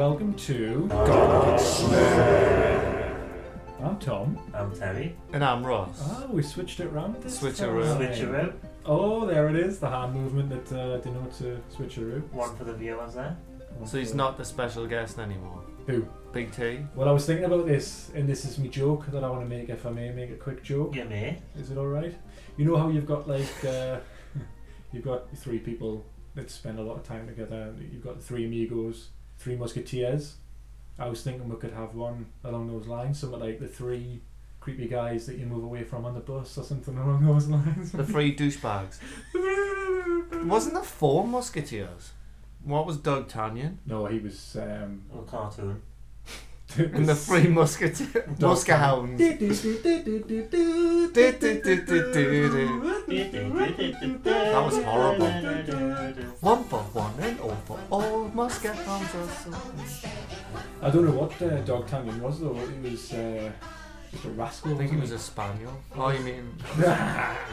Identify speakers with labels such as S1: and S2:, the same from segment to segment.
S1: to Godslayer. I'm Tom.
S2: I'm Terry.
S3: And I'm Ross.
S1: Oh, we switched it round this
S3: Switcheroo.
S1: time.
S2: Switcheroo.
S1: Oh, there it is, the hand movement that uh, denotes a switcheroo.
S2: One for the viewers there.
S3: So he's not the special guest anymore.
S1: Who?
S3: Big T.
S1: Well, I was thinking about this, and this is my joke that I want to make, if I may make a quick joke.
S2: You me.
S1: Is it alright? You know how you've got like, uh, you've got three people that spend a lot of time together, and you've got three amigos, three musketeers. I was thinking we could have one along those lines, something like the three creepy guys that you move away from on the bus or something along those lines.
S3: The three douchebags. Wasn't there four Musketeers? What was Doug Tanyan?
S1: No, he was. Um,
S2: A cartoon.
S3: And the three Musketeers.
S1: Doug
S3: Muskahounds.
S2: that
S3: was horrible. One for one and all for all Muskahounds are so.
S1: I don't know what uh, dog Tanyan was though. It was uh, just a rascal.
S3: I think he was
S1: wasn't
S3: a Spaniel. Oh, you mean.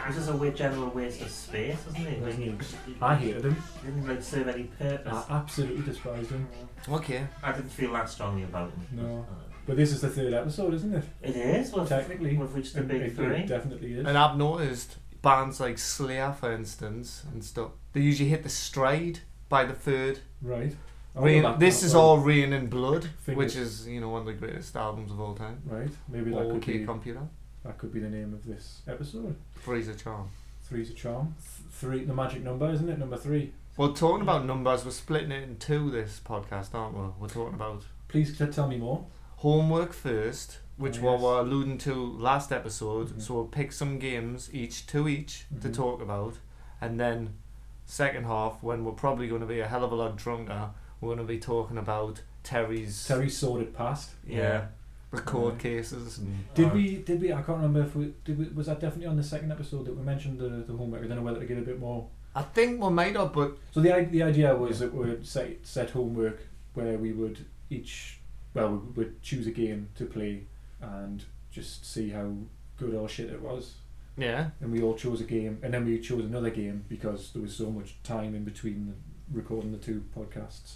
S2: This is a weird general waste of space, isn't it? Like,
S1: Wasn't
S2: it
S1: I hated him.
S2: didn't like serve any purpose.
S1: I absolutely despised him.
S3: Okay.
S2: I didn't feel that strongly about him.
S1: No. But this is the third episode, isn't it?
S2: It is. We've,
S1: Technically,
S2: we've reached the
S1: It-
S2: big
S1: it,
S2: three.
S1: It definitely is.
S3: And I've noticed bands like Slayer, for instance, and stuff, they usually hit the stride by the third.
S1: Right. I'll go
S3: Rain,
S1: back
S3: this
S1: that
S3: is
S1: one.
S3: all Rain and Blood,
S1: Fingers.
S3: which is, you know, one of the greatest albums of all time.
S1: Right. Maybe that could
S3: Okay,
S1: be
S3: computer.
S1: that could be the name of this episode.
S3: Three's a charm.
S1: Three's a charm. Th- Three, the magic number, isn't it? Number three.
S3: Well, talking about numbers, we're splitting it in two this podcast, aren't we? We're talking about
S1: Please t- tell me more.
S3: homework first, which
S1: Oh,
S3: we
S1: yes.
S3: were alluding to last episode.
S1: Mhm.
S3: So we'll pick some games, each two each, to
S1: Mhm.
S3: talk about. And then, second half, when we're probably going to be a hell of a lot drunker, we're going to be talking about Terry's
S1: Terry sorted past.
S2: Yeah.
S3: record
S1: Yeah. Mm.
S3: cases. And
S1: Did we? Did we? I can't remember if we did. We, was that definitely on the second episode that we mentioned the, the homework? I don't know whether to get a bit more
S3: I think we might have, but
S1: So the i- the idea was that we'd set set homework where we would each well we would choose a game to play and just see how good or shit it was.
S3: yeah.
S1: And we all chose a game, and then we chose another game because there was so much time in between the, recording the two podcasts.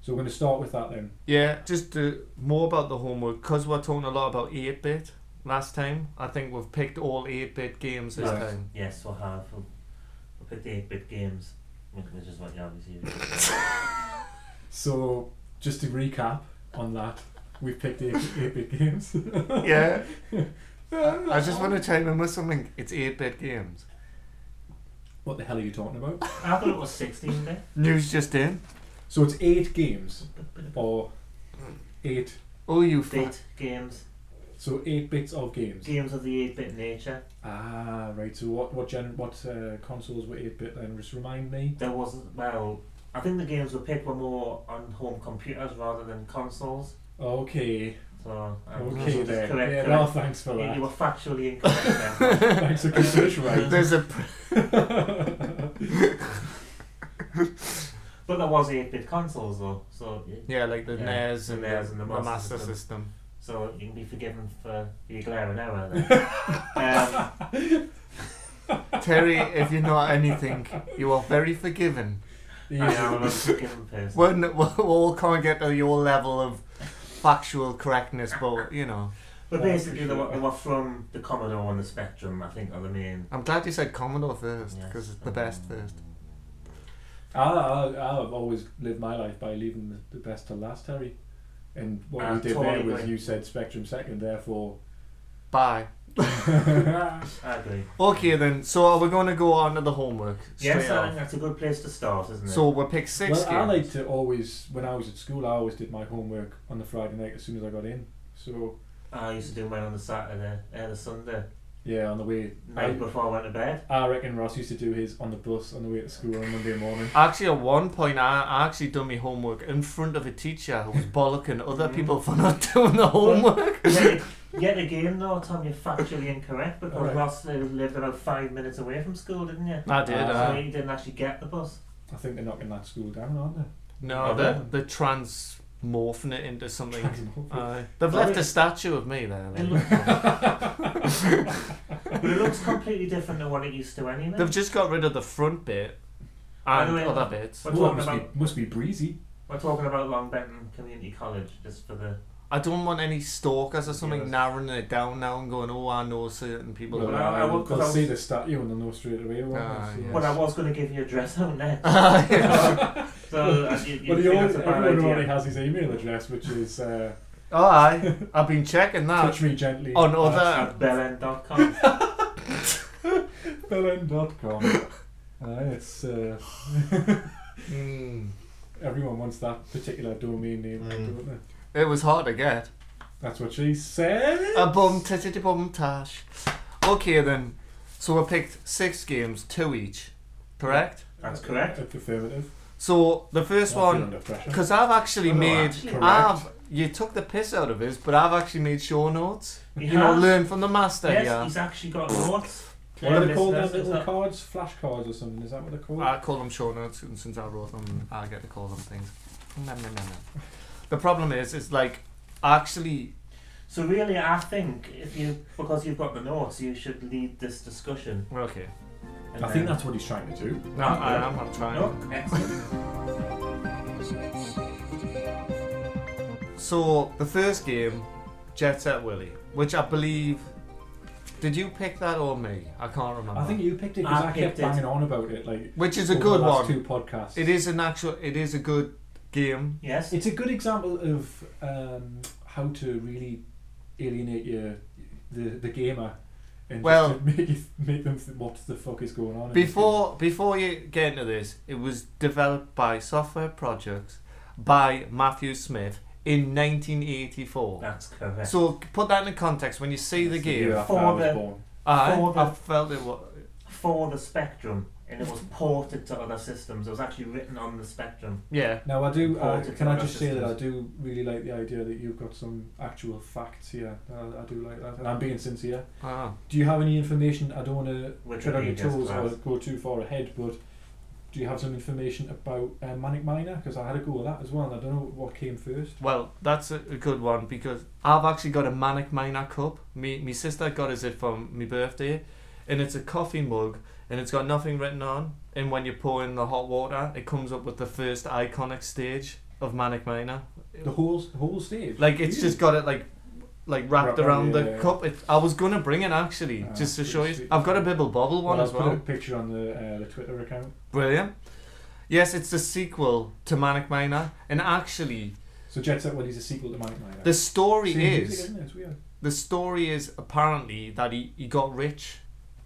S1: So we're going to start with that then.
S3: Yeah, just uh, more about the homework because we're talking a lot about 8 bit last time. I think we've picked all 8 bit games this
S1: Yes.
S3: time.
S2: Yes, we'll have. We'll, we'll pick the 8 bit games, which is what you obviously do.
S1: So just to recap on that, we've picked eight, eight big games.
S3: yeah. I just want to chime in with something. It's 8 bit games.
S1: What the hell are you talking about?
S2: I thought it was 16 bit.
S3: News just in.
S1: So it's eight games or eight
S3: Oh, you fat.
S2: Bit games.
S1: So eight bits of games.
S2: Games of the 8 bit nature.
S1: Ah, right. So what what gen what uh, consoles were eight bit then? Just remind me.
S2: There wasn't, well, I think the games we picked were more on home computers rather than consoles.
S1: Okay,
S2: So, I was
S1: okay
S2: just
S1: then.
S2: Correct,
S1: yeah, no,
S2: correct.
S1: thanks for
S2: You, you were
S1: that.
S2: factually incorrect there.
S1: thanks for keeping it right.
S3: There's a pr-
S2: But there was 8 bit consoles though, so
S3: yeah, like the
S2: Yeah,
S3: NES
S2: the
S3: and
S2: NES
S3: the,
S2: and
S3: the
S2: the
S3: Master,
S2: Master
S3: System.
S2: System. so you can be forgiven for your glaring error there. um,
S3: Terry, if you're not anything, you are very forgiven.
S2: I
S1: Yeah.
S2: am a forgiven person.
S3: We're, n- we all can't get to your level of factual correctness, but you know.
S2: But
S1: Yeah,
S2: basically, they
S1: for
S2: were,
S1: sure.
S2: they were from the Commodore and the Spectrum, I think, are the main.
S3: I'm glad you said Commodore first
S2: Yes. um,
S3: because it's the best first.
S1: I, I I've always lived my life by leaving the, the best to last, Harry. And what
S2: Ah,
S1: you did
S2: totally
S1: there was
S2: agree.
S1: you said Spectrum second, therefore.
S3: Bye.
S2: I agree.
S3: Okay then. So are we going to go on to the homework?
S2: Yes,
S3: straight
S2: I
S3: off?
S2: think that's a good place to start, isn't it?
S3: So we'll pick six
S1: well, I
S3: games.
S1: like to always when I was at school, I always did my homework on the Friday night as soon as I got in. So
S2: I used to do mine on the Saturday, uh, the Sunday
S1: yeah, on the way
S2: night
S1: I-
S2: before I went to bed.
S1: I reckon Ross used to do his on the bus on the way to school on Monday morning.
S3: Actually, at one point, I, I actually done my homework in front of a teacher who was bollocking other
S2: Mhm.
S3: people for not doing the homework.
S2: yet, yet again, though, Tom, you're factually incorrect because
S1: Alright.
S2: Ross uh, lived about five minutes away from school, didn't you?
S3: I did.
S2: So
S3: Uh,
S2: he didn't actually get the bus.
S1: I think they're knocking that school down, aren't they?
S3: no, they're, they're transmorphing it into something. Uh, they've
S2: Well,
S3: left
S2: it-
S3: a statue of me there.
S2: It
S3: Like.
S2: looks,
S3: uh,
S2: but it looks completely different than what it used to anyway.
S3: They've just got rid of the front bit
S2: By the
S3: and
S2: way,
S3: other bits.
S1: Oh,
S2: We're
S1: it
S2: talking
S1: must,
S2: about
S1: be, must be breezy.
S2: We're talking about Long Benton Community College, just for the.
S3: I don't want any stalkers or something
S2: Yes.
S3: narrowing it down now and going, oh, I know certain people.
S2: Well,
S3: that
S2: I- I
S3: are-
S2: will-
S1: they'll
S2: 'cause I was-
S1: see the statue and they'll know straight away. won't
S3: Ah,
S1: they? So-
S3: yes. Ah,
S2: But I was going to give you a dress out next. so uh, you,
S1: But he
S2: you think
S1: already,
S2: that's a bad
S1: everyone already
S2: idea?
S1: has his email address, which is uh,
S3: oh, aye. I've been checking that.
S1: touch me gently
S3: On other.
S2: At bellend.com.
S1: bellend.com. uh, it's uh,
S3: Mm.
S1: everyone wants that particular domain name,
S3: Mm.
S1: don't they?
S3: It was hard to get.
S1: That's what she said.
S3: A bum titty bum tash. Okay then. So I picked six games, two each. Correct?
S2: That's correct.
S1: Affirmative.
S3: So the first
S1: Not feeling
S3: one,
S1: under pressure.
S3: because I've actually
S2: Oh, no,
S3: made.
S2: actually.
S1: Correct.
S3: I've, you took the piss out of us, but I've actually made show notes.
S2: He
S3: You know,
S2: has-
S3: learn from the master,
S2: Yes,
S3: yeah.
S2: he's actually got notes.
S1: What are they called?
S2: Listeners,
S1: Them
S2: it's
S1: little
S2: not-
S1: cards, flashcards, or something? Is that what they're called?
S3: I call them show notes, and since I wrote them, I get to call them things. Nom, nom, nom, nom. The problem is, it's like actually,
S2: So really, I think if you because you've got the notes, you should lead this discussion.
S3: okay.
S2: And
S1: I
S2: then-
S1: think that's what he's trying to do.
S3: No, I, I'm not trying.
S2: Uh, no. Excellent.
S3: So the first game, Jet Set Willy, which I believe, did you pick that or me? I can't remember.
S1: I think you picked it because
S2: I
S1: I, kept
S2: picked it.
S1: banging on about it. Like
S3: which is a
S1: over
S3: good
S1: the last
S3: one.
S1: Two podcasts.
S3: It is an actual. It is a good game.
S2: Yes.
S1: It's a good example of um, how to really alienate your the the gamer and
S3: Well-
S1: just to make you, make them think what the fuck is going on. in this
S3: Before before you get into this, it was developed by Software Projects by Matthew Smith in 1984.
S1: Ah,
S2: That's correct.
S3: So put that into context when you see
S1: game.
S3: the
S1: It's year
S3: game.
S1: after I was
S2: For the-
S1: born.
S3: I,
S2: for the-
S3: I felt it was.
S2: For the Spectrum, and it was ported to other systems. It was actually written on the Spectrum.
S3: Yeah.
S1: Now I do. Uh,
S2: Important
S1: can I
S2: to
S1: just say that I
S2: understand.
S1: do really like the idea that you've got some actual facts here. I, I do like that, and I'm being sincere.
S3: Ah.
S1: Do you have any information? I don't want to
S2: Which
S1: tread on your
S2: would be just
S1: toes or
S2: class.
S1: go too far ahead, but do you have some information about uh, Manic Miner? Because I had a go at that as well, and I don't know what came first.
S3: Well, that's a, a good one because I've actually got a Manic Miner cup. Me, my sister got us it from my birthday, and it's a coffee mug and it's got nothing written on. And when you pour in the hot water, it comes up with the first iconic stage of Manic Miner.
S1: The whole the whole stage.
S3: Like it's just got it like like wrapped
S1: Wrapped
S3: around
S1: around,
S3: the
S1: yeah, yeah.
S3: cup. It, I was gonna bring it actually
S1: Ah,
S3: just to
S1: pretty
S3: show you.
S1: sweet.
S3: I've got a Bibble Bobble one
S1: Well,
S3: as
S1: I'll Put a
S3: well.
S1: picture on the uh, the Twitter account.
S3: Brilliant. Yes, it's the sequel to Manic Miner, and actually
S1: So Jet Set Willy's a sequel to Manic Miner.
S3: the story
S1: Same music,
S3: is.
S1: isn't it? It's weird.
S3: the story is apparently that he, he got rich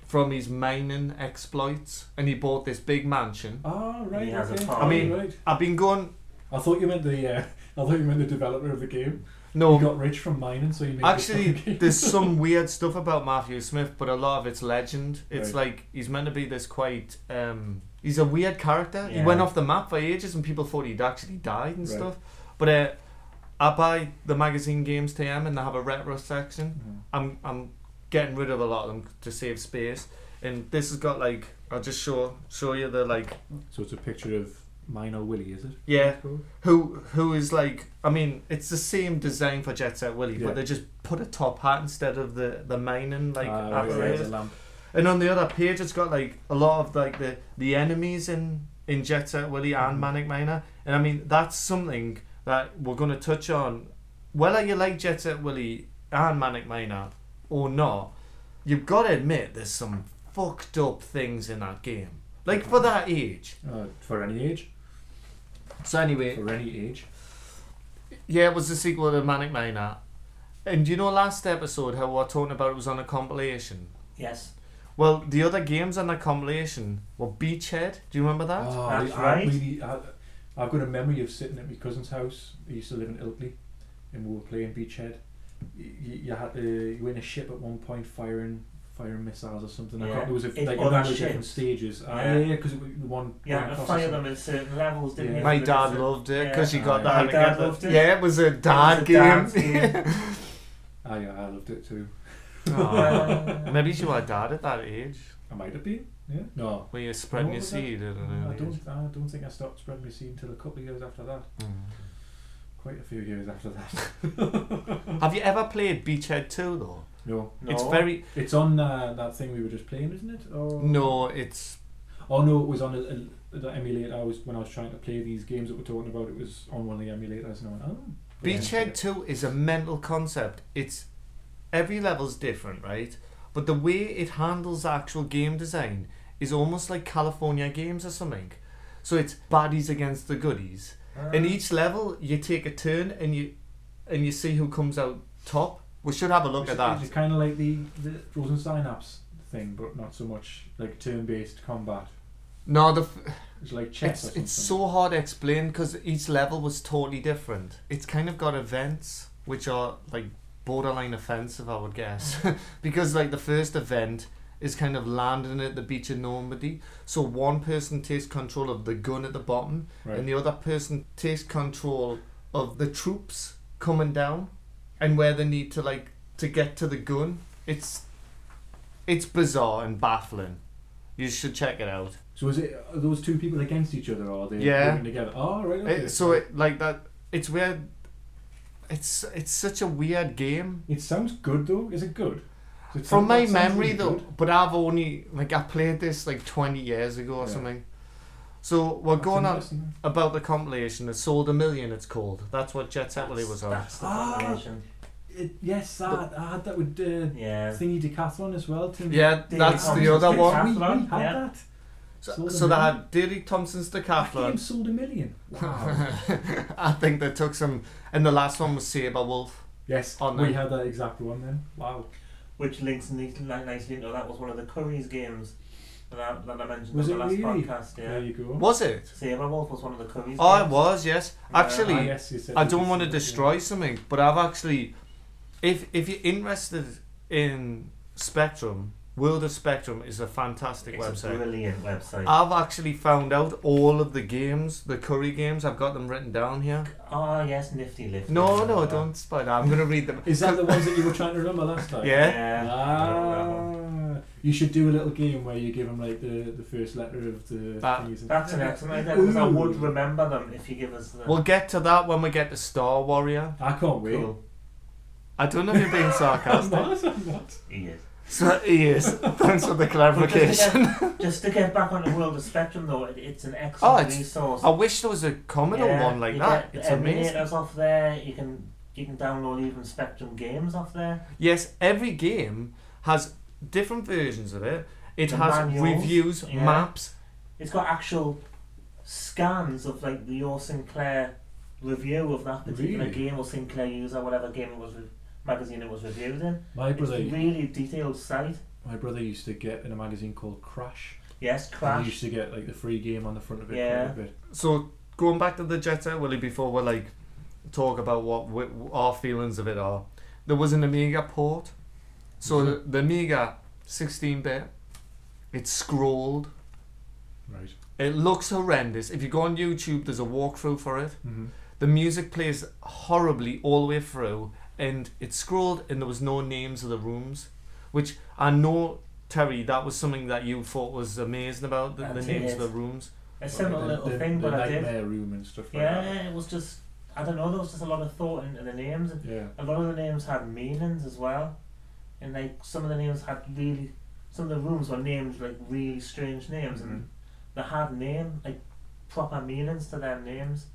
S3: from his mining exploits and he bought this big mansion.
S1: Oh right.
S2: He has a
S1: okay.
S2: farm.
S3: I mean-
S1: right.
S3: I've been going.
S1: I thought you meant the uh, I thought you meant the developer of the game. He
S3: No,
S1: got rich from mining, so he made
S3: actually,
S1: this fucking game.
S3: there's some weird stuff about Matthew Smith, but a lot of it's legend. It's
S1: Right.
S3: like he's meant to be this quite. Um, he's a weird character. He
S2: Yeah.
S3: went off the map for ages and people thought he'd actually died and
S1: Right.
S3: stuff. But uh, I buy the magazine Games TM and they have a retro section.
S1: Mm.
S3: I'm I'm getting rid of a lot of them to save space. And this has got like I'll just show show you the like
S1: So it's a picture of Minor Willy, is it?
S3: yeah who who is like I mean it's the same design for Jet Set Willy,
S1: Yeah.
S3: but they just put a top hat instead of the the mining like
S1: Ah, right,
S3: apparatus.
S1: yeah, the lamp.
S3: And on the other page, it's got like a lot of like the the enemies in in Jet Set Willy and
S1: Mhm.
S3: Manic Miner. And I mean that's something that we're going to touch on, whether you like Jet Set Willy and Manic Miner or not. You've got to admit there's some fucked up things in that game, like for that age.
S1: Uh, for any age.
S3: So anyway,
S1: For any age.
S3: Yeah, it was the sequel to Manic Miner. And you know, last episode, how we were talking about it was on a compilation.
S2: Yes.
S3: Well, the other games on the compilation were Beachhead. Do you remember that?
S1: Oh,
S2: That's
S1: I,
S2: right.
S1: I really, I, I've got a memory of sitting at my cousin's house. He used to live in Ilkley, and we were playing Beachhead. You, you had to, you were in a ship at one point firing firing missiles or something. I
S2: Yeah.
S1: can't, there was a,
S2: In
S1: like a
S2: other
S1: number of different
S2: ships.
S1: stages. Ah,
S2: Yeah.
S1: yeah, yeah, because the one.
S2: Yeah,
S1: one
S2: and
S1: across
S2: fire
S1: us-
S2: them at certain levels, didn't
S1: Yeah.
S2: you?
S3: My
S2: With
S3: dad
S2: the-
S3: loved it because
S2: Yeah.
S3: he got
S1: My
S3: that. and
S2: dad
S3: got the-
S2: loved it.
S3: Yeah, it was a dad
S2: a
S3: game.
S2: dad's game.
S1: Ah, yeah, I loved it too.
S3: Aw. Maybe you were a dad at that age.
S1: I might have been. Yeah. No.
S3: Where you're spreading
S1: No,
S3: your
S1: was that-
S3: seed at an
S1: I
S3: early
S1: don't.
S3: age.
S1: I don't think I stopped spreading my seed until a couple of years after that.
S3: Mm.
S1: Quite a few years after that.
S3: Hmm. Have you ever played Beachhead 2 though?
S1: No,
S2: No.
S3: It's very.
S1: it's on uh, that thing we were just playing, isn't it? Or
S3: No, it's.
S1: Oh no, it was on a, a the emulator I was when I was trying to play these games that we're talking about. It was on one of the emulators, and I went, "Oh." yeah,
S3: Beachhead 2 is a mental concept. It's every level's different, right? But the way it handles actual game design is almost like California games or something. So it's baddies against the goodies.
S1: Uh,
S3: In each level, you take a turn and you and you see who comes out top. We should have a look
S1: It's-
S3: at that.
S1: It's kind of like the the Frozen Synapse thing, but not so much like turn-based combat.
S3: No, the f-
S1: It's like chess.
S3: it's
S1: or
S3: it's
S1: something.
S3: so hard to explain because each level was totally different. It's kind of got events which are like borderline offensive, I would guess, because like the first event is kind of landing at the beach in Normandy. So one person takes control of the gun at the bottom,
S1: Right.
S3: and the other person takes control of the troops coming down and where they need to like to get to the gun. It's it's bizarre and baffling. You should check it out.
S1: So is it are those two people against each other, or are they
S3: Yeah.
S1: working together? Oh, right. Okay.
S3: It, so it like that. It's weird. It's it's such a weird game.
S1: It sounds good though. Is it good? Does it
S3: From
S1: sound- that
S3: my
S1: sounds
S3: memory
S1: really
S3: though,
S1: good.
S3: but I've only like I played this like twenty years ago or
S1: Yeah.
S3: something. So we're
S1: That's
S3: going on
S1: interesting.
S3: about the compilation. It sold a million. It's called. That's what Jet Set Willy
S2: That's-
S3: was on.
S2: That's the
S1: Ah.
S2: combination.
S1: It, yes, that, I had that with uh,
S2: Yeah.
S1: Thingy Decathlon as well. Thingy.
S3: Yeah,
S2: Daily
S3: that's
S2: Thompson's
S3: the other
S2: Big
S3: one.
S2: Cat.
S1: We, we had
S2: Decathlon, yeah.
S1: that.
S3: So,
S1: Sold a
S3: so they
S1: million.
S3: had Diddy Thompson's
S1: That game
S3: Decathlon.
S1: sold a million. Wow.
S3: I think they took some, and the last one was Saber Wolf.
S1: yes,
S3: On
S1: we
S3: the-
S1: had that exact one then. Wow.
S2: Which links ni- ni- nicely into that was one of the Curry's games that I, that I mentioned
S1: Was
S2: on the
S1: it
S2: last
S1: really?
S2: podcast. Yeah.
S1: There you go.
S3: Was it?
S2: Saber Wolf was one of the Curry's
S3: Oh, it
S2: games.
S3: was. Yes,
S2: Yeah,
S3: actually,
S1: Ah, yes, you said
S3: I
S1: you
S3: don't
S1: did
S3: want to
S1: see that, yeah.
S3: destroy something, but I've actually, if if you're interested in Spectrum, World of Spectrum is a fantastic
S2: It's a
S3: website. Ah.
S2: brilliant website.
S3: I've actually found out all of the games, the Curry games. I've got them written down here.
S2: Ah, yes, Nifty Lift.
S3: No, no, don't spoil. I'm gonna read them.
S1: Is that the ones that you were trying to remember last time?
S3: Yeah.
S2: Ah.
S1: Ah, you should do a little game where you give them like the, the first letter of the
S3: That-
S1: thingies. and-
S2: That's an excellent idea because I
S1: Ooh.
S2: would remember them if you give us the.
S3: We'll get to that when we get to Star Warrior.
S1: I can't wait.
S2: Cool.
S3: I don't know if you're being
S1: I'm
S3: sarcastic.
S1: not, I'm not.
S2: Yes.
S3: So he is. Thanks for the
S2: But just,
S3: clarification.
S2: to get, just to get back on the world of Spectrum though, it, it's an
S3: Oh,
S2: excellent
S3: it's-
S2: resource.
S3: I wish there was a Commodore one like
S2: you
S3: that.
S2: Get
S3: It's
S2: the
S3: amazing.
S2: emulators off there. You can you can download even Spectrum games off there.
S3: Yes, every game has different versions of it. It
S2: The
S3: has
S2: manuals,
S3: reviews,
S2: yeah.
S3: maps.
S2: It's got actual scans of like the your Sinclair review of that particular
S1: Really?
S2: game or Sinclair user, whatever game it was, re- magazine it was reviewed in.
S1: My
S2: It's
S1: brother,
S2: a really detailed site.
S1: my brother used to get in a magazine called Crash.
S2: Yes,
S1: And he
S2: Crash.
S1: used to get like the free game on the front of it.
S2: Yeah.
S1: quite a bit.
S3: So going back to the Jet Set Willy before we like talk about what we, our feelings of it are. There was an Amiga port. So the,
S2: Mm-hmm.
S3: the Amiga 16-bit. It's scrolled.
S1: Right.
S3: It looks horrendous. If you go on YouTube, there's a walkthrough for it.
S1: Mm-hmm.
S3: The music plays horribly all the way through, and it scrolled, and there was no names of the rooms, which I know, Terry, that was something that you thought was amazing about the, the
S2: That's
S3: names
S2: it.
S3: of the rooms.
S2: A simple
S1: the,
S2: little
S1: the,
S2: thing,
S1: the
S2: but I did.
S1: nightmare room and stuff like that.
S2: Yeah, it was just I don't know. There was just a lot of thought into the names.
S1: Yeah.
S2: A lot of the names had meanings as well, and like some of the names had really, some of the rooms were named like really strange names,
S1: Mm-hmm.
S2: and they had name like proper meanings to their names.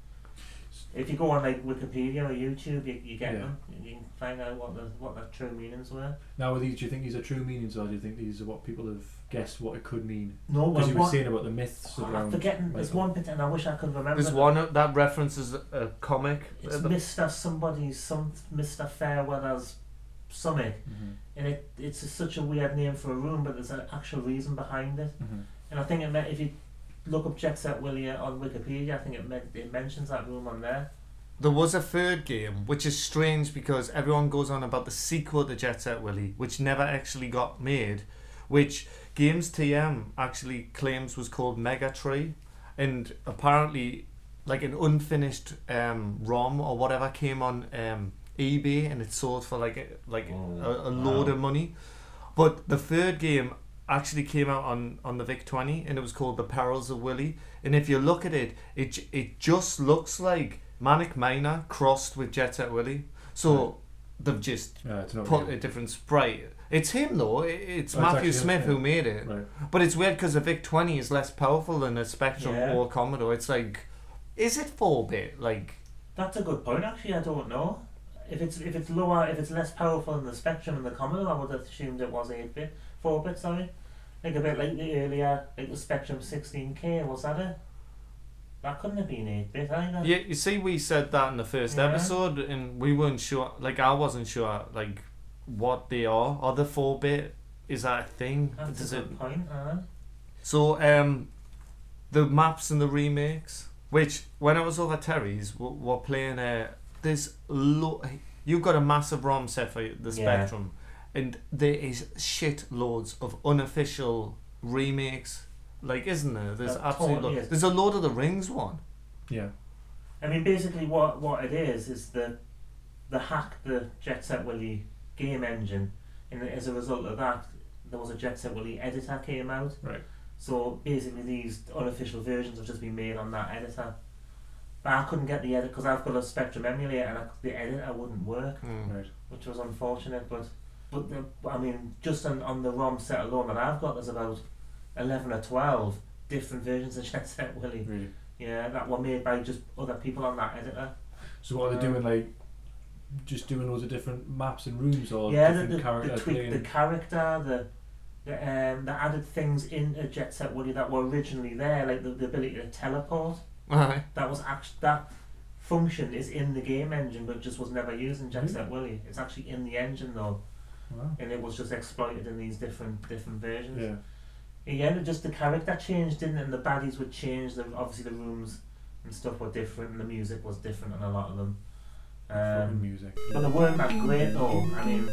S2: If you go on like Wikipedia or YouTube, you, you get
S1: Yeah.
S2: them. and You can find out what the what the true meanings were.
S1: Now, are these? Do you think these are true meanings, or do you think these are what people have guessed what it could mean?
S2: No,
S1: Because
S2: well,
S1: you were
S2: Oh, what,
S1: saying about the myths
S2: oh, I'm
S1: around.
S2: forgetting. There's
S1: Michael.
S2: one bit, and I wish I could remember.
S3: There's one that references a comic.
S2: It's
S3: Uh, the-
S2: Mister Somebody's some Mister Fairweather's summit,
S1: Mhm.
S2: and it it's such a weird name for a room, but there's an actual reason behind it.
S1: Mhm.
S2: And I think it meant if you look up Jet Set Willy on Wikipedia, I think it meant it mentions that room on there.
S3: There was a third game, which is strange because everyone goes on about the sequel to Jet Set Willy, which never actually got made, which Games TM actually claims was called Mega Tree, and apparently, like an unfinished um, ROM or whatever came on um, eBay and it sold for like a, like
S2: Oh,
S3: a, a load
S2: wow.
S3: of money. But the third game actually came out on, on the Vic 20 and it was called The Perils of Willy. And if you look at it, it j- it just looks like Manic Miner crossed with Jet Set Willy. So they've just
S1: Uh, it's not
S3: put
S1: real.
S3: a different spray. It's him though. i- It's
S1: Oh, it's
S3: Matthew
S1: actually him,
S3: Smith
S1: yeah.
S3: who made it.
S1: Right.
S3: But it's weird because a Vic Twenty is less powerful than a Spectrum
S2: Yeah.
S3: or Commodore. It's like, is it four bit? Like,
S2: That's a good point. Actually, I don't know. If it's if it's lower, if it's less powerful than the Spectrum and the Commodore, I would have assumed it was eight bit, four bit. Sorry, like a bit like the earlier, like the Spectrum sixteen K. Was that it? That couldn't have been eight bit either.
S3: yeah, you see, we said that in the first
S2: Yeah.
S3: episode, and we weren't sure. Like, I wasn't sure like what they are. Are they four bit? Is that a thing?
S2: That's
S3: Does
S2: a
S3: it?
S2: good point. Uh,
S3: So, um, the maps and the remakes, which when I was over at Terry's, w- were playing uh, this. Lo- you've got a massive ROM set for the
S2: Yeah.
S3: Spectrum, and there is shit loads of unofficial remakes. Like, isn't there? There's
S2: There
S3: absolutely
S2: totally
S3: lo-
S2: is.
S3: there's a Lord of the Rings one.
S1: Yeah.
S2: I mean, basically, what what it is is the the hack the Jet Set Willy game engine, and as a result of that, there was a Jet Set Willy editor came out.
S1: Right.
S2: So basically, these unofficial versions have just been made on that editor. But I couldn't get the edit because I've got a Spectrum emulator, and I, the editor wouldn't work,
S1: Right.
S2: which was unfortunate. But but the, I mean, just on, on the ROM set alone that I've got, there's about eleven or twelve different versions of Jet Set Willy.
S1: Really.
S2: Yeah, that were made by just other people on that editor.
S1: So what are they
S2: Um,
S1: doing? Like, just doing loads of different maps and rooms, or
S2: yeah, the,
S1: different uh,
S2: the, the
S1: characters
S2: tweak,
S1: playing.
S2: the character, the the um, the added things in a Jet Set Woody that were originally there, like the, the ability to teleport.
S3: Aye.
S2: That was actually that function is in the game engine, but just was never used in Jet
S1: Really?
S2: Set Willy. It's actually in the engine though,
S1: Wow.
S2: and it was just exploited in these different different versions.
S1: Yeah.
S2: Again, it just the character changed, didn't it? And the baddies would change. The, obviously, the rooms and stuff were different, and the music was different on a lot of them.
S1: Fucking
S2: Um,
S1: music.
S2: But they weren't that great though. I mean,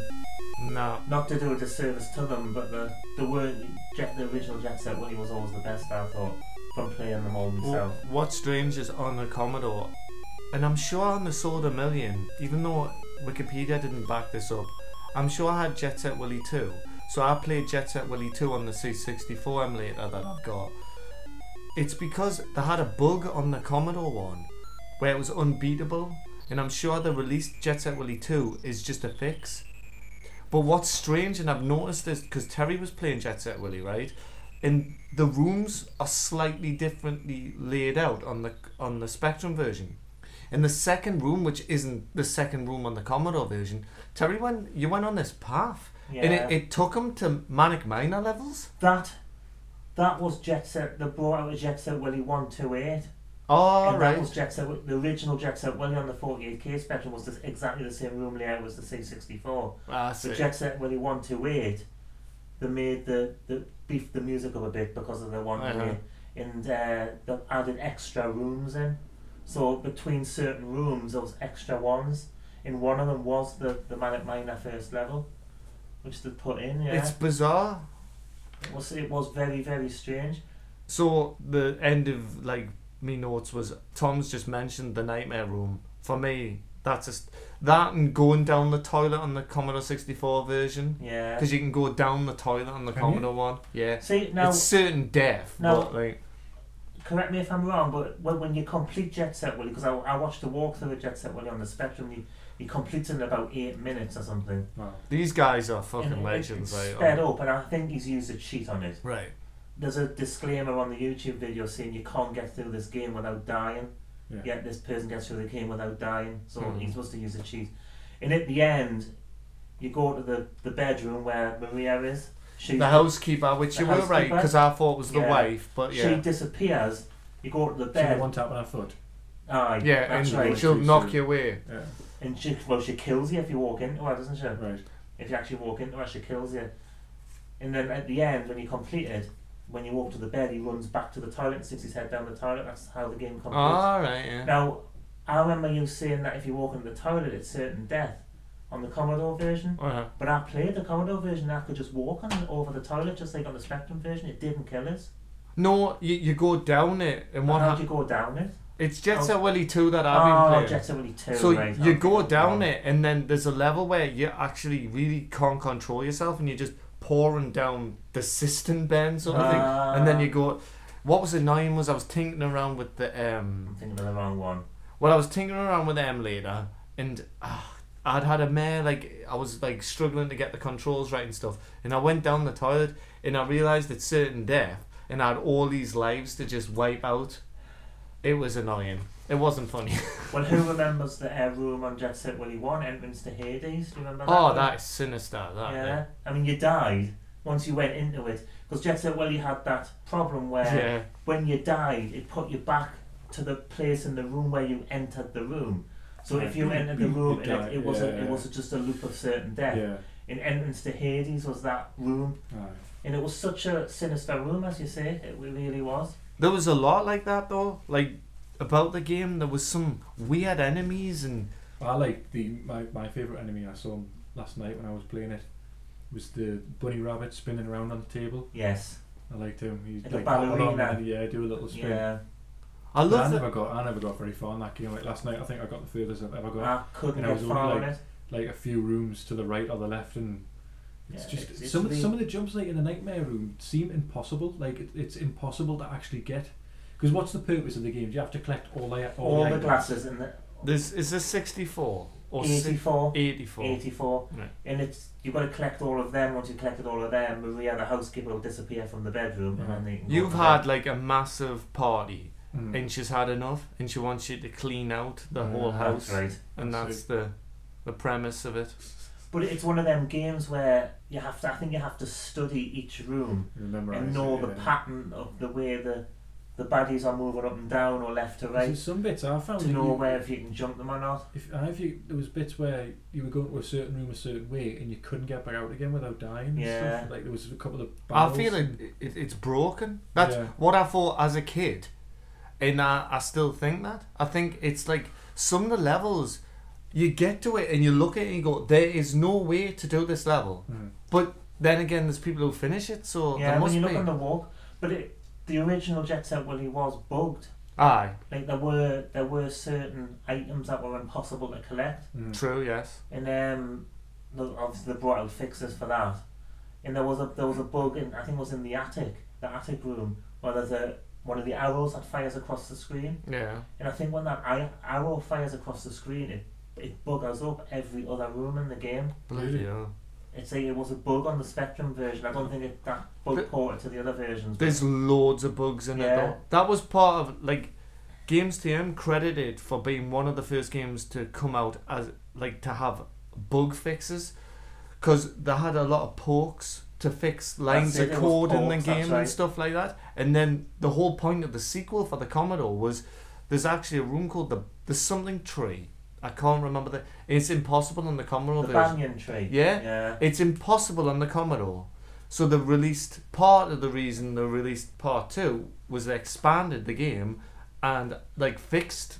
S3: No.
S2: not to do a disservice to them, but the the weren't Jet, the original Jet Set Willy was always the best. I thought from playing them all
S3: Well,
S2: myself.
S3: what's strange is on the Commodore, and I'm sure on the Sold a Million, even though Wikipedia didn't back this up, I'm sure I had Jet Set Willy 2. So I played Jet Set Willy 2 on the C64 emulator that I've got. It's because they had a bug on the Commodore one where it was unbeatable, and I'm sure the released Jet Set Willy 2 is just a fix. But what's strange, and I've noticed this because Terry was playing Jet Set Willy, right? and the rooms are slightly differently laid out on the on the Spectrum version. In the second room, which isn't the second room on the Commodore version, Terry, when you went on this path,
S2: Yeah,
S3: and it, it took him to Manic Miner levels.
S2: that that was Jet Set. They brought out a Jet Set Willy one two eight.
S3: Oh,
S2: and
S3: right.
S2: that was Jet Set. Wi- The original Jet Set Willy on the forty eight K spectrum was this, exactly the same room layout as the C sixty four.
S3: Ah, I
S2: So
S3: see.
S2: Jet Set Willy one two eight, they made the the beef the music up a bit because of the one
S3: Uh-huh.
S2: uh and uh, they added extra rooms in. So between certain rooms, there was extra ones. In one of them was the the Manic Miner first level, which they put in. Yeah,
S3: It's bizarre.
S2: it was it was very very strange.
S3: So the end of like me notes was Tom's just mentioned the nightmare room. For me, that's just that and going down the toilet on the Commodore sixty four version.
S2: Yeah.
S3: Because you can go down the toilet on the
S1: Can you?
S3: Commodore one. Yeah.
S2: See now,
S3: it's certain death.
S2: No.
S3: But like,
S2: correct me if I'm wrong, but when, when you complete Jet Set Willy, because I, I watched the walkthrough of Jet Set Willy on the Spectrum, you, you complete it in about eight minutes or something.
S1: Wow.
S3: these guys are fucking
S2: and it-
S3: legends.
S2: It's
S3: Like,
S2: sped up, and I think he's used a cheat on it.
S3: Right.
S2: There's a disclaimer on the YouTube video saying you can't get through this game without dying.
S1: Yeah.
S2: Yet this person gets through the game without dying, so
S3: Mhm.
S2: he's supposed to use a cheat. And at the end, you go to the, the bedroom where Maria is. She
S3: The housekeeper, which
S2: The
S3: you were right,
S2: housekeeper?
S3: because I thought was the
S2: Yeah.
S3: wife, but
S2: she
S3: yeah.
S2: disappears. You go to the
S1: So they
S2: bed.
S1: one tap on our foot.
S2: Aye,
S3: yeah,
S2: that's
S3: and
S2: right.
S3: she'll
S1: Too
S3: knock
S1: soon.
S3: you away.
S1: Yeah.
S2: And she, well, she kills you if you walk into her, doesn't she?
S1: Right.
S2: If you actually walk into her, she kills you. And then at the end, when you complete it, when you walk to the bed, he runs back to the toilet and sticks his head down the toilet. That's how the game completes.
S3: Alright, Ah, yeah.
S2: Now, I remember you saying that if you walk into the toilet, it's certain death on the Commodore version.
S3: Uh-huh.
S2: But I played the Commodore version, I could just walk on over the toilet, just like on the Spectrum version. It didn't kill us.
S3: No, you, you go down it, and what
S2: How'd
S3: hap
S2: you go down it?
S3: It's Jet Set
S2: Oh.
S3: Willy 2 that I've
S2: Oh,
S3: been playing.
S2: Jet Set Willy 2.
S3: So
S2: right,
S3: you
S2: okay,
S3: go
S2: that's
S3: down
S2: wrong.
S3: it, and then there's a level where you actually really can't control yourself, and you're just pouring down the cistern bend sort of thing. And then you
S2: Ah.
S3: go. What was annoying was I was tinkering around with the um.
S2: I'm thinking of the wrong one.
S3: Well, I was tinkering around with the emulator, and ah, I'd had a mare like I was like struggling to get the controls right and stuff, and I went down the toilet and I realized it's certain death, and I had all these lives to just wipe out. It was annoying. It wasn't funny.
S2: Well, who remembers the air room on Jet Set Willy 1, Entrance to Hades? Do you remember that?
S3: oh,
S2: one?
S3: that is sinister. That
S2: Yeah. I mean, you died once you went into it. Because Jet Set Willy had that problem where
S3: yeah.
S2: when you died, it put you back to the place in the room where you entered the room. So if you
S1: Right.
S2: entered the room,
S1: You
S2: and
S1: died,
S2: it, it wasn't
S1: yeah.
S2: it wasn't just a loop of certain death.
S1: Yeah.
S2: In Entrance to Hades was that room,
S1: Aye.
S2: and it was such a sinister room, as you say, it really was.
S3: There was a lot like that though. Like about the game, there was some weird enemies and
S1: I like the my, my favourite enemy I saw last night when I was playing it was the bunny rabbit spinning around on the table.
S2: Yes.
S1: I liked him. He's
S2: Like a
S1: like hop along
S2: ballerina.
S1: and, yeah, do a little spin.
S2: Yeah.
S1: But
S3: I
S1: I
S3: love that.
S1: never got I never got very far in that game. Like last night I think I got the furthest I've ever got.
S2: I couldn't
S1: And I
S2: get
S1: was
S2: far
S1: only,
S2: on it.
S1: Like a few rooms to the right or the left and it's
S2: Yeah,
S1: just
S2: it's- it's
S1: some of the,
S2: really-
S1: some of the jumps like in the nightmare room seem impossible. Like it, it's impossible to actually get because what's the purpose of the game? Do you have to collect all the all,
S2: All the
S1: items?
S2: glasses in the
S3: This is this sixty four or si-
S2: 84.
S3: 84.
S2: 84.
S3: Right.
S2: And it's you've got to collect all of them. Once you collected all of them, Maria, the housekeeper, will disappear from the bedroom.
S1: Mhm.
S2: And then they can go
S3: You've
S2: to
S3: had
S2: bed.
S3: like a massive party
S1: Mm.
S3: and she's had enough and she wants you to clean out the
S1: Yeah,
S3: whole
S2: That's
S3: house
S2: right.
S3: and that's the the premise of it.
S2: But it's one of them games where you have to. I think you have to study each room
S1: Remember I
S2: and know
S1: said,
S2: the
S1: yeah.
S2: pattern of the way the the baddies are moving up and down or left to
S1: There's
S2: right
S1: Some bits I found
S2: to
S1: that
S2: know
S1: you-
S2: where if you can jump them or not.
S1: If and if you there was bits where you were going to a certain room a certain way and you couldn't get back out again without dying. and
S2: Yeah.
S1: Stuff. Like there was a couple of.
S3: I
S1: Battles.
S3: feel it, it, it's broken. That's
S1: Yeah.
S3: what I thought as a kid, and I, I still think that. I think it's like some of the levels, you get to it and you look at it and you go, there is no way to do this level.
S1: Mm.
S3: But then again, there's people who finish it, so
S2: yeah,
S3: there
S2: when
S3: must
S2: you look
S3: be.
S2: on the walk, but it, the original Jet Set Willy was bugged.
S3: Aye,
S2: Like there were there were certain items that were impossible to collect.
S1: Mm.
S3: true, yes.
S2: and um, the- obviously they brought out fixes for that. And there was a there was a bug in I think it was in the attic, the attic room, where there's a one of the arrows that fires across the screen.
S3: Yeah.
S2: And I think when that ar- arrow fires across the screen, it it buggers up every other room in the game.
S3: Bloody
S1: Really?
S3: hell.
S2: It's a, it was a bug on the Spectrum version. I don't think it, that bug
S3: But-
S2: ported to the other versions.
S3: There's loads of bugs in it
S2: Yeah.
S3: though. That was part of like Games TM credited for being one of the first games to come out as like to have bug fixes because they had a lot of pokes to fix lines
S2: it,
S3: of
S2: there was
S3: code in the
S2: pokes,
S3: game
S2: that's
S3: and
S2: right.
S3: stuff like that. And then the whole point of the sequel for the Commodore was there's actually a room called the the something tree. I can't remember the. It's impossible on the Commodore
S2: the
S3: version.
S2: banyan tree.
S3: Yeah?
S2: Yeah.
S3: It's impossible on the Commodore. So they released part of the reason they released part two was they expanded the game and like fixed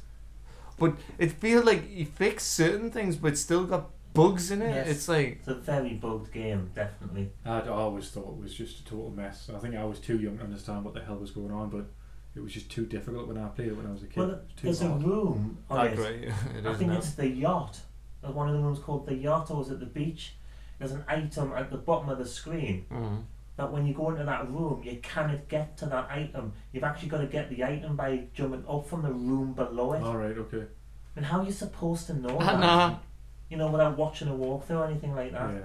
S3: but it feels like you fixed certain things but still got bugs in it.
S2: Yes.
S3: It's like
S2: It's a very bugged game, definitely.
S1: I'd always thought it was just a total mess. I think I was too young to understand what the hell was going on, but it was just too difficult when I played it when I was a kid.
S2: Well,
S1: It was too
S2: there's a
S1: hard.
S2: room on
S3: I
S2: it
S3: agree. "Ah, It
S2: Oh, I
S3: is
S2: think
S3: now.
S2: it's the yacht. There's One of the rooms called the yacht, or was it the beach? There's an item at the bottom of the screen
S3: Mm.
S2: that when you go into that room, you cannot get to that item. You've actually got to get the item by jumping up from the room below it.
S1: All right. Okay.
S2: And how are you supposed to know
S3: Ah,
S2: that?
S3: nah.
S2: You know, without watching a walkthrough or anything like that.
S1: Yeah.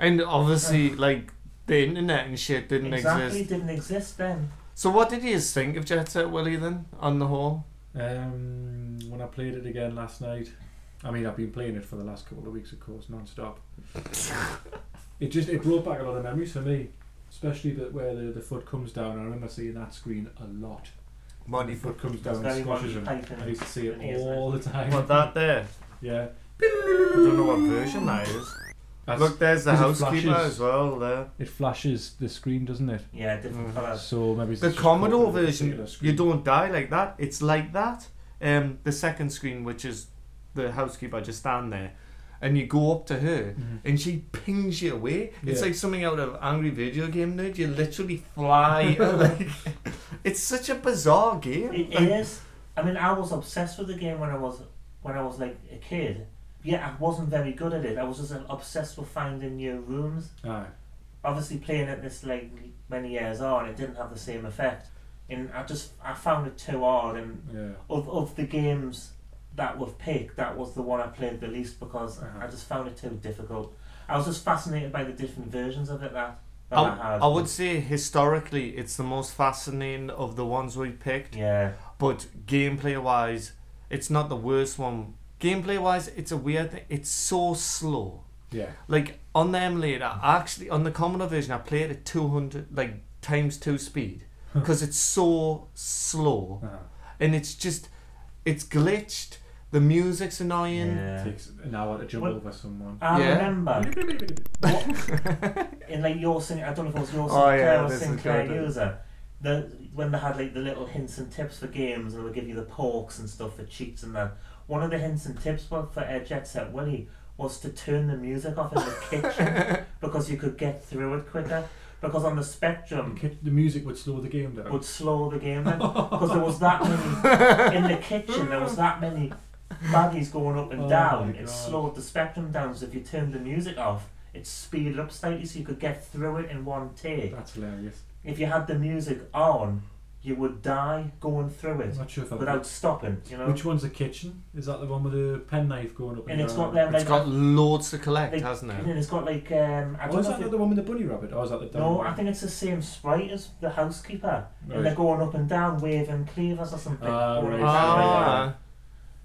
S3: And obviously like the internet and shit didn't
S2: exactly,
S3: exist.
S2: didn't exist then.
S3: So what did you think of Jet Set Willy then on the whole?
S1: Um, when I played it again last night, I mean I've been playing it for the last couple of weeks, of course, non-stop. it just it brought back a lot of memories for me, especially that where the, the foot comes down. I remember seeing that screen a lot. The foot comes
S2: That's
S1: down
S2: very
S1: and
S2: much
S1: squashes him. I
S2: Python.
S1: used to see
S2: It is,
S1: it all the time.
S3: What that there?
S1: Yeah.
S3: I don't know what version that is.
S1: That's,
S3: Look, there's the
S1: 'cause it
S3: housekeeper
S1: flashes.
S3: as well there.
S1: It flashes the screen, doesn't it?
S2: Yeah, different
S3: Mm.
S2: colours.
S1: So maybe it's
S3: the
S1: just
S3: Commodore
S1: caught in a
S3: version,
S1: particular screen.
S3: you don't die like that. It's like that. Um, the second screen, which is the housekeeper, just stand there, and you go up to her,
S1: Mhm.
S3: and she pings you away. It's
S1: Yeah.
S3: like something out of Angry Video Game Nerd. You literally fly. like, it's such a bizarre game.
S2: It
S3: Like,
S2: is. I mean, I was obsessed with the game when I was when I was like a kid. Yeah, I wasn't very good at it. I was just uh, obsessed with finding new rooms.
S1: Aye.
S2: Obviously, playing it this like many years on, it didn't have the same effect. And I just I found it too hard. And
S1: Yeah.
S2: of of the games that we've picked, that was the one I played the least because
S1: Uh-huh.
S2: I just found it too difficult. I was just fascinated by the different versions of it that, that I,
S3: I,
S2: had.
S3: I would say historically it's the most fascinating of the ones we picked,
S2: Yeah.
S3: but gameplay wise, it's not the worst one. Gameplay wise, it's a weird thing. It's so slow.
S1: Yeah.
S3: Like on the emulator, I actually on the Commodore version, I played at two hundred like times two speed because it's so slow
S1: Uh-huh.
S3: and it's just it's glitched. The music's annoying.
S2: yeah.
S1: Takes an hour to jump
S2: Well-
S1: over someone.
S2: I
S3: Yeah.
S2: remember
S3: Ah.
S2: in like your Sing- I don't know if it was your
S3: Oh,
S2: Sinclair
S3: yeah,
S2: or
S3: this is
S2: Sinclair
S3: good.
S2: user. The, when they had like the little hints and tips for games and they would give you the pokes and stuff for cheats and that. One of the hints and tips for, for uh, Jet Set Willy was to turn the music off in the kitchen because you could get through it quicker. Because on the Spectrum,
S1: Ki- the music would slow the game down.
S2: Um, would slow the game down because there was that many in the kitchen. There was that many baggies going up and
S1: Oh
S2: down.
S1: my
S2: It
S1: God.
S2: slowed the spectrum down. So if you turned the music off, it speeded up slightly so you could get through it in one take.
S1: That's hilarious.
S2: If you had the music on, you would die going through
S1: I'm
S2: it
S1: not sure if I've
S2: without stopping. You know,
S1: Which one's the kitchen? Is that the one with the penknife going up?
S2: and it's
S1: down?
S2: got them
S3: It's
S2: like.
S3: got loads to collect,
S2: like-
S3: hasn't
S2: and
S3: it?
S2: then it's got like um, I
S1: Or
S2: don't
S1: Oh, is
S2: know.
S1: that
S2: If
S1: not
S2: it,
S1: the one with the bunny rabbit? Or is that the down
S2: no,
S1: one?
S2: I think it's the same sprite as the housekeeper, and they're
S1: Right.
S2: going up and down, waving cleavers or something.
S1: Ah, right.
S2: Going around like that.
S3: Ah,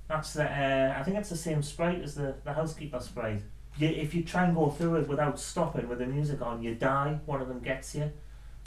S2: That's the. Uh, I think it's the same sprite as the the housekeeper sprite. You, if you try and go through it without stopping with the music on, you die. One of them gets you.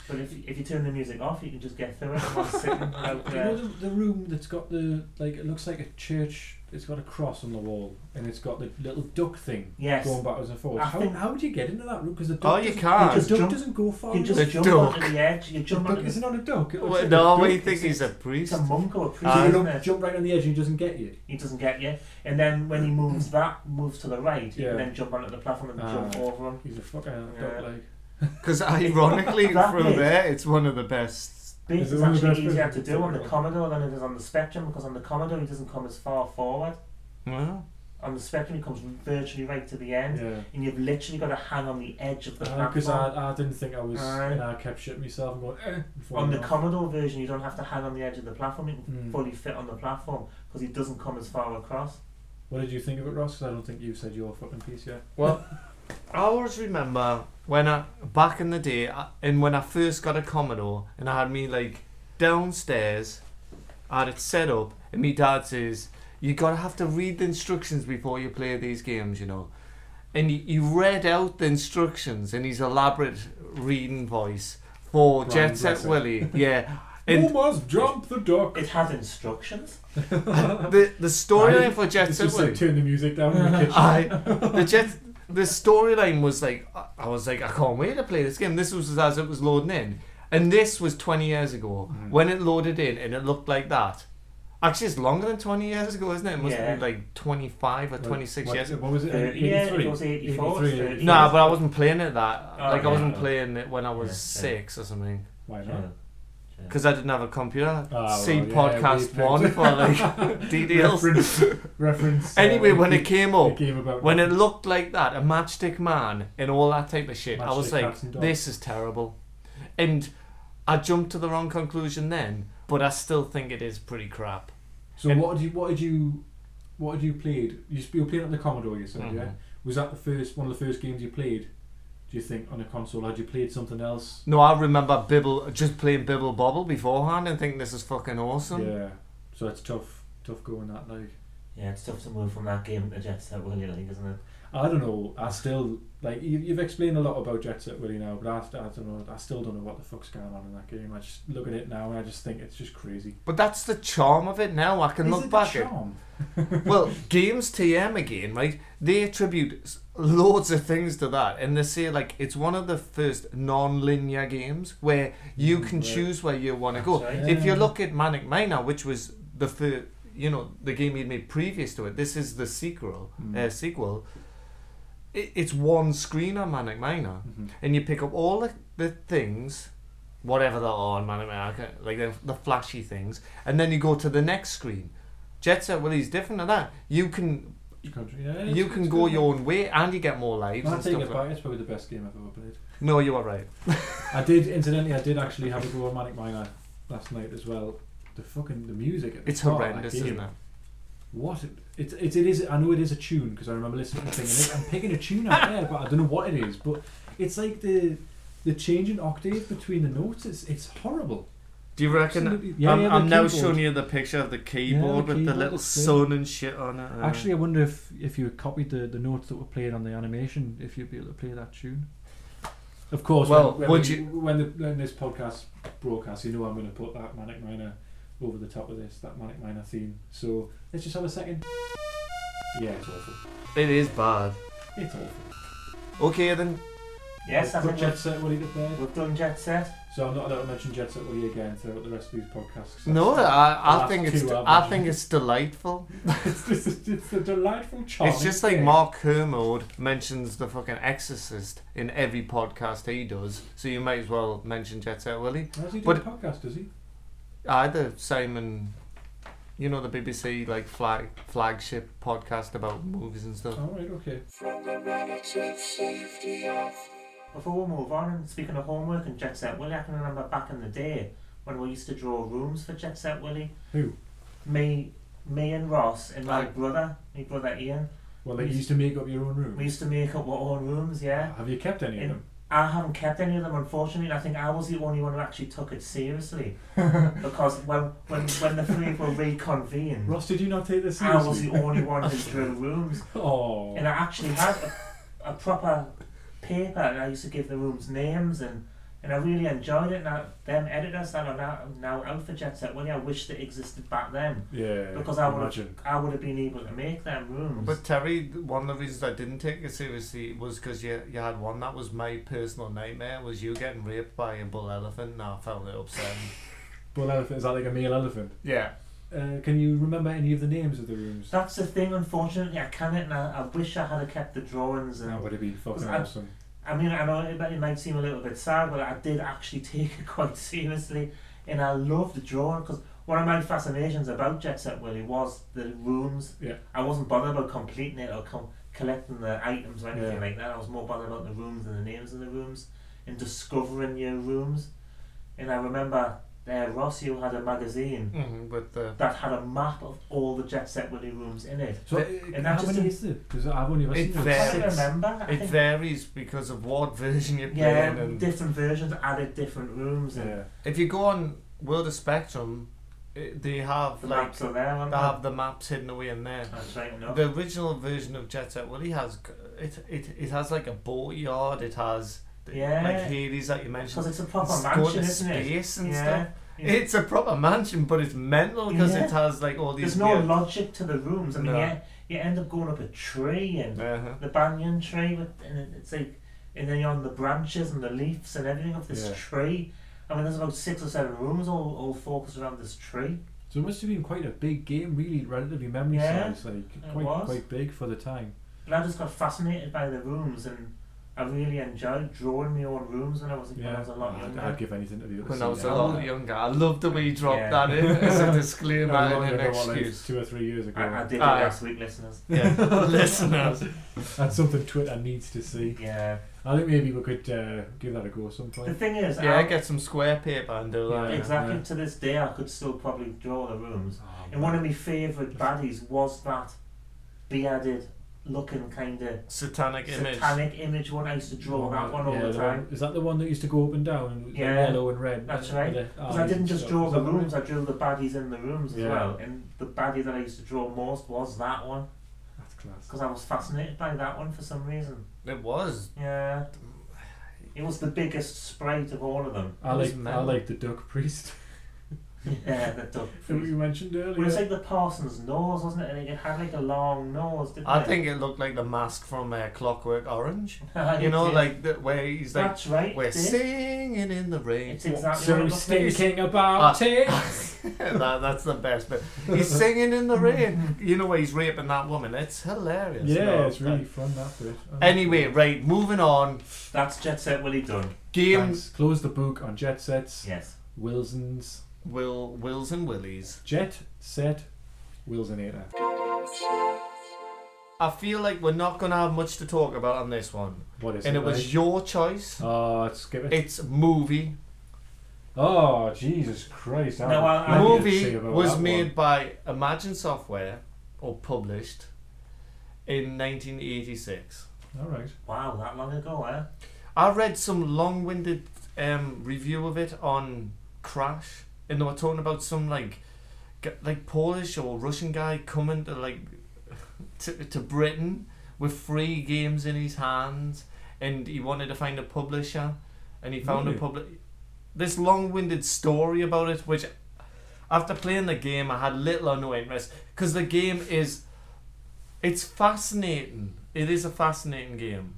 S2: But if if you turn the music off, you can just get through it. in one sitting without,
S1: You know
S2: uh,
S1: the, the room that's got the like it looks like a church. It's got a cross on the wall, and it's got the little duck thing
S2: yes.
S1: going backwards and forwards.
S2: I
S1: How,
S2: think-
S1: how would you get into that room? Because the
S3: Oh,
S1: duck,
S3: you
S1: doesn't-
S3: can't.
S1: the duck
S2: Jump-
S1: doesn't go far.
S2: You
S1: enough.
S2: just
S3: The
S2: jump
S3: duck.
S2: onto the edge. You
S1: the
S2: jump
S1: duck
S2: onto
S1: is
S2: the.
S1: not a duck. It looks
S3: Well,
S1: like
S3: no,
S1: a duck.
S3: we think
S1: It's-
S3: he's a
S1: it's-
S2: It's
S3: priest.
S2: a monk or a priest.
S1: So you
S2: isn't
S1: don't
S2: it?
S1: jump right on the edge and he doesn't get you.
S2: He doesn't get you, and then when he moves that moves to the right, you
S1: Yeah.
S2: can then jump onto the platform and
S1: Ah.
S2: jump over him.
S1: He's a fucking
S2: Yeah.
S1: duck. Like
S3: Because ironically,
S2: That
S3: through
S2: bit.
S3: there, it's one of the best.
S2: Beat
S1: Is it
S2: is
S1: one of the
S2: actually
S1: best
S2: easier to
S1: versions?
S2: do on the Commodore than it is on the Spectrum because on the Commodore he doesn't come as far forward.
S3: Well,
S2: on the spectrum, it comes virtually right to the end,
S1: yeah.
S2: and you've literally got to hang on the edge of the
S1: Because
S2: platform.
S1: Uh, I, I didn't think I was,
S2: Aye.
S1: and I kept shitting myself and going. Eh, and falling
S2: on the
S1: off.
S2: Commodore version, you don't have to hang on the edge of the platform; you can
S1: Mm.
S2: fully fit on the platform because it doesn't come as far across.
S1: What did you think of it, Ross? 'Cause I don't think you've said your fucking piece yet.
S3: I always remember when I back in the day, I, and when I first got a Commodore, and I had me like downstairs, I had it set up, and me dad says, "You gotta have to read the instructions before you play these games," you know. And he, he read out the instructions in his elaborate reading voice for
S1: Brian
S3: Jet Set
S1: Blessed.
S3: Willy, yeah. And
S1: must jump the duck?
S2: It has instructions.
S3: the the storyline for Jet
S1: It's
S3: Set
S1: just
S3: Willy.
S1: like turn the music down in the kitchen.
S3: I the Jets the storyline was like I- I was like I can't wait to play this game. This was as it was loading in, and this was twenty years ago
S1: Mhm.
S3: when it loaded in and it looked like that. Actually, it's longer than twenty years ago, isn't it? It must have been
S2: Yeah.
S3: like twenty five or
S1: What-
S3: twenty six
S1: what,
S3: years.
S1: What was it?
S2: Uh, yeah, it was 84,
S1: 83,
S2: so-
S3: Nah, but I wasn't playing it that.
S2: Oh,
S3: like I
S2: yeah.
S3: wasn't playing it when I was
S2: Yeah, yeah.
S3: six or something
S1: Why
S2: Yeah.
S1: not?
S3: because I didn't have a computer.
S1: Ah, well,
S3: See
S1: yeah,
S3: podcast
S1: we
S3: one
S1: picked-
S3: for like details.
S1: Reference. reference uh,
S3: Anyway, when
S1: the-
S3: it came up,
S1: the game about
S3: When it looked like that, a matchstick man and all that type of shit, I was
S1: Matchstick
S3: like,
S1: cats and dogs.
S3: this is terrible. And I jumped to the wrong conclusion then, but I still think it is pretty crap.
S1: So
S3: and-
S1: what did you? What did you? What had you played? You, s- you were playing on the Commodore, you said, yeah.
S3: Mhm.
S1: Was that the first one of the first games you played? Do you think on a console? Had you played something else?
S3: No, I remember Bibble just playing Bibble Bobble beforehand and thinking this is fucking awesome.
S1: Yeah. So it's tough, tough going that like.
S2: Yeah, it's tough to move from that game to Jet Set Willy, like, isn't it?
S1: I don't know. I still like you, you've explained a lot about Jet Set Willy now, but I, I don't know. I still don't know what the fuck's going on in that game. I just look at it now and I just think it's just crazy.
S3: But that's the charm of it now. I can
S1: Is
S3: look
S1: it the
S3: back at
S1: charm?
S3: well, games TM again, right? They attribute s- loads of things to that, and they say like it's one of the first non-linear games where you
S1: Mm,
S3: can
S1: right.
S3: choose where you want to
S2: That's
S3: go.
S2: right.
S3: If you
S1: Yeah.
S3: look at Manic Miner, which was the first, you know, the game he'd made previous to it, this is the sequel.
S1: Mm.
S3: Uh, sequel. It, it's one screen on Manic Miner
S1: Mhm.
S3: and you pick up all the, the things, whatever they are in Man America, like the, the flashy things, and then you go to the next screen. Jet Set Willie's different than that. You can
S1: Which country? Yeah,
S3: you
S1: it's-
S3: can
S1: it's
S3: go
S1: good.
S3: your own way, and you get more lives
S1: I
S3: and
S1: take
S3: stuff.
S1: it
S3: Like.
S1: back. It's probably the best game I've ever played.
S3: No, you are right.
S1: I did, incidentally, I did actually have a go on Manic Miner last night as well. The fucking the music. At the
S3: It's
S1: start of that
S3: horrendous,
S1: game
S3: isn't it?
S1: What it's it, it is. I know it is a tune because I remember listening to the thing. And it, I'm picking a tune out there, but I don't know what it is. But it's like the the change in octave between the notes. It's it's horrible.
S3: Do you reckon?
S1: Absolutely. Yeah,
S3: I'm,
S1: yeah, the
S3: I'm now
S1: keyboard.
S3: showing you the picture of the keyboard with the
S1: keyboard,
S3: little
S1: that's it.
S3: sun and shit on it. uh,
S1: Actually, I wonder if if you copied the the notes that were played on the animation, if you'd be able to play that tune. Of course.
S3: Well,
S1: when, when
S3: would
S1: we-
S3: you-
S1: when, the, when this podcast broadcasts, you know I'm going to put that manic minor over the top of this, that manic minor theme. So let's just have a second. Yeah, it's awful.
S3: it is bad.
S1: It's awful.
S3: Okay then.
S2: Yes, I
S1: Put
S2: think
S1: Jet
S2: we've,
S1: Set Willy up there.
S2: we've done Jet Set.
S1: So I'm not allowed to mention Jet Set Willy again throughout the rest of these podcasts.
S3: No, I, I
S1: last
S3: think it's
S1: two
S3: d-
S1: I've
S3: I
S1: mentioned.
S3: think it's delightful.
S1: it's, just, it's a delightful charm.
S3: it's just like Mark Kermode mentions the fucking Exorcist in every podcast he does, so you might as well mention Jet Set Willy.
S1: How does he do
S3: but-
S1: a podcast? Does he?
S3: Either Simon, you know the BBC like flag flagship podcast about movies and stuff.
S1: All right, okay.
S2: Before we move on, and speaking of homework and Jet Set Willy, I can remember back in the day when we used to draw rooms for Jet Set Willy.
S1: Who?
S2: Me, me and Ross and my
S3: Aye.
S2: brother, my brother Ian,
S1: Well, they used to make up your own room.
S2: we used to make up our own rooms, yeah.
S1: Have you kept any of
S2: In-
S1: them?
S2: I haven't kept any of them, unfortunately. I think I was the only one who actually took it seriously. because when, when, when the three were reconvened,
S1: Ross, did you not take this
S2: I was the
S1: seriously?
S2: only one who drew rooms.
S1: Oh.
S2: And I actually had a, a proper paper and I used to give the rooms names and, and I really enjoyed it. And I, them editors that are now, now out for Jet Set Willy, I wish they existed back then.
S1: Yeah.
S2: Because I would have
S1: imagine.
S2: I would have been able to make them rooms.
S3: But Terry, one of the reasons I didn't take it seriously was because you, you had one that was my personal nightmare was you getting raped by a bull elephant and I found it upsetting.
S1: Bull elephant is that like a male elephant?
S3: yeah.
S1: Uh, can you remember any of the names of the rooms?
S2: That's the thing, unfortunately, I can't and I, I wish I had kept the drawings. And
S1: That would have been fucking
S2: Was uh, I-
S1: awesome.
S2: I mean, I know it, might- it might seem a little bit sad, but I did actually take it quite seriously, and I loved drawing because one of my fascinations about Jet Set Willy was the rooms.
S1: Yeah.
S2: I wasn't bothered about completing it or com- collecting the items or anything
S1: Yeah.
S2: like that. I was more bothered about the rooms and the names of the rooms and discovering new rooms. And I remember uh, Ross, you had a magazine
S3: hmm with the
S2: that had a map of all the Jet Set Willy rooms in it.
S1: So,
S3: The-
S1: uh,
S2: and that
S1: how
S2: just
S1: many
S2: is-
S1: is there? Because I've only ever seen
S3: It
S2: I can't
S3: varies.
S1: six.
S2: remember. I
S3: it
S2: think,
S3: varies because of what version you play in
S2: yeah,
S3: and
S2: different versions added different rooms and.
S1: Yeah.
S3: if you go on World of Spectrum, it, they have
S2: The
S3: like
S2: maps are there, aren't
S3: they have the maps hidden away in there.
S2: That's right enough.
S3: The original version of Jet Set Willy has g- it it, it has like a boatyard. It has the-
S2: Yeah.
S3: like Hades that you mentioned.
S2: Because it's a proper
S3: It's going to
S2: mansion, isn't it?
S3: space and
S2: yeah.
S3: stuff.
S2: yeah.
S3: It's a proper mansion, but it's mental because
S2: Yeah.
S3: it has like all these.
S2: There's no
S3: weird-
S2: logic to the rooms. I mean,
S3: No.
S2: yeah, you end up going up a tree and
S3: Uh-huh.
S2: the banyan tree, with, and it- it's like, and then you're on the branches and the leaves and everything of this
S1: Yeah.
S2: tree. I mean, there's about six or seven rooms all, all focused around this tree.
S1: So it must have been quite a big game, really, relatively memory
S2: Yeah,
S1: size, like
S2: was.
S1: quite quite big for the time.
S2: But I just got fascinated by the rooms, and I really enjoyed drawing my own rooms when I was, when I
S1: Yeah,
S2: was a lot
S3: Oh,
S1: I'd-
S2: younger.
S1: I'd give anything to be able to
S3: When
S1: see
S3: I was a
S1: that.
S3: lot younger, I loved the way you dropped
S2: Yeah.
S3: that in as a
S1: I
S3: disclaimer
S1: was a lot
S3: and an
S1: younger, what, like,
S3: excuse.
S1: two or three years ago.
S2: I, I did it
S3: Ah.
S2: last week, listeners.
S3: Yeah, listeners.
S1: That's something Twitter needs to see.
S2: Yeah.
S1: I think maybe we could uh, give that a go at some
S2: The
S1: point.
S2: thing is,
S3: Yeah,
S2: I-
S3: get some square paper and do that.
S1: Yeah,
S2: Exactly.
S1: yeah.
S2: To this day, I could still probably draw the rooms.
S1: Oh,
S2: And one of my favourite baddies was that bearded looking kind of
S3: Satanic image.
S2: satanic image one. I used to draw that one all
S1: Yeah,
S2: the time.
S1: Is that the one that used to go up and down and was like
S2: Yeah.
S1: yellow and red?
S2: That's
S1: with
S2: right.
S1: the ah,
S2: Because I
S1: eyes
S2: didn't
S1: and
S2: just
S1: stuff?
S2: draw
S1: Is
S2: the
S1: that right?
S2: rooms, I drew the baddies in the rooms as
S1: Oh, Yeah.
S2: well. And the baddie that I used to draw most was that one.
S1: That's class.
S2: Because I was fascinated by that one for some reason.
S3: It was.
S2: Yeah. It was the biggest sprite of all of them.
S1: I
S3: It was
S1: like I
S3: mental.
S1: like the duck priest
S2: Yeah, the duck
S1: that we
S2: freeze.
S1: mentioned
S2: It was
S1: earlier.
S2: like the parson's nose, wasn't it? And it had like a long nose, didn't
S3: I
S2: it?
S3: think it looked like the mask from uh, Clockwork Orange. You
S2: It
S3: know,
S2: did.
S3: like the, where he's like,
S2: That's right.
S3: "We're
S2: it did.
S3: singing in the rain."
S2: It's exactly
S1: So
S2: what it
S3: stinky.
S2: looks
S1: thinking about
S3: Ah.
S1: it.
S3: that, that's the best bit. He's singing in the rain. You know where he's raping that woman. It's hilarious.
S1: yeah,
S3: No,
S1: it's really fun that bit. Oh,
S3: Anyway, right, moving on.
S2: like. That's Jet Set Willy done.
S3: Games
S1: thanks. Close the book on Jet Sets.
S2: Yes.
S1: Wilson's
S3: Will Wills and Willies.
S1: Jet Set Wilsonator.
S3: I feel like we're not gonna have much to talk about on this one.
S1: What is
S3: and
S1: it?
S3: it was
S1: like?
S3: your choice.
S1: Oh, let's skip it.
S3: It's movie.
S1: Oh, Jesus Christ. I
S2: No,
S1: have
S2: I- I-
S1: plenty to
S3: movie
S1: say about
S3: was
S1: that
S3: made
S1: one.
S3: by Imagine Software, or published in 1986.
S1: All right.
S2: Wow, that long ago, eh?
S3: I read some long-winded um, review of it on Crash, and they were talking about some like, g- like Polish or Russian guy coming to like, to, to Britain with free games in his hands, and he wanted to find a publisher, and he found
S1: Really?
S3: a public. This long-winded story about it, which after playing the game, I had little or no interest because the game is, it's fascinating. It is a fascinating game,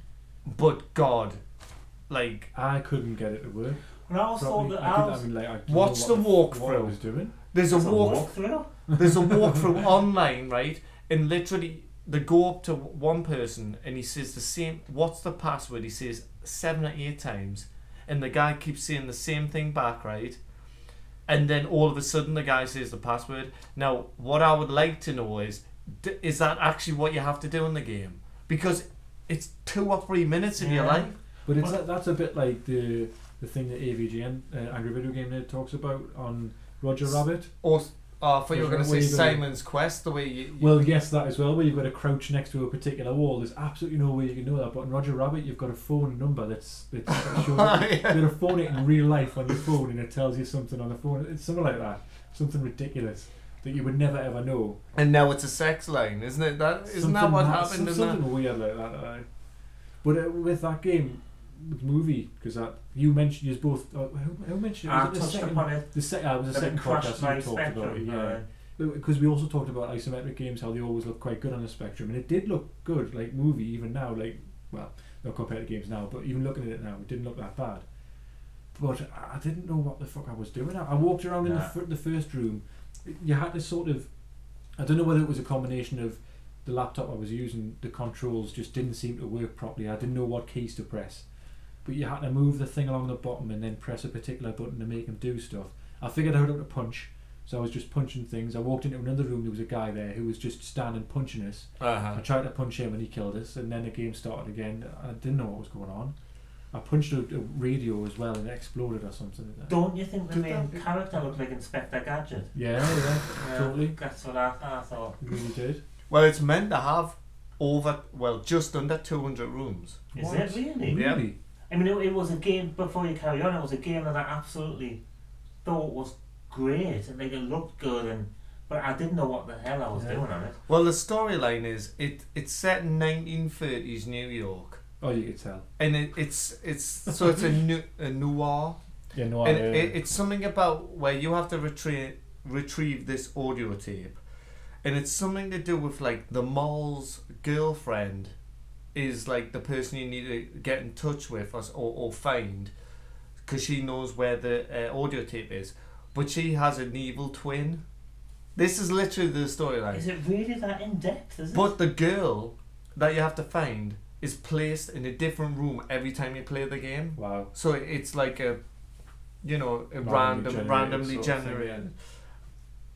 S3: but God, like
S1: I couldn't get it to work.
S2: And I also thought
S1: properly.
S2: that
S1: I,
S2: I
S1: could, I
S2: was.
S1: mean, like, I didn't
S3: Watch
S1: know
S3: the
S1: what What I
S3: walkthrough.
S1: was doing.
S3: there's a
S2: That's
S3: walk
S2: walkthrough.
S3: there's a walkthrough online, right? And literally, they go up to one person and he says the same. What's the password? He says seven or eight times, and the guy keeps saying the same thing back, right? And then all of a sudden, the guy says the password. Now, what I would like to know is, d- is that actually what you have to do in the game? Because it's two or three minutes of your
S2: Yeah.
S3: life.
S1: But it's
S2: Well-
S1: that, that's a bit like the the thing that AVGN, uh, Angry Video Game Nerd, talks about on Roger
S3: S- uh,
S1: Rabbit.
S3: Or I thought
S1: you were gonna say Simon's
S3: Quest, the way you.
S1: Well, yes, that as well. Where you've got to crouch next to a particular wall. There's absolutely no way you can know that. But on Roger Rabbit, you've got a phone number that's that's shown. You've got a phone it in real life on your phone, and it tells you something on the phone. It's something like that. Something ridiculous that you would never ever know.
S3: And now it's a sex line, isn't it? That isn't that
S1: Something
S3: what
S1: ma-
S3: happened in
S1: some-
S3: that?
S1: Something weird like that. aye. But uh, with that game, with movie, because that you mentioned you both. Uh, who, who mentioned it?
S2: I
S1: Was it the
S2: touched
S1: second-
S2: upon it.
S1: The sec- uh, it was the
S2: that it
S1: second
S2: crushed
S1: podcast
S2: my
S1: we talked about it.
S2: spectrum.
S1: Yeah, because we also talked about isometric games, how they always look quite good on the spectrum, and it did look good, like movie even now, like well, not compared to games now, but even looking at it now, it didn't look that bad. But I I didn't know what the fuck I was doing. I I walked around in the,
S2: Nah.
S1: fir- the first room. You had to sort of, I don't know whether it was a combination of the laptop I was using, the controls just didn't seem to work properly. I didn't know what keys to press. But you had to move the thing along the bottom and then press a particular button to make him do stuff. I figured out how to punch, so I was just punching things. I walked into another room, there was a guy there who was just standing punching us. I
S3: Uh-huh.
S1: tried to punch him and he killed us, and then the game started again. I didn't know what was going on. I punched a, a radio as well and it exploded or something. Like that.
S2: Don't you think the
S3: Did
S2: main
S3: that-
S2: character looked like Inspector Gadget?
S1: Yeah, yeah,
S2: Yeah,
S1: Totally.
S2: That's what I, I thought.
S1: it really did.
S3: Well, it's meant to have over, well, just under 200 rooms.
S2: Is
S1: What?
S2: it really?
S3: Yeah.
S1: Really?
S2: I mean, it, it was a game, before you carry on, it was a game that I absolutely thought was great and like it looked good, and but I didn't know what the hell I was
S1: Yeah.
S2: doing on it.
S3: Well, the storyline is it it's set in 1930s New York,
S1: Oh, you could tell.
S3: and it, it's it's so it's a new a noir,
S1: Yeah, no, I.
S3: and
S1: uh,
S3: it, it's something about where you have to retrieve retrieve this audio tape, and it's something to do with like the mall's girlfriend, is like the person you need to get in touch with or s- or, or find, because she knows where the uh, audio tape is, but she has an evil twin. This is literally the storyline.
S2: Is it really that in depth? Is it?
S3: But the girl that you have to find is placed in a different room every time you play the game.
S1: wow.
S3: So it's like a, you know, a
S1: Randomly
S3: random,
S1: generated
S3: randomly
S1: sort of thing,
S3: generated.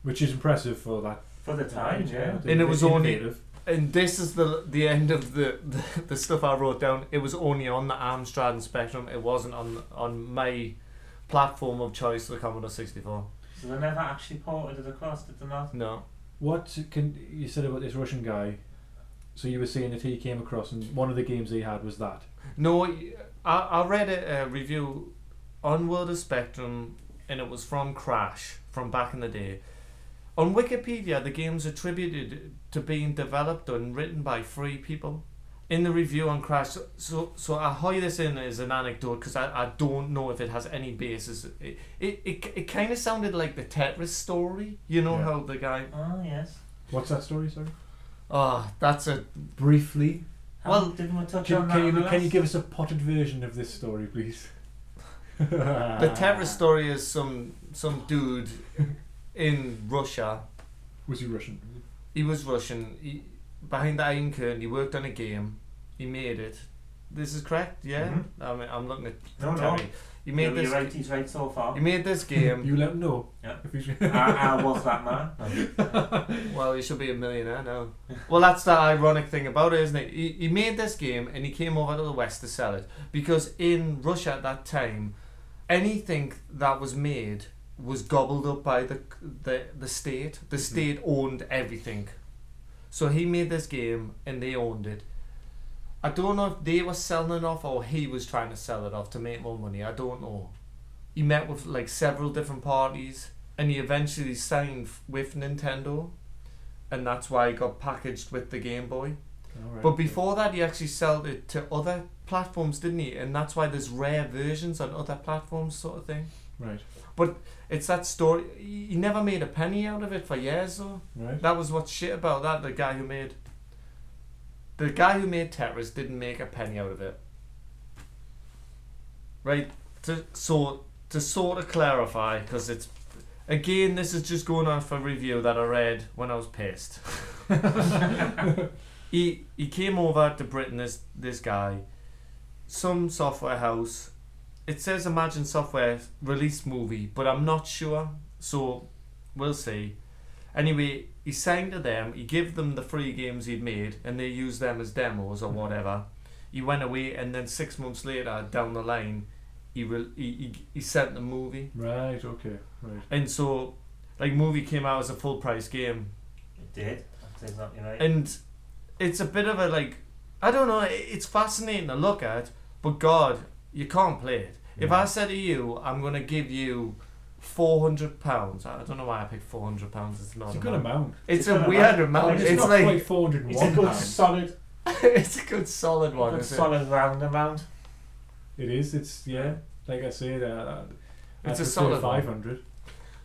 S1: Which is impressive for that.
S2: For the time, yeah.
S1: They-
S3: And it
S1: they're
S3: was only-
S1: innovative.
S3: And this is the the end of the, the the stuff I wrote down. It was only on the Amstrad and Spectrum. It wasn't on on my platform of choice, the Commodore sixty four.
S2: So they never actually ported it across, did they
S1: Hmm.
S2: not?
S3: No,
S1: What can you said about this Russian guy? So you were saying that he came across, and one of the games he had was that.
S3: No, I, I read a, a review on World of Spectrum, and it was from Crash from back in the day. On Wikipedia, the game's attributed to being developed and written by three people. In the review on Crash, so so, so I hide this in as an anecdote because I, I don't know if it has any basis. It it, it, it kind of sounded like the Tetris story. You know
S1: Yeah.
S3: how the guy.
S2: Oh, yes.
S1: What's that story? Sorry.
S3: Oh, that's a
S1: Briefly,
S2: How
S3: Well,
S2: didn't we touch
S1: Can,
S2: on
S1: can
S2: that?
S1: you,
S2: on the
S1: can you
S2: last-
S1: give us a potted version of this story, please? Ah.
S3: the Tetris story is some some dude in Russia
S1: Was he Russian?
S3: he was Russian. He, behind the Iron Curtain, he worked on a game. He made it. This is correct, yeah.
S1: Mhm.
S3: I mean, I'm looking at
S2: Mm-hmm. No, no.
S3: Terry. He made
S2: You're,
S3: this.
S2: you're right, he's right so far.
S3: He made this game. Uh,
S1: You let him know.
S2: Yeah.
S1: If he's-
S2: I, I was that man. No.
S3: well, he should be a millionaire now. Well, that's the ironic thing about it, isn't it? He, he made this game and he came over to the West to sell it because in Russia at that time, anything that was made Mm-hmm. was gobbled up by the the the state. The state owned everything. So he made this game and they owned it. I don't know if they were selling it off or he was trying to sell it off to make more money. I don't know. He met with like several different parties and he eventually signed f- with Nintendo and that's why it got packaged with the Game Boy.
S1: Alright,
S3: But
S1: okay.
S3: before that, he actually sold it to other platforms, didn't he? And that's why there's rare versions on other platforms, sort of thing.
S1: Right,
S3: It's that story. He he never made a penny out of it for years, though.
S1: right.
S3: That was what's shit about that. The guy who made. The guy who made Tetris didn't make a penny out of it. Right? To, so, to sort of clarify, because it's. Again, this is just going off a review that I read when I was pissed. he he came over to Britain. This this guy, some software house. It says Imagine Software release movie, but I'm not sure. So we'll see. Anyway, he sang to them. He gave them the free games he'd made, and they used them as demos or whatever. He went away, and then six months later, down the line, he re- he, he he sent the movie.
S1: right, okay, right.
S3: And so, like, movie came out as a full price game.
S2: It did. That's exactly right.
S3: And it's a bit of a like, I don't know. i- It's fascinating to look at, but God, you can't play it. If
S1: Yeah.
S3: I said to you, I'm gonna give you four hundred pounds. I don't know why I picked four hundred pounds. It's not.
S1: It's a good amount.
S3: It's,
S2: It's
S3: a
S2: not a
S3: weird
S2: bad-
S3: Oh, amount.
S2: It's
S3: It's,
S1: not
S3: like
S1: quite 401
S2: it's a good
S1: pounds.
S2: solid,
S3: it's a good solid one.
S2: good
S3: is it?
S2: solid round amount.
S1: It is. It's yeah. Like I said, uh, I
S3: It's a
S1: prefer
S3: solid one.
S1: 500.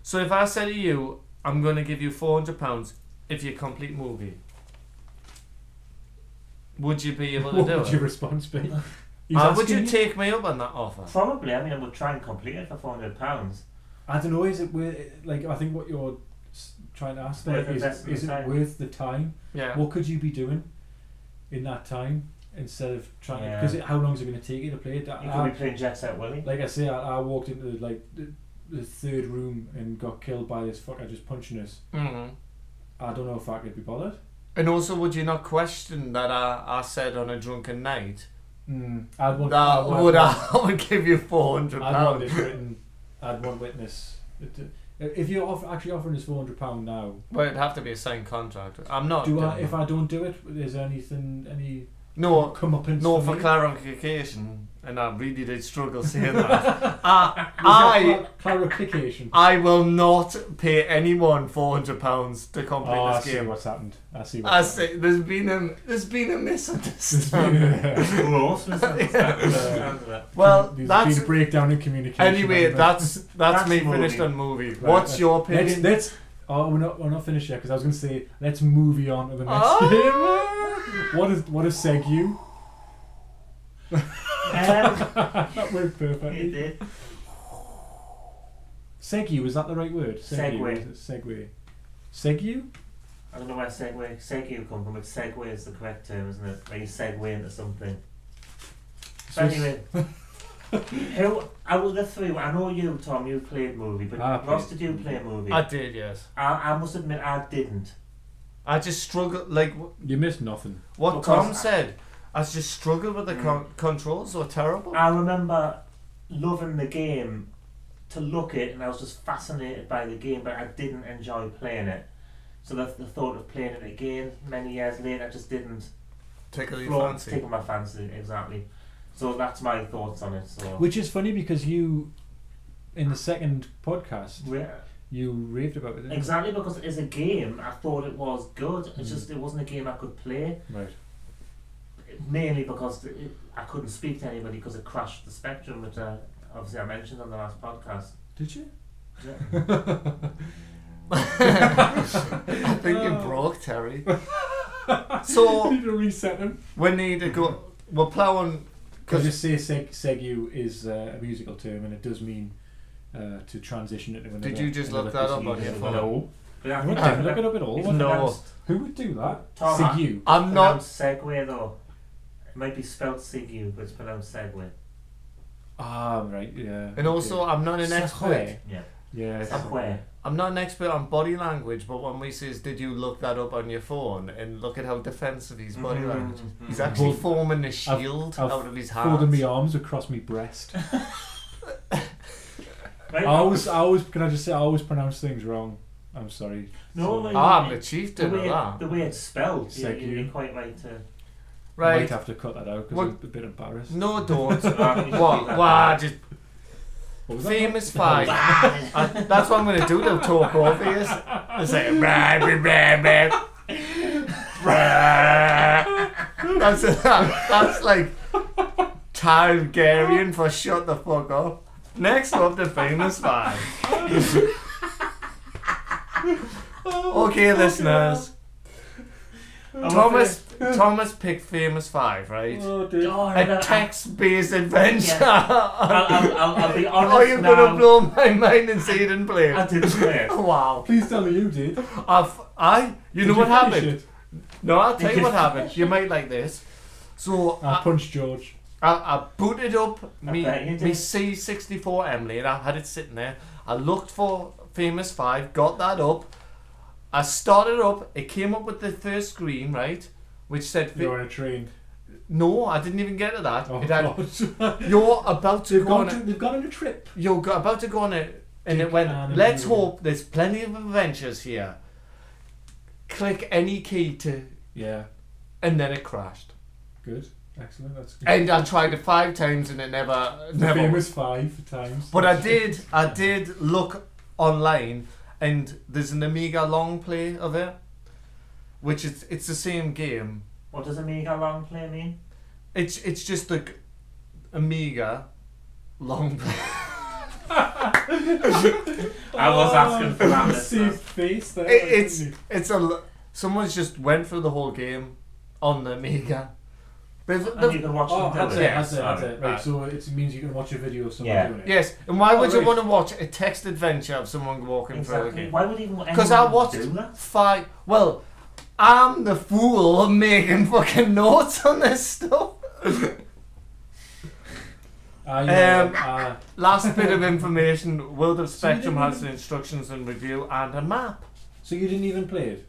S3: So if I said to you, I'm gonna give you four hundred pounds if you complete movie. Would you be able to
S1: What
S3: do
S1: would your
S3: it?
S1: response be? He's
S3: Uh, would
S1: asking
S3: you take me up on that offer?
S2: Probably. I mean, I would try and complete it for four hundred pounds.
S1: I don't know. Is it worth? Like I think what you're s- trying to ask there
S2: Worth
S1: is,
S2: investing
S1: is
S2: the
S1: it
S2: time.
S1: worth the time?
S3: Yeah.
S1: What could you be doing in that time instead of trying?
S2: Yeah.
S1: Because how long is it going to take you to play it?
S2: You
S1: I-
S2: could be playing Jet Set Willy.
S1: like I say, I, I walked into like the, the third room and got killed by this fucker just punching us.
S3: hmm
S1: I don't know if I could be bothered.
S3: And also, would you not question that I, I said on a drunken night
S1: Mm. I'd want.
S3: that
S1: I'd want-
S3: Hmm. would I, I would give you four hundred
S1: I'd want this
S3: pounds?
S1: written. I'd want witness. It- uh, If you're off, actually offering us four hundred pound now,
S3: Well, it'd have to be a signed contract. I'm not.
S1: do
S3: doing
S1: I? If
S3: that.
S1: I don't do it, is there anything any
S3: no,
S1: come up
S3: no for
S1: me?
S3: clarification, and I really did struggle saying that. I, I,
S1: Cla- clarification.
S3: I will not pay anyone four hundred pounds to
S1: Oh,
S3: complete
S1: I
S3: this
S1: see
S3: game.
S1: what's happened. I see. What's
S3: I
S1: happened.
S3: say there's been a there's been a
S1: There's been
S3: misunderstanding.
S1: a,
S2: Gross misunderstanding.
S3: well,
S1: there's
S3: that's
S1: been a breakdown in communication.
S3: anyway.
S1: haven't there?
S3: That's that's,
S2: That's
S3: me
S2: movie.
S3: finished on movie.
S1: Right, uh,
S3: What's
S1: let's-
S3: your
S1: Let's,
S3: opinion?
S1: let's oh we're not we're not finished yet because I was going to say let's move on to the next
S3: Oh.
S1: game. What is what a segue?
S2: Um,
S1: that worked
S2: it
S1: perfectly.
S2: Um, did.
S1: Segue was that the right word?
S2: Segue.
S1: was it? Segue. Segue.
S2: I don't know where segue segue come from, but segue is the correct term, isn't it? Where you segue into something.
S1: So
S2: But anyway, who out of the three? I know you, Tom. You played movie, but
S1: I played-
S2: Ross, did you play a movie?
S3: I did, yes.
S2: I, I must admit I didn't.
S3: I just struggle, like wh-
S1: You missed nothing.
S3: what
S2: Because
S3: Tom
S2: I-
S3: said. I just struggled with the con- controls. Were terrible.
S2: I remember loving the game to look at, and I was just fascinated by the game, but I didn't enjoy playing it. So the, the thought of playing it again many years later just didn't
S3: Tickle your
S2: float-
S3: fancy.
S2: tickle my fancy exactly. So that's my thoughts on it. So
S1: Which is funny because you, in the second podcast,
S2: Re-
S1: you raved about it. didn't you?
S2: exactly because as a game, I thought it was good. It's
S1: Mm.
S2: just it wasn't a game I could play
S1: Right.
S2: mainly because it, I couldn't speak to anybody because it crashed the spectrum, which I, obviously I mentioned on the last podcast.
S1: Did you?
S2: Yeah.
S3: I think you broke Terry. so
S1: Need to reset them.
S3: we need to go. We're plowing.
S1: Because just
S3: Cause
S1: say seg- segue is uh, a musical term and it does mean uh, to transition it.
S3: Did you just look that up on your phone?
S1: No,
S2: But I
S1: I wouldn't
S2: think-
S1: even look it up at all.
S2: It's
S1: What-
S3: No.
S2: pronounced-
S1: Who would do that?
S2: Tom, I-
S1: Segue.
S3: I'm not.
S2: pronounced Segway though. It might be spelled Sigu, but it's pronounced Segway.
S1: Ah, right. Yeah.
S3: And also, I'm not an expert.
S2: Yeah.
S1: Yeah.
S2: Segway.
S3: I'm not an expert on body language, but when we says, "Did you look that up on your phone?" and look at how defensive his body
S2: Mhm,
S3: language.
S2: mhm.
S3: He's actually
S1: Fold-
S3: forming a shield
S1: Mm. I've
S3: out of his hands.
S1: Folding my arms across my breast.
S2: Right?
S1: I always, I always, can I just say, I always pronounce things wrong. I'm sorry.
S2: No,
S1: so,
S2: like-
S3: Ah, I'm the
S2: The
S3: chieftain
S2: way,
S3: of that.
S2: the way it's spelled, yeah,
S1: Sec
S2: you're
S1: you.
S2: quite right to.
S1: I might
S3: Right.
S1: have to cut that out because
S3: What-
S1: I'm a bit embarrassed.
S3: No, don't.
S2: Sorry.
S3: what? Why? Just
S1: What was that?
S3: famous five. I, that's what I'm going to do to talk over you. I say, "Rah, rah, rah, rah." Rah. that's, that, that's like Targaryen for shut the fuck up. Next up, the famous five.
S1: Oh,
S3: okay, listeners. Thomas Thomas picked famous five, right?
S1: Oh, dude.
S2: Oh, I'm
S3: A
S2: gonna-
S3: text-based adventure.
S2: I'll, I'll, I'll, I'll
S1: Oh,
S2: be honest
S3: Are you
S2: now.
S3: Oh, gonna blow my mind and say you didn't play
S2: I
S3: it?
S2: didn't play it.
S3: Wow.
S1: Please tell me you did.
S3: I've, I, you
S1: Did
S3: know what
S1: finish
S3: happened?
S1: it?
S3: No, I'll tell
S2: Did
S3: you
S2: you
S3: what happened. You might like this. So
S1: I
S3: I,
S1: punched George.
S3: I, I booted up
S2: I
S3: me
S2: bet you
S3: me
S2: did.
S3: C sixty four Emily and I had it sitting there. I looked for Famous Five, got that up. I started up. It came up with the first screen right, which said
S1: You're on a train.
S3: no. I didn't even get to that.
S1: Oh,
S3: It had,
S1: God.
S3: you're about to
S1: they've,
S3: go
S1: gone
S3: on a-
S1: to, they've gone on a trip.
S3: You're go- about to go on it, and it
S1: Dick
S3: went.
S1: Adam
S3: Let's
S1: Moody."
S3: hope there's plenty of adventures here. Click any key to,
S1: Yeah,
S3: and then it crashed.
S1: good. Excellent. That's good.
S3: And I tried it five times, and it never,
S1: The
S3: never.
S1: famous five times.
S3: But I did, I did look online, and there's an Amiga long play of it, which is it's the same game.
S2: What does Amiga long play mean?
S3: It's it's just the g- Amiga long play.
S2: I was asking for that,
S1: Saved
S2: listeners.
S1: Oh, face there.
S3: It- it's
S1: didn't
S3: it's a l- someone's just went through the whole game on the Amiga. They've-
S2: And
S3: they've-
S2: you can
S1: he?
S2: watch
S1: Oh,
S2: them
S1: that's
S2: do
S1: it,
S2: it.
S1: that's it, that's
S2: Sorry.
S1: it. Right, so it means you can watch a video of someone
S2: Yeah.
S1: doing it.
S3: yes, and why would you
S1: Alright.
S3: want to watch a text adventure of someone walking through a
S2: Exactly.
S3: game?
S2: Why would even
S3: Because I
S2: anyone
S3: watched
S2: do that?
S3: five. Well, I'm the fool making fucking notes on this stuff.
S1: I, know,
S3: Um,
S1: uh,
S3: Last bit of information: World of Spectrum has the instructions and review and a map.
S1: so you didn't even play it?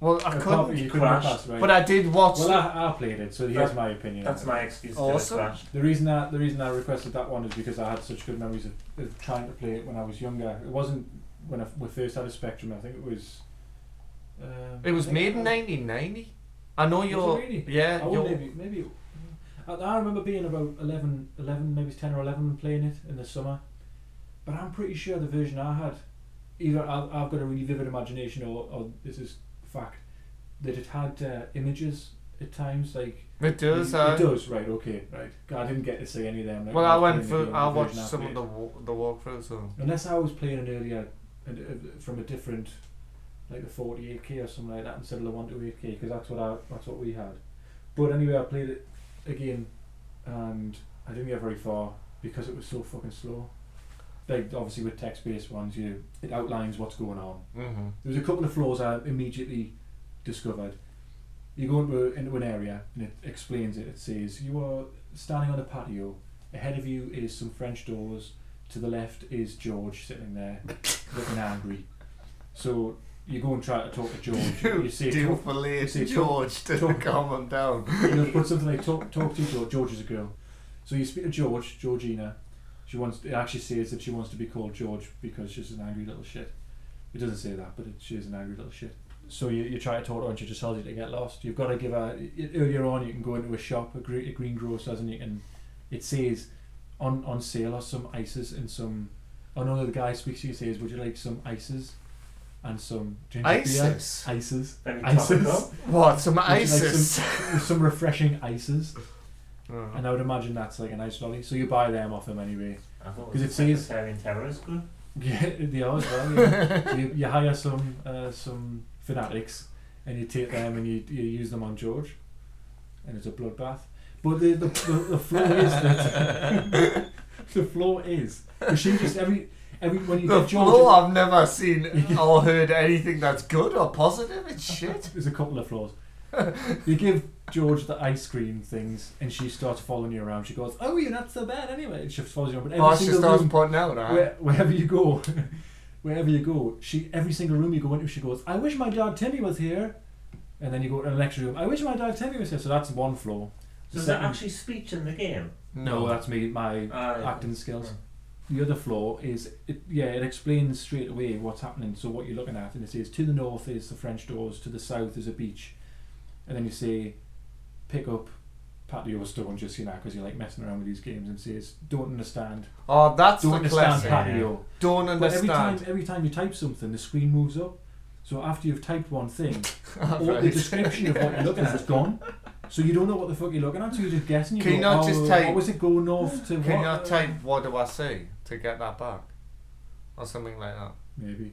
S3: Well, I
S1: Apart from
S3: couldn't,
S1: you couldn't have
S2: crash,
S1: passed, right?
S3: but I did watch.
S1: well, I, I played it, so here's
S2: That-
S1: my opinion.
S2: That's my excuse
S3: Awesome.
S2: to do it, Crash.
S1: The reason I the reason I requested that one is because I had such good memories of, of trying to play it when I was younger. It wasn't when I f- we first had a Spectrum. I think it was. Um,
S3: It was
S1: I think
S3: made in 1990. I know
S1: Was it
S3: you're.
S1: really? I
S3: Yeah,
S1: would
S3: you're.
S1: maybe maybe. I, I remember being about 11, 11, maybe ten or eleven, and playing it in the summer. But I'm pretty sure the version I had, either I've, I've got a really vivid imagination, or, or this is fact, that it had uh, images at times like.
S3: It does.
S1: It,
S3: uh,
S1: it does, right? Okay, right. I didn't get to see any of them. Like,
S3: Well, I went
S1: playing the
S3: through.
S1: game,
S3: I
S1: the version
S3: watched some of
S1: played.
S3: the wa- the walkthroughs. So.
S1: Unless I was playing an earlier, an- uh, from a different, like the forty-eight k or something like that, instead of the one two eight k, because that's what I that's what we had. But anyway, I played it again, and I didn't get very far because it was so fucking slow. Like obviously with text-based ones, you it outlines what's going on.
S3: Mm-hmm.
S1: There was a couple of flaws I immediately discovered. You go into, into an area and it explains it. It says you are standing on a patio. Ahead of you is some French doors. To the left is George sitting there looking angry. So you go and try to talk to George. You say
S3: do
S1: talk,
S3: for late
S1: say talk-
S3: George to
S1: talk-
S3: calm him down.
S1: you know, put something like talk, talk to George. George is a girl. So you speak to George, Georgina. She wants. It actually says that she wants to be called George because she's an angry little shit. It doesn't say that, but it, she is an angry little shit. So you, you try to talk to her and she just tells you to get lost. You've got to give her. i- Earlier on, you can go into a shop, a, gre- a greengrocer's, and you can. It says on on sale are some ices and some. Oh no, the guy speaks to you says, "Would you like some ices and some ginger beer?"
S3: ISIS.
S1: Ices,
S2: Very
S1: ISIS.
S2: topical.
S3: What? Some
S1: you like
S3: ISIS.
S1: some refreshing ices.
S3: Oh.
S1: And I would imagine that's like a nice lolly. So you buy them off them anyway.
S2: I thought
S1: Because
S2: was
S1: it
S2: a
S1: says-
S2: sectarian terrorist group.
S1: Yeah, they are as well. Yeah. so you, you hire some uh, some fanatics and you take them and you, you use them on George. And it's a bloodbath. But the, the, the, the flaw is that the flaw is 'cause she just every every when you
S3: The
S1: get George
S3: floor I've never seen or heard anything that's good or positive. It's shit.
S1: there's a couple of flaws. You give George the ice cream things and she starts following you around. She goes, Oh you're not so bad anyway and she follows you around. But every
S3: Oh, she
S1: single
S3: starts
S1: room-
S3: pointing out. Right?
S1: Where, wherever you go, wherever you go, she every single room you go into, she goes, "I wish my dog Timmy was here," and then you go to the next room, "I wish my dog Timmy was here." So that's one flaw.
S2: So is there actually speech in the game?
S1: uh, no, that's me, my
S2: Uh,
S1: acting skills. the other flaw is it, yeah it explains straight away what's happening so what you're looking at and it says to the north is the french doors to the south is a beach and then you say pick up patio stone just you know because you're like messing around with these games and says don't understand
S3: Oh, that's
S1: don't
S3: the
S1: understand
S3: classic.
S2: Yeah.
S1: patio
S3: Don't
S1: but every
S3: understand.
S1: time every time you type something the screen moves up so after you've typed one thing all
S3: Right.
S1: the description of what you're looking at is gone so you don't know what the fuck you're looking at so you're just guessing you
S3: Can
S1: go,
S3: you not
S1: oh,
S3: just type-
S1: what was it go north to
S3: Can you
S1: what
S3: not type what do I see to get that back? Or something like that.
S1: Maybe.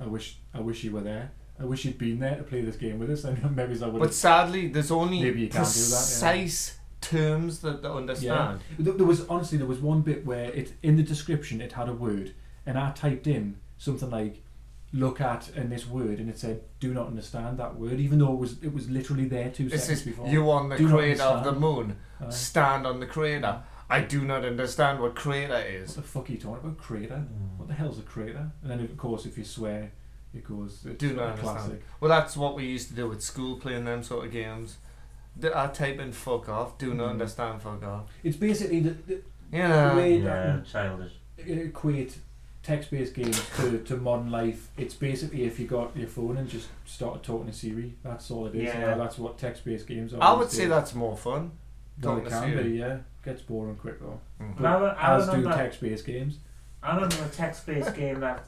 S1: I wish I wish you were there. I wish you'd been there to play this game with us. I know maybe I would
S3: But
S1: have.
S3: sadly, there's only
S1: Maybe you can't do that, yeah.
S3: precise terms that they understand.
S1: There there was honestly there was one bit where it in the description it had a word, and I typed in something like "look at" and this word, and it said "do not understand" that word, even though it was it was literally there two
S3: This
S1: seconds
S3: is
S1: before.
S3: you on the
S1: Do not
S3: crater of the
S1: understand.
S3: moon.
S1: Uh,
S3: Stand on the crater. I do not understand what crater
S1: what
S3: is.
S1: the fuck are you talking about? Crater? What
S2: Mm.
S1: the hell's a crater? And then of course if you swear, it goes. It's
S3: Do not
S1: a
S3: understand.
S1: classic.
S3: Well, that's what we used to do at school, playing them sort of games. Th- I type in fuck off. Do not
S1: Mm.
S3: understand fuck off.
S1: It's basically the, the
S3: Yeah.
S1: The way-
S2: Yeah, childish.
S1: equate text-based games to, to modern life it's basically if you got your phone and just started talking to Siri that's all it is
S2: Yeah.
S1: you know, that's what text-based games are
S3: I would
S1: these
S3: say
S1: days.
S3: that's more fun.
S1: Well, it
S3: talking to
S1: can
S3: Siri. Mm-hmm.
S1: be yeah gets boring quick though
S2: But I, re- I
S1: as do
S2: remember
S1: text-based games
S2: I remember a text-based game that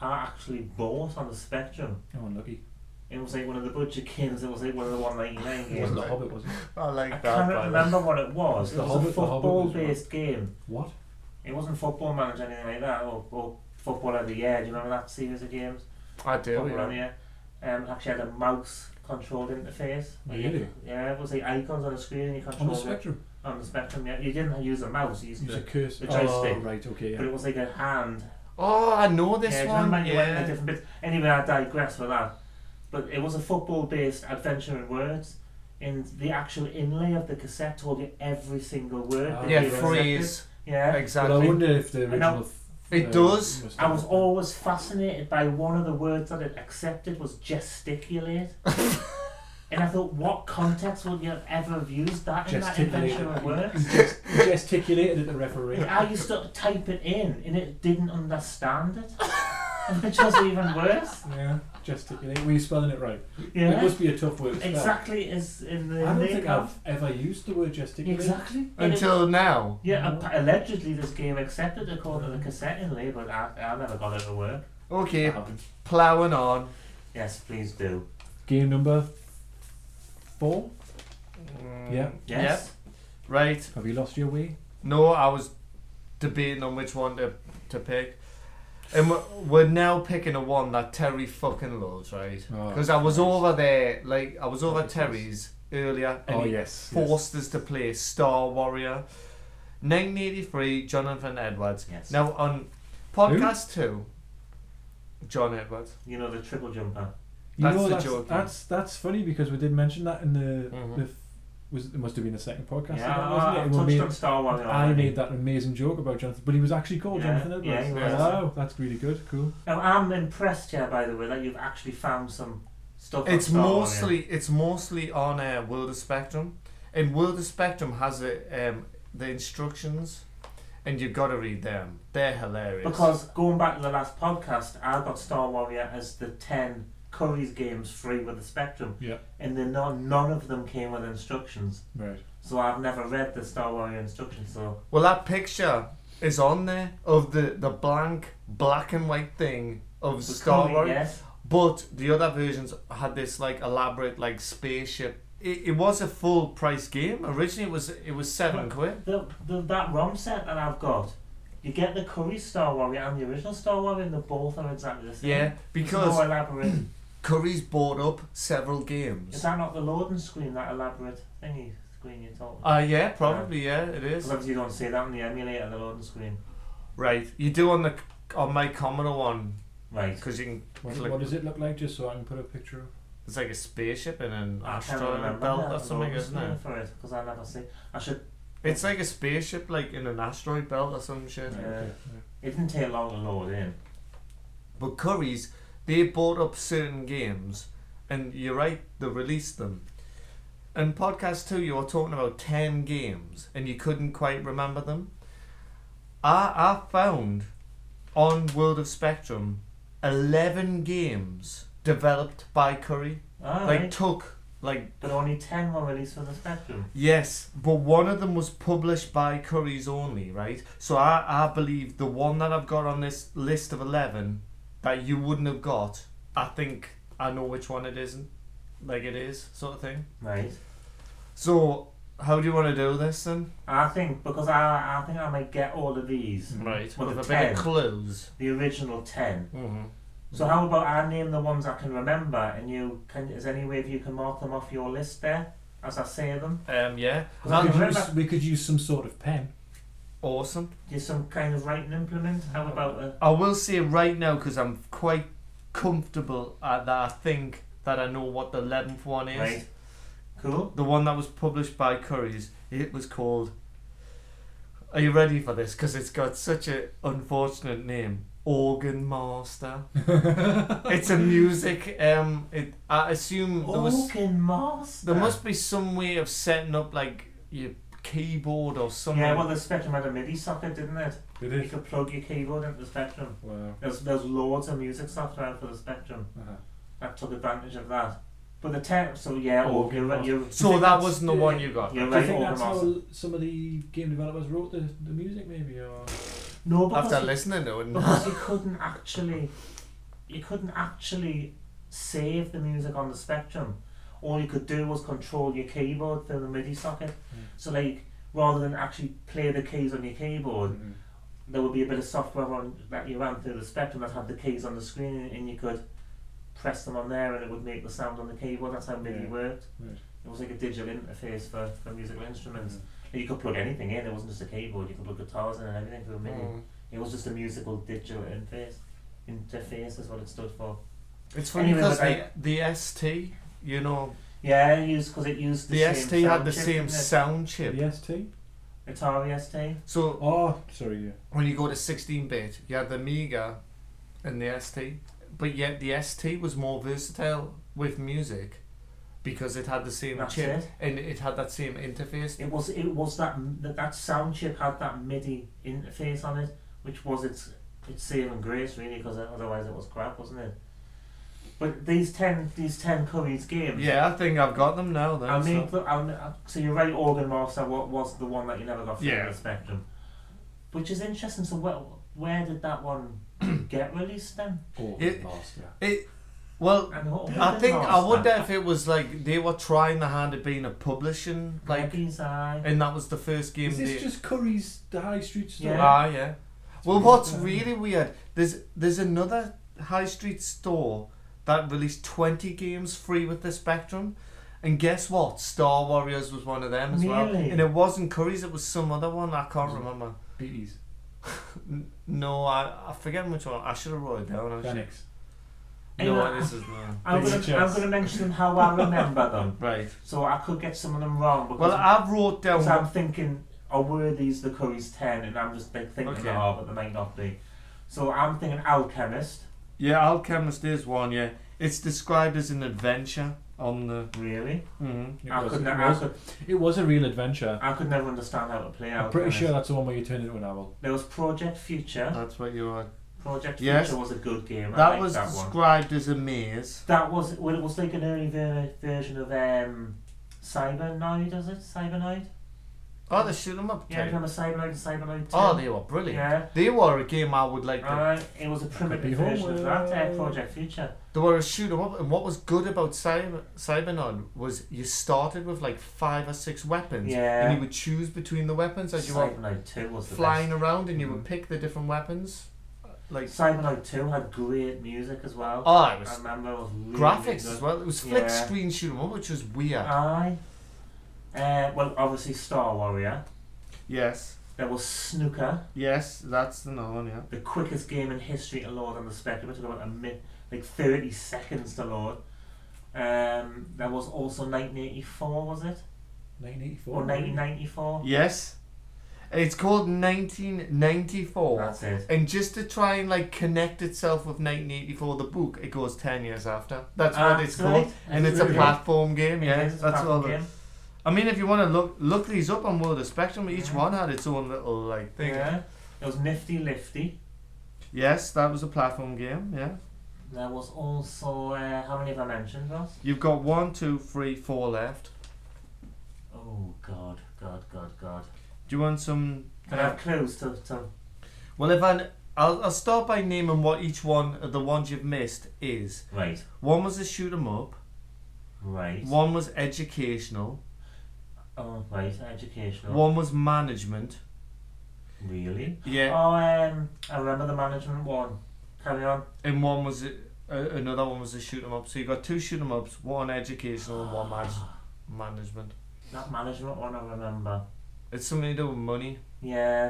S2: I actually bought on the Spectrum.
S1: oh unlucky
S2: It was like one of the budget games. It was like one of the 199
S1: it wasn't
S2: games.
S1: The Hobbit was it
S3: I
S2: I
S3: like that.
S2: can't
S3: by the-
S2: remember what it was. It
S1: The
S2: was
S1: Hobbit-
S2: a
S1: The Hobbit was one.
S2: football-based game.
S1: what
S2: It wasn't football manager or anything like that, or, or football of the year. Do you remember that series of games?
S3: I do.
S2: Football
S3: yeah.
S2: on the year. Um, actually had a mouse-controlled interface. where you-
S1: Really?
S2: Yeah, it was like icons on the screen and you
S1: on
S2: controlled
S1: the
S2: it
S1: Spectrum
S2: on the Spectrum. Yeah, you didn't use a mouse. You used
S1: it's a
S2: the,
S1: curse
S2: the
S1: oh
S2: joystick.
S1: right okay
S2: but
S1: yeah
S2: it was like a hand
S3: Oh, I know this
S2: yeah, do you
S3: one.
S2: remember you went into
S3: yeah.
S2: different bits? Anyway, I digress with that. But it was a football-based adventure in words. In the actual inlay of the cassette told you every single word.
S1: Ah,
S2: that
S3: Yeah,
S2: you
S1: Different
S3: freeze.
S2: Yeah.
S1: but I
S3: Exactly.
S1: wonder if the
S2: And I-
S1: original uh,
S3: It does.
S2: I was always fascinated by one of the words that it accepted was gesticulate. and I thought, what context would you have ever have used that in that adventure of words?
S1: just gesticulated at the referee
S2: Like, I used to type it in and it didn't understand it. Which was even worse.
S1: yeah gesticulate were you spelling it right it
S2: Yeah.
S1: must be a tough word to spell.
S2: Exactly as in the
S1: I don't
S2: name
S1: think
S2: of-
S1: I've ever used the word gesticulate.
S2: Exactly. And it-
S3: Until now.
S2: yeah, appa- allegedly this game accepted according to the cassette inlay, but I, I never got it to work.
S3: Okay,
S2: Uh-huh.
S1: Um,
S3: ploughing on.
S2: Yes, please do.
S1: Game number four.
S3: Mm,
S1: Yeah.
S2: Yes.
S3: Yep. Right.
S1: Have you lost your way?
S3: No, I was debating on which one to, to pick. And we're, we're now picking a one that Terry fucking loves, right?
S1: Oh.
S3: Because I was over there, like, I was over
S1: Yes, yes.
S3: Terry's earlier. And
S1: Oh
S3: he
S1: yes.
S3: Forced us to play Star Warrior. 1983, Jonathan Edwards.
S2: Yes.
S3: Now, on podcast two, John Edwards.
S2: You know the triple jumper.
S1: yes. You
S3: that's
S1: know,
S3: the
S1: that's,
S3: joke, yeah.
S1: That's that's funny because we did mention that in the
S3: Mhm.
S1: the f- was it must have been the second podcast.
S2: Yeah,
S1: I think,
S2: I, I've
S1: wasn't it? When
S2: touched
S1: we-
S2: on Star Wars.
S1: I made that amazing joke about Jonathan, but he was actually called
S2: Yeah,
S1: Jonathan
S2: yeah,
S1: Edwards.
S2: he
S3: was.
S1: Wow, that's really good. Cool.
S2: Now, I'm impressed here, by the way, that you've actually found some stuff. on
S3: It's
S2: Star Wars.
S3: mostly it's mostly on uh, World of Spectrum, and World of Spectrum has a, um, the instructions, and you've got to read them. They're hilarious.
S2: Because going back to the last podcast, I got Star Warrior as the 10 Curry's games free with the Spectrum.
S1: Yeah.
S2: And then none, none of them came with instructions.
S1: Right.
S2: So I've never read the Star Warrior instructions, so.
S3: well, that picture is on there of the the blank black and white thing of
S2: The
S3: Star
S2: Curry,
S3: Wars,
S2: Yes.
S3: but the other versions had this like elaborate like spaceship. It, it was a full price game originally. It was it was
S2: Hmm.
S3: seven quid.
S2: The, the, that ROM set that I've got, you get the Curry Star Warrior and the original Star Warrior, and the both are exactly the same.
S3: Yeah,
S2: There's
S3: because
S2: No elaborate.
S3: Curry's bought up several games.
S2: Is that not the loading screen, that elaborate thingy screen you're talking
S3: Uh, yeah, probably, yeah, it
S2: Because
S3: is.
S2: obviously you don't see that on the emulator, the loading screen.
S3: Right, you do on the on my Commodore one
S2: Right.
S3: because you can
S1: What,
S3: click.
S1: what does it look like? Just so I can put a picture. up?
S3: It's like a spaceship and an
S2: I can't
S3: asteroid
S2: remember
S3: belt
S2: that
S3: or something,
S2: loading
S3: isn't
S2: screen
S3: it?
S2: For it, because I never see. I should.
S3: It's like a spaceship, like in an asteroid belt or some shit.
S1: Right,
S2: Yeah.
S1: okay, right.
S2: It didn't take long to load in.
S3: But Curry's, they bought up certain games, and you're right, they released them. In podcast two, you were talking about ten games, and you couldn't quite remember them. I, I found on World of Spectrum 11 games developed by Curry.
S2: Ah,
S3: like,
S2: right.
S3: took, like,
S2: But only 10 were released for the Spectrum.
S3: yes, but one of them was published by Curry's only, right? So I, I believe the one that I've got on this list of 11 that you wouldn't have got, I think I know which one it isn't. Like, it is, sort of thing.
S2: Right.
S3: So, how do you want to do this then?
S2: I think, because I, I think I might get all of these,
S3: Right,
S2: Well,
S3: with
S2: the
S3: a bit
S2: 10.
S3: of clues.
S2: the original 10.
S3: Mm-hmm.
S2: So how about I name the ones I can remember, and you can, is there any way if you can mark them off your list there, as I say them?
S3: Um, yeah,
S1: We
S2: Well,
S1: could
S2: remember-
S1: use- we could use some sort of pen.
S3: awesome.
S2: Just some kind of writing implement? How
S3: Mm.
S2: about a...
S3: I will say right now because I'm quite comfortable uh, that I think that I know what the eleventh one is.
S2: Right. Cool.
S3: The one that was published by Curry's. It was called. Are you ready for this? Because it's got such a unfortunate name. Organ Master. it's a music. Um, it. I assume there was.
S2: Organ Master.
S3: There must be some way of setting up like your keyboard or something.
S2: Yeah, well, the Spectrum had a MIDI socket, didn't it?
S1: It
S2: You
S1: is.
S2: could plug your keyboard into the Spectrum.
S1: Wow.
S2: There's, there's loads of music software for the Spectrum
S1: Uh-huh.
S2: that took advantage of that. But the tech, so yeah,
S1: Oh,
S2: Organ
S1: Organ
S2: you
S3: so that wasn't the one you got.
S2: You're
S1: Do you
S2: right,
S1: think
S2: Organ
S1: that's
S2: Master.
S1: how some of the game developers wrote the, the music, maybe? Or
S2: No, because
S3: After
S2: you-
S3: listening to it.
S2: because you couldn't actually you couldn't actually save the music on the spectrum all you could do was control your keyboard through the midi socket
S1: Mm.
S2: so like rather than actually play the keys on your keyboard
S1: Mhm.
S2: there would be a bit of software on that you ran through the spectrum that had the keys on the screen and, and you could press them on there and it would make the sound on the keyboard that's how midi
S1: Yeah.
S2: worked
S1: Right.
S2: it was like a digital interface for, for musical instruments
S1: Mhm.
S3: Mm-hmm.
S2: And you could plug anything in it wasn't just a keyboard you could plug guitars in and everything through midi
S3: Mm.
S2: it was just a musical digital interface. Interface is what it stood for.
S3: It's funny
S2: Anyway,
S3: because
S2: but
S3: the, the ST, you know,
S2: Yeah, it used because it used the, same
S3: the, ST had
S2: sound
S3: the
S2: chip,
S3: same
S2: didn't
S3: sound chip.
S1: The ST?
S2: it? Atari ST.
S3: So
S1: Oh, sorry, yeah.
S3: when you go to 16 bit, you had the Amiga and the ST, but yet the ST was more versatile with music because it had the same
S2: That's
S3: chip
S2: it.
S3: and it had that same interface.
S2: It was it was that that that sound chip had that MIDI interface on it, which was its its saving grace really, because otherwise it was crap, wasn't it? But these ten these ten Curry's games.
S3: Yeah, I think I've got them now. Then,
S2: I mean,
S3: so.
S2: so, I mean, uh, so you're right. Organ Master what was the one that you never got from
S3: Yeah.
S2: the Spectrum, which is interesting. So where where did that one get released then?
S1: Organ
S3: It-
S1: Master.
S3: it, well,
S2: And what
S3: I think I
S2: would
S3: wonder if it was like they were trying the hand of being a publishing, like,
S2: eye.
S3: and that was the first game.
S1: Is
S3: they,
S1: this just Curry's The High Street store?
S2: Yeah.
S3: Ah, yeah. Well, what's
S1: weird.
S3: really weird, there's there's another high street store that released 20 games free with the Spectrum. And guess what? Star Warriors was one of them as well.
S2: Really? Mm.
S3: And it wasn't Curry's, it was some other one. I can't
S1: Was it-
S3: remember.
S1: Beatties.
S3: N- No, I, I forget which one. I should have wrote it down. Actually.
S1: Phoenix.
S3: No,
S2: Anyway,
S3: this is not.
S2: I'm
S1: Big
S2: gonna, I'm
S1: success.
S2: gonna mention how I remember them,
S3: Right.
S2: so I could get some of them wrong because
S3: Well, I wrote
S2: because I'm
S3: down.
S2: thinking, oh, were these the Curry's ten? And I'm just like, thinking,
S3: Okay.
S2: they are, but they might not be. So I'm thinking Alchemist,
S3: Yeah, Alchemist is one, yeah. It's described as an adventure on the.
S2: really.
S3: Mm-hmm.
S1: It
S2: I
S1: was,
S2: could,
S1: it,
S2: ne- I,
S1: was,
S2: could,
S1: it was a real adventure.
S2: I could never understand how to play
S1: I'm
S2: Alchemist.
S1: pretty sure that's the one where you turned into an owl.
S2: there was Project Future.
S3: That's what you are.
S2: Project
S3: Yes.
S2: Future was a good game. I
S3: That
S2: liked
S3: was
S2: that one.
S3: described as a maze.
S2: That was well, it was like an early ver- version of um, Cybernoid, is it? Cybernoid?
S3: Oh, they shoot 'em up
S2: Yeah,
S3: too.
S2: remember Cybernoid and Cybernoid 2?
S3: Oh, they were brilliant.
S2: Yeah.
S3: They were a game I would like. To,
S2: Uh, it was a
S1: be
S2: primitive version of that uh,
S1: homework.
S2: Project Future.
S3: They were a shoot 'em up, and what was good about Cyber Cybernon was you started with like five or six weapons, and
S2: Yeah.
S3: you would choose between the weapons as you were
S2: Cybernoid 2 was the Mm-hmm.
S3: flying around, and you would
S1: Mhm.
S3: pick the different weapons. Uh, Like,
S2: best. Cybernoid 2 had great music as well.
S3: oh, it
S2: I
S3: was
S2: remember it was really
S3: graphics
S2: good.
S3: as well. It was flick
S2: Yeah.
S3: screen shoot 'em up, which was weird.
S2: Aye. Uh, well, obviously Star Warrior.
S3: yes,
S2: There was Snooker,
S3: yes, that's another one. Yeah.
S2: the quickest game in history to load on the Spectrum. It took about a minute, like 30 seconds to load. Um, there was also 1984, was it?
S1: 1984.
S2: Or 1994?
S3: Yes, it's called 1994.
S2: That's it.
S3: And just to try and like connect itself with 1984, the book, it goes 10 years after. That's what it's
S2: Absolutely.
S3: called. And it's a
S2: Absolutely.
S3: platform game,
S2: It
S3: yeah.
S2: is a
S3: that's
S2: platform
S3: all. the-
S2: game.
S3: I mean, if you want to look look these up on World of Spectrum, each
S2: Mhm.
S3: one had its own little like thing.
S2: Yeah. There was Nifty Lifty.
S3: Yes, that was a platform game. Yeah.
S2: There was also uh, how many have I mentioned, Ross?
S3: You've got one, two, three, four left.
S2: Oh God, God, God, God.
S3: Do you want some? uh,
S2: Can I have clues to to?
S3: Well, if I, I'll, I'll start by naming what each one of the ones you've missed is.
S2: Right,
S3: One was a shoot 'em up.
S2: right.
S3: One was educational.
S2: Oh, right. Educational.
S3: One was management.
S2: Really?
S3: Yeah.
S2: Oh, um, I remember the management one. Carry on.
S3: And one was a, a, another one was a shoot 'em up. So you got two shoot 'em ups, one educational and one manage, management.
S2: That management one I remember.
S3: It's something to do with money.
S2: Yeah.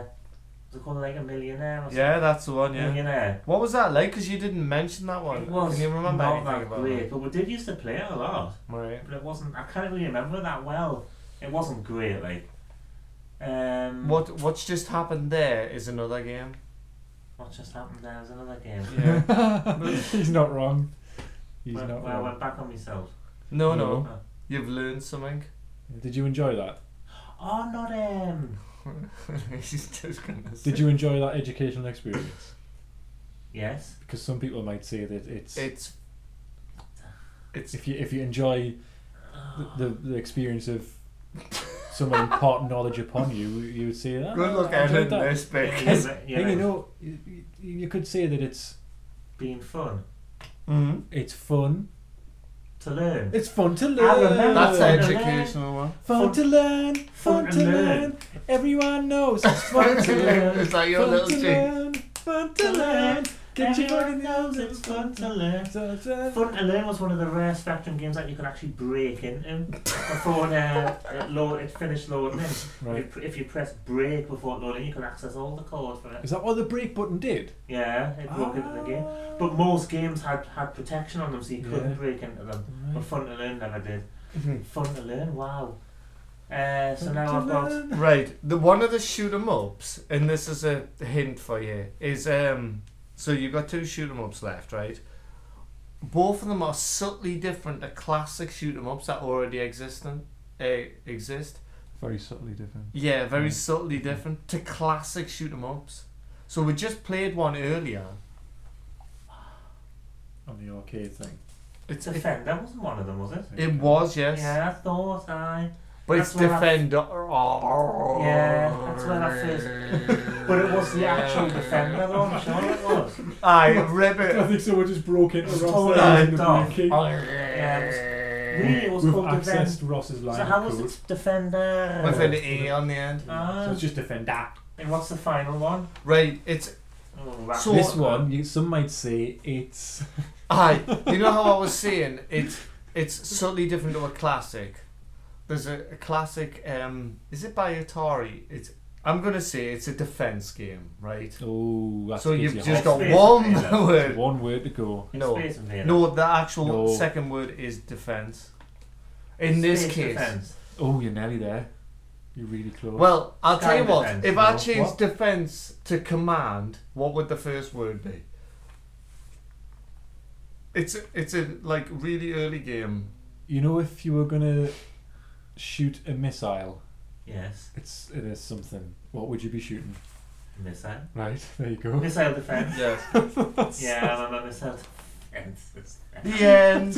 S2: Was it called like a millionaire or
S3: Yeah, that's the one.
S2: something?
S3: Yeah.
S2: Millionaire.
S3: What was that like? Because you didn't mention that one.
S2: It was
S3: Can you remember
S2: not
S3: anything
S2: that
S3: about
S2: great,
S3: that?
S2: but we did used to play it a lot.
S3: Right.
S2: But it wasn't. I can't really remember it that well. It wasn't great, like. Um,
S3: What What's just happened there is another game.
S2: What just happened there was another game.
S3: Yeah.
S1: He's not wrong. He's
S2: where,
S1: not
S2: where I
S1: wrong.
S2: went back on myself.
S3: No,
S1: No.
S3: no. You've learned something.
S1: Did you enjoy that?
S2: Oh, not um.
S3: He's just gonna. say-
S1: Did you enjoy that educational experience?
S2: Yes.
S1: Because some people might say that it's
S3: It's. It's
S1: if you if you enjoy the, the, the experience of someone imparting knowledge upon you, you would say that.
S3: good luck
S1: at
S3: editing this
S2: Yeah,
S3: bit.
S1: Yes.
S2: yeah, yeah,
S1: You know, you, you- you could say that it's
S2: being fun
S3: Mm-hmm.
S1: it's fun.
S2: to learn.
S1: It's fun to learn.
S2: I remember-
S3: That's
S2: Uh,
S3: an
S2: it.
S3: educational one.
S1: Fun to learn, fun, to learn. Everyone knows it's fun to learn.
S3: it's like your
S1: fun
S3: little
S1: to
S3: jig.
S1: learn, fun to learn. Get your
S2: Everyone
S1: fucking
S2: knows it's fun to learn.
S1: Da, da, da.
S2: Fun to Learn was one of the rare Spectrum games that you could actually break into before it, uh, it, load, it finished loading in.
S1: Right.
S2: If, if you press break before it loading, you can access all the code for it.
S1: Is that what the break button did? Ah.
S2: Yeah, it broke into the game. But most games had, had protection on them, so you couldn't
S1: Yeah.
S2: break into them. But
S1: Right.
S2: Fun to Learn never did.
S3: Hmm.
S2: Fun to Learn, wow. Uh, so now I've got.
S3: Right, the one of the shoot 'em ups, and this is a hint for you, is um. So you've got two shoot 'em ups left, right? Both of them are subtly different to classic shoot 'em ups that already existent, uh, exist.
S1: Very subtly different.
S3: Yeah, very
S2: Mm.
S1: Yeah.
S3: subtly different to classic shoot 'em ups. So we just played one earlier.
S1: On the arcade thing.
S3: It's it,
S2: Defender wasn't one of them, was it?
S3: it was yes,
S2: Yeah, I thought I.
S3: but
S2: That's
S3: it's
S2: where I-
S3: defender.
S2: Yeah, that's where I
S3: first.
S2: But it was the actual Defender, though, I'm sure it was.
S3: I rip
S1: I
S3: it.
S1: think someone just broke into
S2: Just
S1: Ross's
S2: tore
S1: line
S2: it
S1: with
S2: down.
S1: the
S3: Oh,
S1: key.
S2: Really, it was
S1: We've
S2: called Defender.
S1: accessed Ross's line
S2: So
S1: of
S2: how was
S1: code.
S2: it Defender?
S3: With an E on the end.
S2: Ah.
S1: so it's just defender.
S2: And what's the final one?
S3: Right, it's
S2: Oh, right.
S3: So-
S1: this one, you, some might say it's
S3: I. You know how I was saying it's it's subtly different to a classic. There's a, a classic. Um, is it by Atari? It's. I'm gonna say it's a defense game, right?
S1: oh. That's
S3: So you've
S1: gives you
S3: just
S1: half.
S3: got
S2: Space
S3: one
S2: Invaders.
S3: word.
S1: one word to go.
S2: It's
S3: No.
S2: Space Invaders.
S3: No, the actual
S1: No.
S3: second word is defense. In this
S2: Space
S3: case,
S2: Defense.
S1: Oh, you're nearly there. You're really close.
S3: well, I'll
S2: Sky
S3: tell you what.
S2: defense,
S3: if I
S1: no.
S3: change
S1: What?
S3: defense to command, what would the first word be? It's a- it's a like really early game.
S1: you know, if you were gonna shoot a missile,
S2: Yes.
S1: it's it is something. What would you be shooting?
S2: Missile.
S1: Right there, you go.
S2: Missile Defense.
S3: Yes.
S2: yeah, I remember Missile Defense. It's-
S3: The
S1: That's a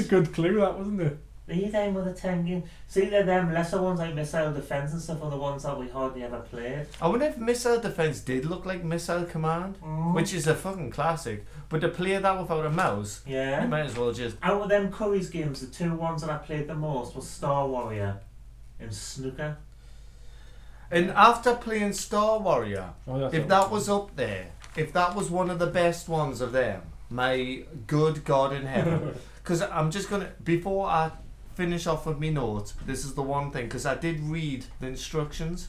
S3: end.
S1: good clue, that wasn't it?
S2: These them with the ten game. See, they're them lesser ones like Missile Defense and stuff are the ones that we hardly ever played.
S3: I wonder if missile defense did look like missile command, which is a fucking classic. But to play that without a mouse, you
S2: yeah.
S3: might as well just.
S2: Out of them Curry's games, the two ones that I played the most were Star Warrior and Snooker.
S3: And after playing Star Warrior,
S1: Oh, that's
S3: If
S1: all.
S3: that was up there, if that was one of the best ones of them, my good God in heaven. Because I'm just going to, before I finish off with my notes, this is the one thing, because I did read the instructions,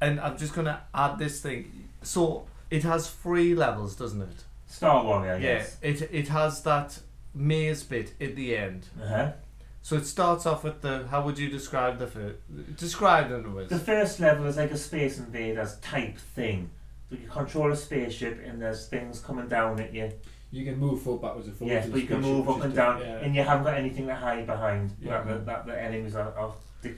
S3: and I'm just going to add this thing. So it has three levels, doesn't it?
S2: Star Warrior, yes.
S3: Yeah. It, it has that maze bit at the end.
S2: Uh huh.
S3: So it starts off with the, how would you describe the first? Describe it to us.
S2: The first level is like a space invaders type thing. So you control a spaceship and there's things coming down at you.
S1: You can move forward backwards and forwards.
S2: yes,
S1: in
S2: but you can
S1: spaceship,
S2: move
S1: which
S2: up
S1: is
S2: and down
S1: different, yeah.
S2: and you haven't got anything to hide behind
S1: Yeah.
S2: that, the, that the enemies are, are di-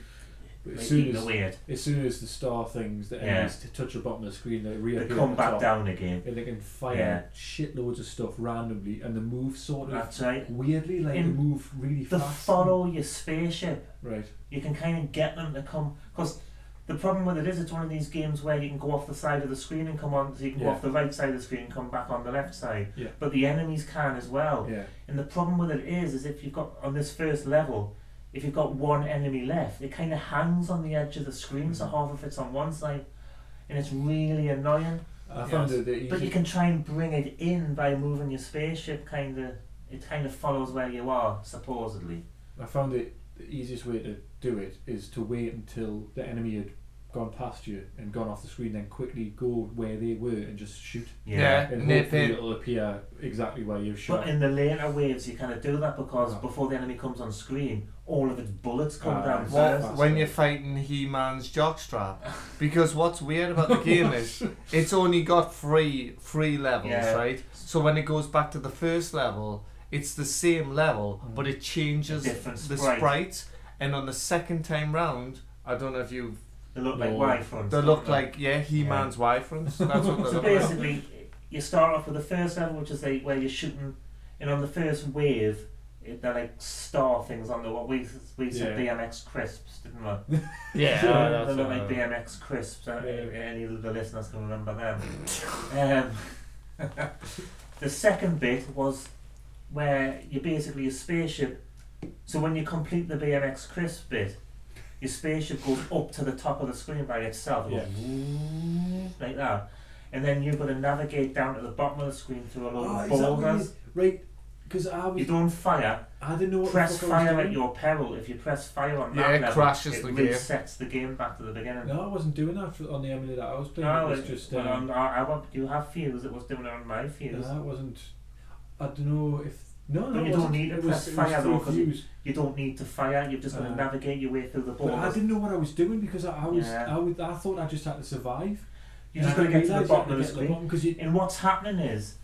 S1: But
S2: Like,
S1: as soon
S2: eating the
S1: as,
S2: weird.
S1: as soon as the star things that
S2: Yeah.
S1: enemies to touch the bottom of the screen, they
S2: They
S1: reappear. at
S2: come
S1: the
S2: back
S1: top,
S2: down again.
S1: And they can fire
S2: Yeah.
S1: shitloads of stuff randomly, and the move sort of
S2: That's right.
S1: weirdly like
S2: In
S1: move really
S2: They
S1: fast.
S2: follow your spaceship.
S1: Right.
S2: you can kind of get them to come because the problem with it is it's one of these games where you can go off the side of the screen and come on so you can
S1: Yeah.
S2: go off the right side of the screen and come back on the left side
S1: Yeah.
S2: but the enemies can as well
S1: Yeah.
S2: and the problem with it is is if you've got on this first level if you've got one enemy left it kind of hangs on the edge of the screen so
S1: Mhm.
S2: half of it's on one side and it's really annoying
S1: I found
S3: Yes.
S1: that the
S2: but you
S1: easy-
S2: can try and bring it in by moving your spaceship kind of it kind of follows where you are supposedly
S1: I found it the easiest way to do it is to wait until the enemy had gone past you and gone off the screen, then quickly go where they were and just shoot.
S3: Yeah.
S1: And
S3: Nip
S1: hopefully
S3: it.
S1: it'll appear exactly where you've shot.
S2: But in the later waves, you kind of do that because
S1: Yeah.
S2: before the enemy comes on screen, all of its bullets come
S1: Ah,
S2: down
S1: it's
S3: What,
S2: first.
S1: fast.
S3: when you're fighting He-Man's jockstrap, because what's weird about the game is it's only got three three levels,
S2: Yeah.
S3: right? So when it goes back to the first level, it's the same level,
S1: Mm.
S3: but it changes
S2: A different
S3: the
S2: sprite.
S3: sprites. And on the second time round, I don't know if you
S2: They look like
S1: No.
S2: Y fronts.
S3: they
S2: don't
S3: look like yeah He-Man's wife fronts. That's what they
S2: So
S3: look like.
S2: basically, you start off with the first level, which is like where you're shooting, and on the first wave, it, they're like star things on the what we we said
S1: Yeah.
S2: BMX crisps, didn't we?
S3: Yeah,
S2: So
S1: uh,
S2: they look like
S3: uh,
S2: BMX crisps. uh,
S1: Yeah.
S2: Any of the listeners can remember them. um, the second bit was where you basically a spaceship. So when you complete the BMX crisp bit, your spaceship goes up to the top of the screen by itself, it goes like that, and then you've got to navigate down to the bottom of the screen through a
S1: Ah,
S2: lot of
S1: is that what
S2: boulders.
S1: you- right. Because I
S2: You
S1: was,
S2: don't fire.
S1: I didn't know what
S2: Press
S1: the fuck I was
S2: fire at
S1: doing.
S2: your peril. If you press fire on
S3: Yeah,
S2: that
S3: it
S2: level,
S3: crashes
S2: it
S3: the game.
S2: resets the game back to the beginning.
S1: No, I wasn't doing that for, on the emulator that I was playing.
S2: No,
S1: it was
S2: it-
S1: just.
S2: well,
S1: um,
S2: on, I, I want you have fuse. It was doing it on my fuse.
S1: no, it wasn't. I don't know if. No,
S2: But
S1: no,
S2: you
S1: it
S2: don't
S1: wasn't.
S2: need to
S1: it
S2: press
S1: was,
S2: fire
S1: it
S2: though,
S1: was
S2: 'cause
S1: through views.
S2: You don't need to fire. You're just going to
S1: Uh,
S2: navigate your way through the
S1: But I
S2: borders.
S1: didn't know what I was doing because I, I was,
S2: Yeah.
S1: I was, I thought I just had to survive.
S2: You're just
S1: And I
S2: going to get to the
S1: realised I
S2: bottom
S1: had to
S2: of the
S1: get to
S2: screen.
S1: bottom 'cause you-
S2: And what's happening is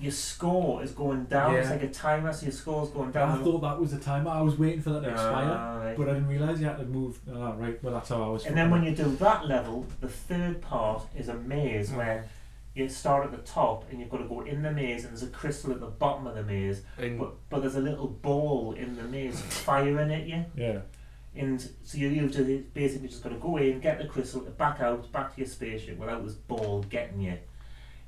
S2: your score is going down. It's
S3: Yeah.
S2: like a timer, so your score's going
S1: I
S2: down.
S1: thought that was the timer. I was waiting for that to expire,
S2: Ah, right.
S1: but I didn't realise you had to move. Ah, right. Well, that's how I was.
S2: And then when you do that level, the third part is a maze
S3: Mm.
S2: where you start at the top and you've got to go in the maze, and there's a crystal at the bottom of the maze,
S1: Mm.
S3: And
S2: but, but there's a little ball in the maze firing at you.
S1: Yeah.
S2: And so you you've just basically just got to go in, get the crystal, back out, back to your spaceship without this ball getting you.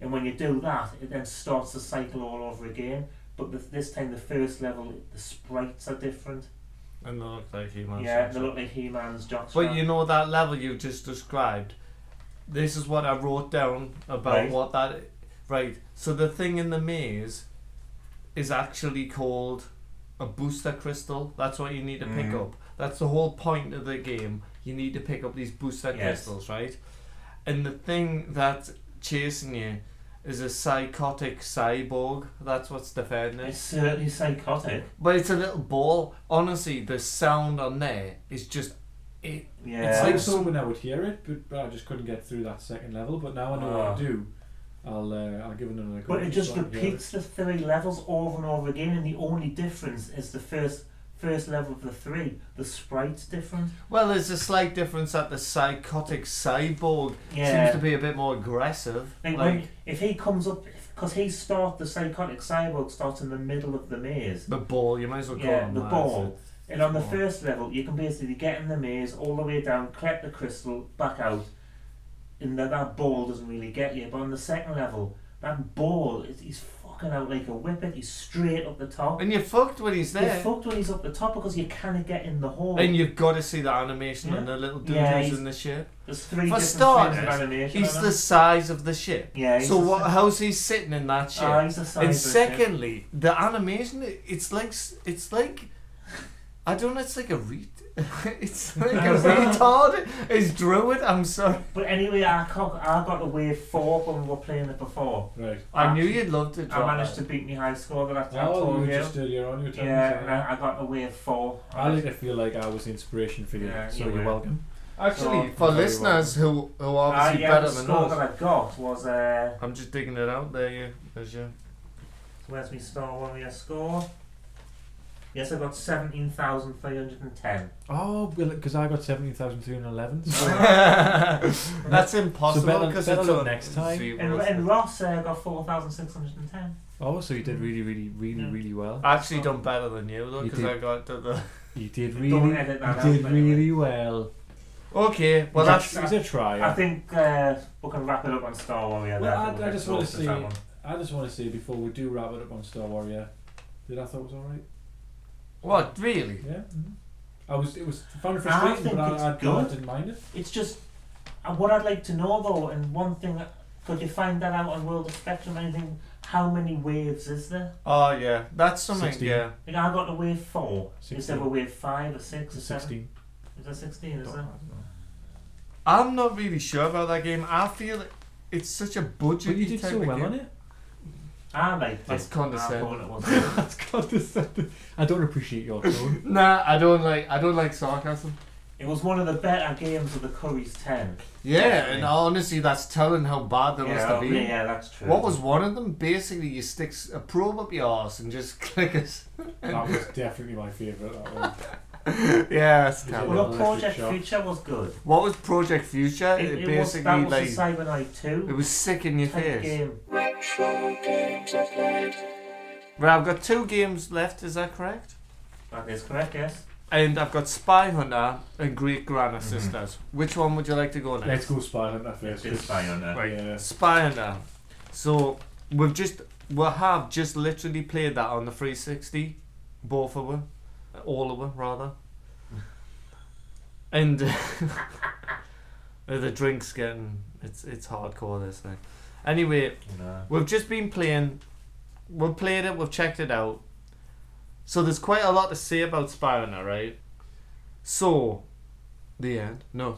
S2: And when you do that, it then starts the cycle all over again. But the, this time, the first level, the sprites are different.
S3: and they look like He-Man's.
S2: yeah,
S3: jockstrap.
S2: they look like He-Man's jockstrap.
S3: But you know that level you just described. This is what I wrote down about
S2: Right.
S3: what that. Right. So the thing in the maze is actually called a booster crystal. That's what you need to pick
S2: Mm.
S3: up. That's the whole point of the game. You need to pick up these booster
S2: Yes.
S3: crystals, right? And the thing that's chasing you is a psychotic cyborg. That's what's defending it.
S2: it's certainly psychotic.
S3: But it's a little ball. Honestly, the sound on there is just it.
S2: Yeah.
S1: It's like
S3: Yes.
S1: someone I would hear it, but, but I just couldn't get through that second level. But now I know what
S2: Ah.
S1: I do. I'll uh, I'll give it another go.
S2: But it just
S1: so I can hear it.
S2: repeats the three levels over and over again, and the only difference is the first first level of the three. The sprite's different.
S3: Well, there's a slight difference that the psychotic cyborg
S2: Yeah.
S3: seems to be a bit more aggressive.
S2: Like, when, if he comes up, because he start the psychotic cyborg starts in the middle of the maze,
S3: the ball, you might as well call
S2: Yeah,
S3: him
S2: the
S3: that,
S2: ball.
S3: so-
S2: and on the
S3: Oh.
S2: first level, you can basically get in the maze all the way down, collect the crystal, back out, and that that ball doesn't really get you. But on the second level, that ball, is he's fucking out like a whippet. He's straight up the top.
S3: And you're fucked when he's
S2: You're
S3: there.
S2: fucked when he's up the top because you can't get in the hole.
S3: And you've got to see the animation
S2: Yeah.
S3: and the little doodles
S2: Yeah, he's-
S3: in the ship.
S2: There's three
S3: For
S2: different
S3: starters,
S2: frames of animation.
S3: He's
S2: on
S3: the
S2: him.
S3: size of the ship.
S2: yeah. He's
S3: so
S2: the
S3: what?
S2: se-
S3: How's he sitting in that ship?
S2: Ah, he's the size
S3: and
S2: of the ship.
S3: secondly, the animation, it's like s- it's like I don't know, it's like a re it's like a retard is druid. I'm sorry.
S2: But anyway, I got I got away four when we were playing it before.
S1: Right.
S3: I knew you'd love to.
S2: I
S3: Drop
S2: managed
S3: that.
S2: to beat my high score that I I
S1: Oh, you
S2: told
S1: were
S2: you.
S1: just earlier on. You were telling
S2: yeah,
S1: me.
S2: and
S1: something.
S2: I, I got away four.
S1: I like to feel like I was the inspiration for you,
S2: Yeah,
S1: so
S2: you
S1: you're
S2: were.
S1: welcome.
S3: Actually,
S1: So-
S3: Oh, for
S1: Very
S3: listeners who who are
S2: uh,
S3: obviously
S2: yeah,
S3: better
S2: the
S3: than
S2: score that
S3: us,
S2: I got was uh,
S3: I'm just digging it out there. You, as you.
S2: where's my score? Where's my score? Yes, I got 17,310.
S1: Oh, because I got 17,311. So
S3: That's impossible
S1: better-
S3: because
S1: better
S3: it's
S1: luck
S3: on
S1: next time.
S3: zero.
S2: And, and Ross uh, got 4,610.
S1: oh, so you did really, really, really,
S2: Yeah.
S1: really well.
S3: I actually done better than you though
S1: You
S3: because
S1: did.
S3: I got the. the
S1: You did
S2: Don't
S1: really,
S2: edit
S1: you
S2: that out,
S1: did
S2: by the way.
S1: really well.
S3: okay, well
S1: It
S3: that's
S1: was a- it was a
S3: Oh,
S1: try.
S2: I think uh, we can wrap it up on Star Warrior.
S1: Well,
S2: there.
S1: I-
S2: think
S1: I
S2: we've
S1: just wanna
S2: exhausted that
S1: see-
S2: one.
S1: I just want to say before we do wrap it up on Star Warrior, that I thought was alright.
S3: what really.
S1: Yeah. mhm. I was. It was found it
S2: I
S1: frustrating,
S2: think
S1: but
S2: it's
S1: I, I, I
S2: good.
S1: didn't mind it.
S2: It's just uh, what I'd like to know though, and one thing that could you find that out on World of Spectrum? Anything? How many waves is there?
S3: Oh yeah, that's something.
S1: 16.
S3: Yeah,
S2: Like I got a wave four. Is there a
S1: Sixteen.
S2: wave five or six or seven?
S1: Sixteen.
S2: Is there sixteen? Is there?
S3: I'm not really sure about that game. I feel it- it's such a budget.
S1: But you did so well on it.
S2: I liked
S3: That's
S2: it.
S3: condescending.
S2: I thought it was.
S1: That's condescending. I don't appreciate your tone.
S3: Nah, I don't like. I don't like sarcasm.
S2: it was one of the better games of the Curry's ten.
S3: Yeah,
S2: Definitely.
S3: and honestly, that's telling how bad they must
S2: yeah,
S3: have been.
S2: yeah, yeah, that's true.
S3: What was one of them? Basically, you stick s- a probe up your arse and just click it.
S1: that was definitely my favourite. That one.
S3: yeah, it's
S1: Yeah.
S3: terrible.
S2: Well,
S1: Electric
S2: Project
S1: Shock.
S2: Future was good.
S3: What was Project Future?
S2: It,
S3: It,
S2: it was,
S3: basically
S2: that was
S3: like
S2: a Cyberknight two.
S3: it was sick in your
S2: type
S3: face.
S2: game.
S3: Right, I've got two games left. Is that correct?
S2: That is correct. Yes.
S3: And I've got Spy Hunter and Great Grana
S2: Mhm.
S3: Sisters. Which one would you like to go next?
S1: Let's go spy on that first.
S2: Let's spy on that.
S3: Right.
S1: Yeah.
S3: Spy Hunter. So we've just we have just literally played that on the 360, both of us, uh, all of us rather. And the drinks getting it's it's hardcore this thing. Anyway,
S2: No.
S3: We've just been playing. We've played it. We've checked it out. So there's quite a lot to say about Spirona, right? So, the end. No.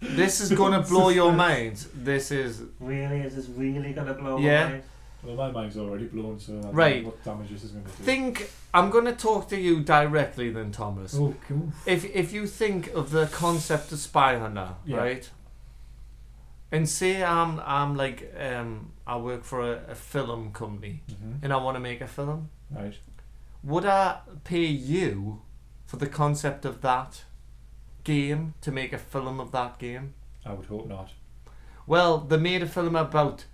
S3: this is gonna blow your mind. This is
S2: Really, is this really gonna blow my
S3: Yeah.
S2: mind?
S1: Well, my mind's already blown, so I don't
S3: Right.
S1: know what damage this is going to do.
S3: think. I'm gonna talk to you directly, then Thomas.
S1: Oh, cool.
S3: If if you think of the concept of spy hunter,
S1: Yeah.
S3: right? And say I'm I'm like um I work for a, a film company
S1: hmm
S3: and I want to make a film.
S1: Right.
S3: Would I pay you for the concept of that game to make a film of that game?
S1: I would hope not.
S3: Well, they made a film about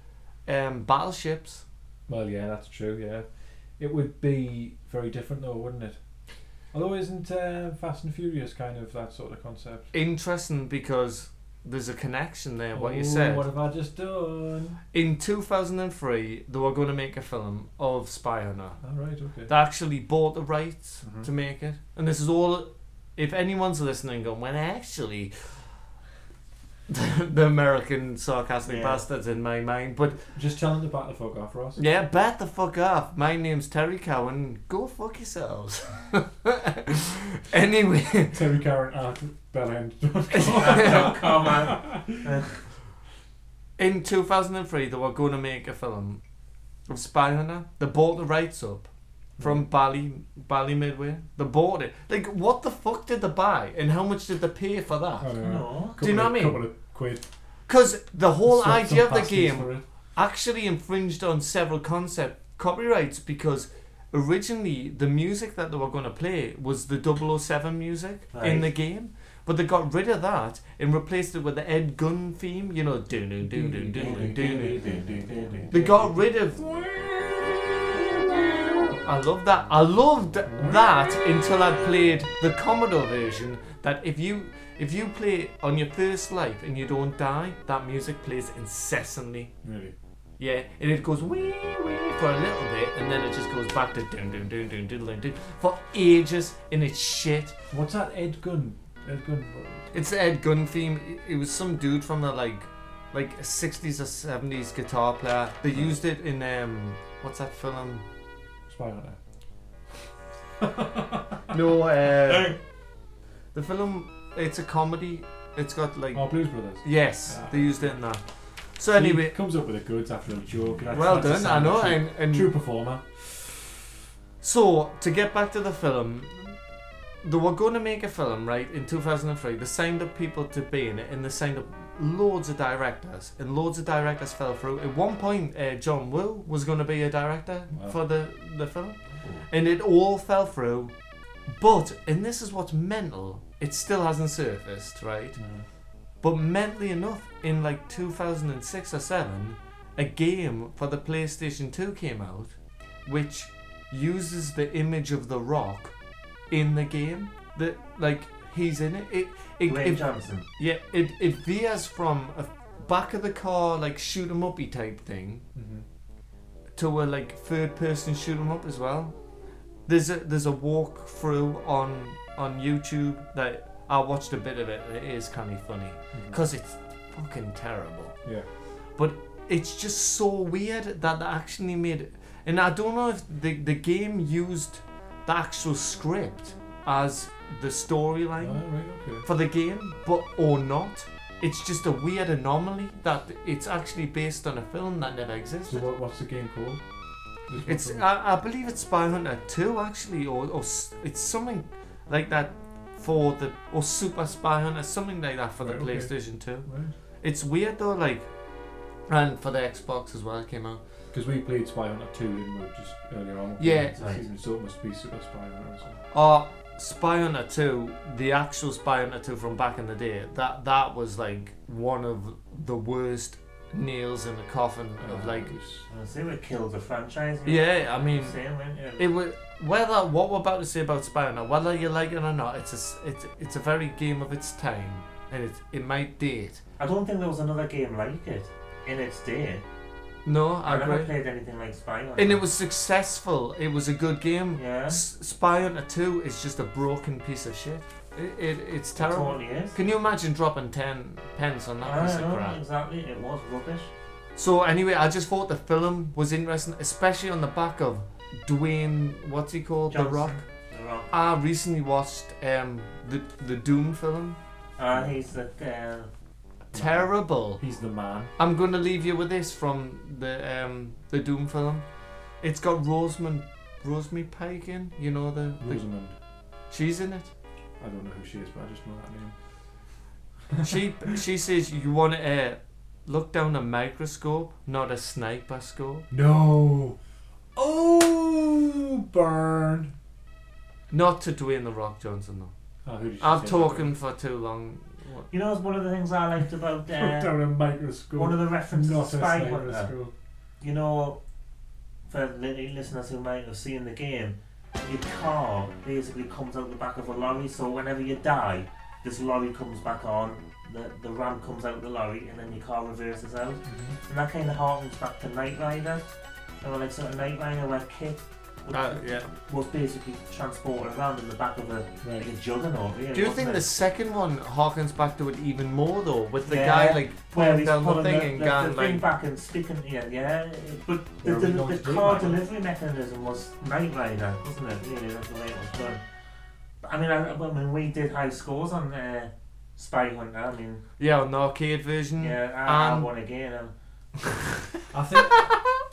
S3: um, battleships.
S1: Well, yeah, that's true. Yeah, it would be very different though, wouldn't it? Although, isn't uh, Fast and Furious kind of that sort of concept?
S3: Interesting because there's a connection there. What you
S1: Oh,
S3: said
S1: What have I just done?
S3: in 2003, they were going to make a film of Spy Hunter.
S1: All right. Okay.
S3: They actually bought the rights
S1: Mhm.
S3: to make it, and this is all. If anyone's listening, going, when actually, the, the American sarcastic
S2: Yeah.
S3: bastards in my mind, but
S1: Just tell him to bat the fuck off, Ross.
S3: Yeah, bat the fuck off. My name's Terry Cowan. Go fuck yourselves. anyway,
S1: Terry uh, Karen at
S2: Dot
S1: bellend.com.
S2: com, man.
S3: in 2003, they were going to make a film of Spy Hunter. They bought the rights up
S1: Mm.
S3: from Bally, Bally Midway. They bought it. Like, what the fuck did they buy? And how much did they pay for
S1: I
S3: that?
S1: don't know.
S2: No.
S1: Couple
S3: Do you know
S1: of-
S3: what I mean?
S1: Couple of quid.
S3: Because the whole
S1: Slap some
S3: idea of the
S1: pasties
S3: game
S1: for it.
S3: actually infringed on several concept copyrights because originally the music that they were going to play was the 007 music in
S2: Right.
S3: the game but they got rid of that and replaced it with the Ed Gunn theme you know doo doo doo doo doo doo they got rid of I love that I loved that until I played the Commodore version that if you if you play on your first life and you don't die that music plays incessantly
S1: Really?
S3: yeah, and it goes wee wee for a little bit, and then it just goes back to doom doom doom doom doodling doom for ages, and it's shit.
S1: What's that Ed Gunn? Ed Gunn.
S3: It's the Ed Gunn theme. It it was some dude from the like, like 60s or 70s guitar player. They
S1: Mm-hmm.
S3: used it in um, what's that film?
S1: Spy on that.
S3: No, uh, the film. It's a comedy. It's got like
S1: Oh, Blues Brothers.
S3: yes,
S1: Ah.
S3: they used it in that. So
S1: He
S3: anyway,
S1: comes up with the goods after a joke. That's-
S3: well
S1: that's a
S3: done. I know,
S1: sign
S3: and,
S1: of
S3: and
S1: True, true performer.
S3: So, to get back to the film, they were going to make a film, right, in 2003. They signed up people to be in it, and they signed up loads of directors, and loads of directors fell through. At one point, uh, John Woo was going to be a director
S1: Wow.
S3: for the, the film. and it all fell through. But, and this is what's mental, it still hasn't surfaced, right?
S1: Mm-hmm.
S3: But mentally enough, in like 2006 or 7, a game for the PlayStation 2 came out which uses the image of The Rock in the game. That, like, he's in it. It, it,
S2: Dwayne
S3: it
S2: Johnson.
S3: yeah, it, it veers from a back of the car, like, shoot 'em uppy type thing
S1: Mm-hmm.
S3: to a like third person shoot 'em up as well. There's a there's a walkthrough on on YouTube that I watched a bit of it. and It is kind of funny
S1: Mm-hmm.
S3: because it's fucking terrible.
S1: Yeah.
S3: But it's just so weird that they actually made it. And I don't know if the the game used the actual script as the storyline
S1: Oh, right, okay.
S3: for the game, but or not. It's just a weird anomaly that it's actually based on a film that never
S1: So
S3: existed.
S1: what, what's the game called? Just
S3: It's uh,
S1: one
S3: I, I believe it's Spy Hunter 2 actually or, or s- it's something like that for the or Super Spy Hunter something like that for the
S1: Right, okay.
S3: PlayStation 2.
S1: from- right.
S3: It's weird though like and for the Xbox as well it came out.
S1: Because we played Spy Hunter 2 in we just earlier on.
S3: Yeah.
S1: This
S2: Right.
S1: season, so it must be Super Spy Hunter or something.
S3: Or Spy Hunter 2, Oh, the actual Spy Hunter 2 from back in the day, that that was like one of the worst nails in the coffin of
S1: Uh,
S3: like
S1: it was-
S2: I see what killed the franchise. you know?
S3: yeah, I mean
S2: Same, weren't you?
S3: it was whether what we're about to say about Spider-Man, whether you like it or not, it's a s- it's it's a very game of its time, and it it might date.
S2: I don't think there was another game like it in its day.
S3: No,
S2: I
S3: I
S2: never
S3: agree.
S2: played anything like Spy Hunter.
S3: And it was successful. It was a good game.
S2: Yeah.
S3: S- Spy-Hunter 2 is just a broken piece of shit. It, it it's
S2: It
S3: terrible.
S2: totally is.
S3: Can you imagine dropping ten pence on that
S2: I
S3: piece of
S2: know,
S3: crap?
S2: exactly. It was rubbish.
S3: So anyway, I just thought the film was interesting, especially on the back of Dwayne. What's he called? The
S2: Johnson.
S3: Rock.
S2: The Rock.
S3: I recently watched um, the the Doom film.
S2: Ah, he's the uh,
S3: terrible.
S1: He's the man.
S3: I'm gonna leave you with this from the um the Doom film. It's got Rosamund Rosemary Pike in, you know the, the
S1: Rosamund.
S3: she's in it.
S1: I don't know who she is, but I just know that name.
S3: She she says you want to uh, look down a microscope, not a sniper scope.
S1: No. Oh, burn.
S3: Not to Dwayne the Rock Johnson though.
S1: Oh, who did she
S3: I'm
S1: say that
S3: talking for too long. What-
S2: You know, it's one of the things I liked about
S1: to? Put
S2: uh,
S1: down a microscope.
S2: one of the references
S1: not
S2: to
S1: a
S2: Spy
S1: sniper
S2: Hunter.
S1: scope.
S2: You know, for li- listeners who might have seen the game, your car basically comes out the back of a lorry. So whenever you die, this lorry comes back on. The the ram comes out the lorry, and then your car reverses out.
S3: Mm-hmm.
S2: And that kind of harkens back to Night Rider. And like sort of Night Rider where Kit was,
S3: Uh, yeah.
S2: was basically transported around in the back of a, like
S1: Right.
S2: a juggernaut. Really,
S3: Do you
S2: wasn't
S3: think
S2: it?
S3: the second one harkens back to it even more though, with the
S2: Yeah.
S3: guy like
S2: where
S3: pulling
S2: he's
S3: down the
S2: pulling
S3: thing
S2: the,
S3: and
S2: the,
S3: going
S2: the thing
S3: like
S2: back and sticking to you, yeah. But the,
S1: Where are
S2: the,
S1: we going
S2: the
S1: to do
S2: car
S1: that?
S2: delivery mechanism was Night Rider, wasn't it? Really, that's the way it was done. But, I mean, I, I mean, we did high scores on uh, Spy Hunter. I mean,
S3: yeah on the arcade version.
S2: yeah, I, I
S3: And-
S2: won again. Um,
S1: I think.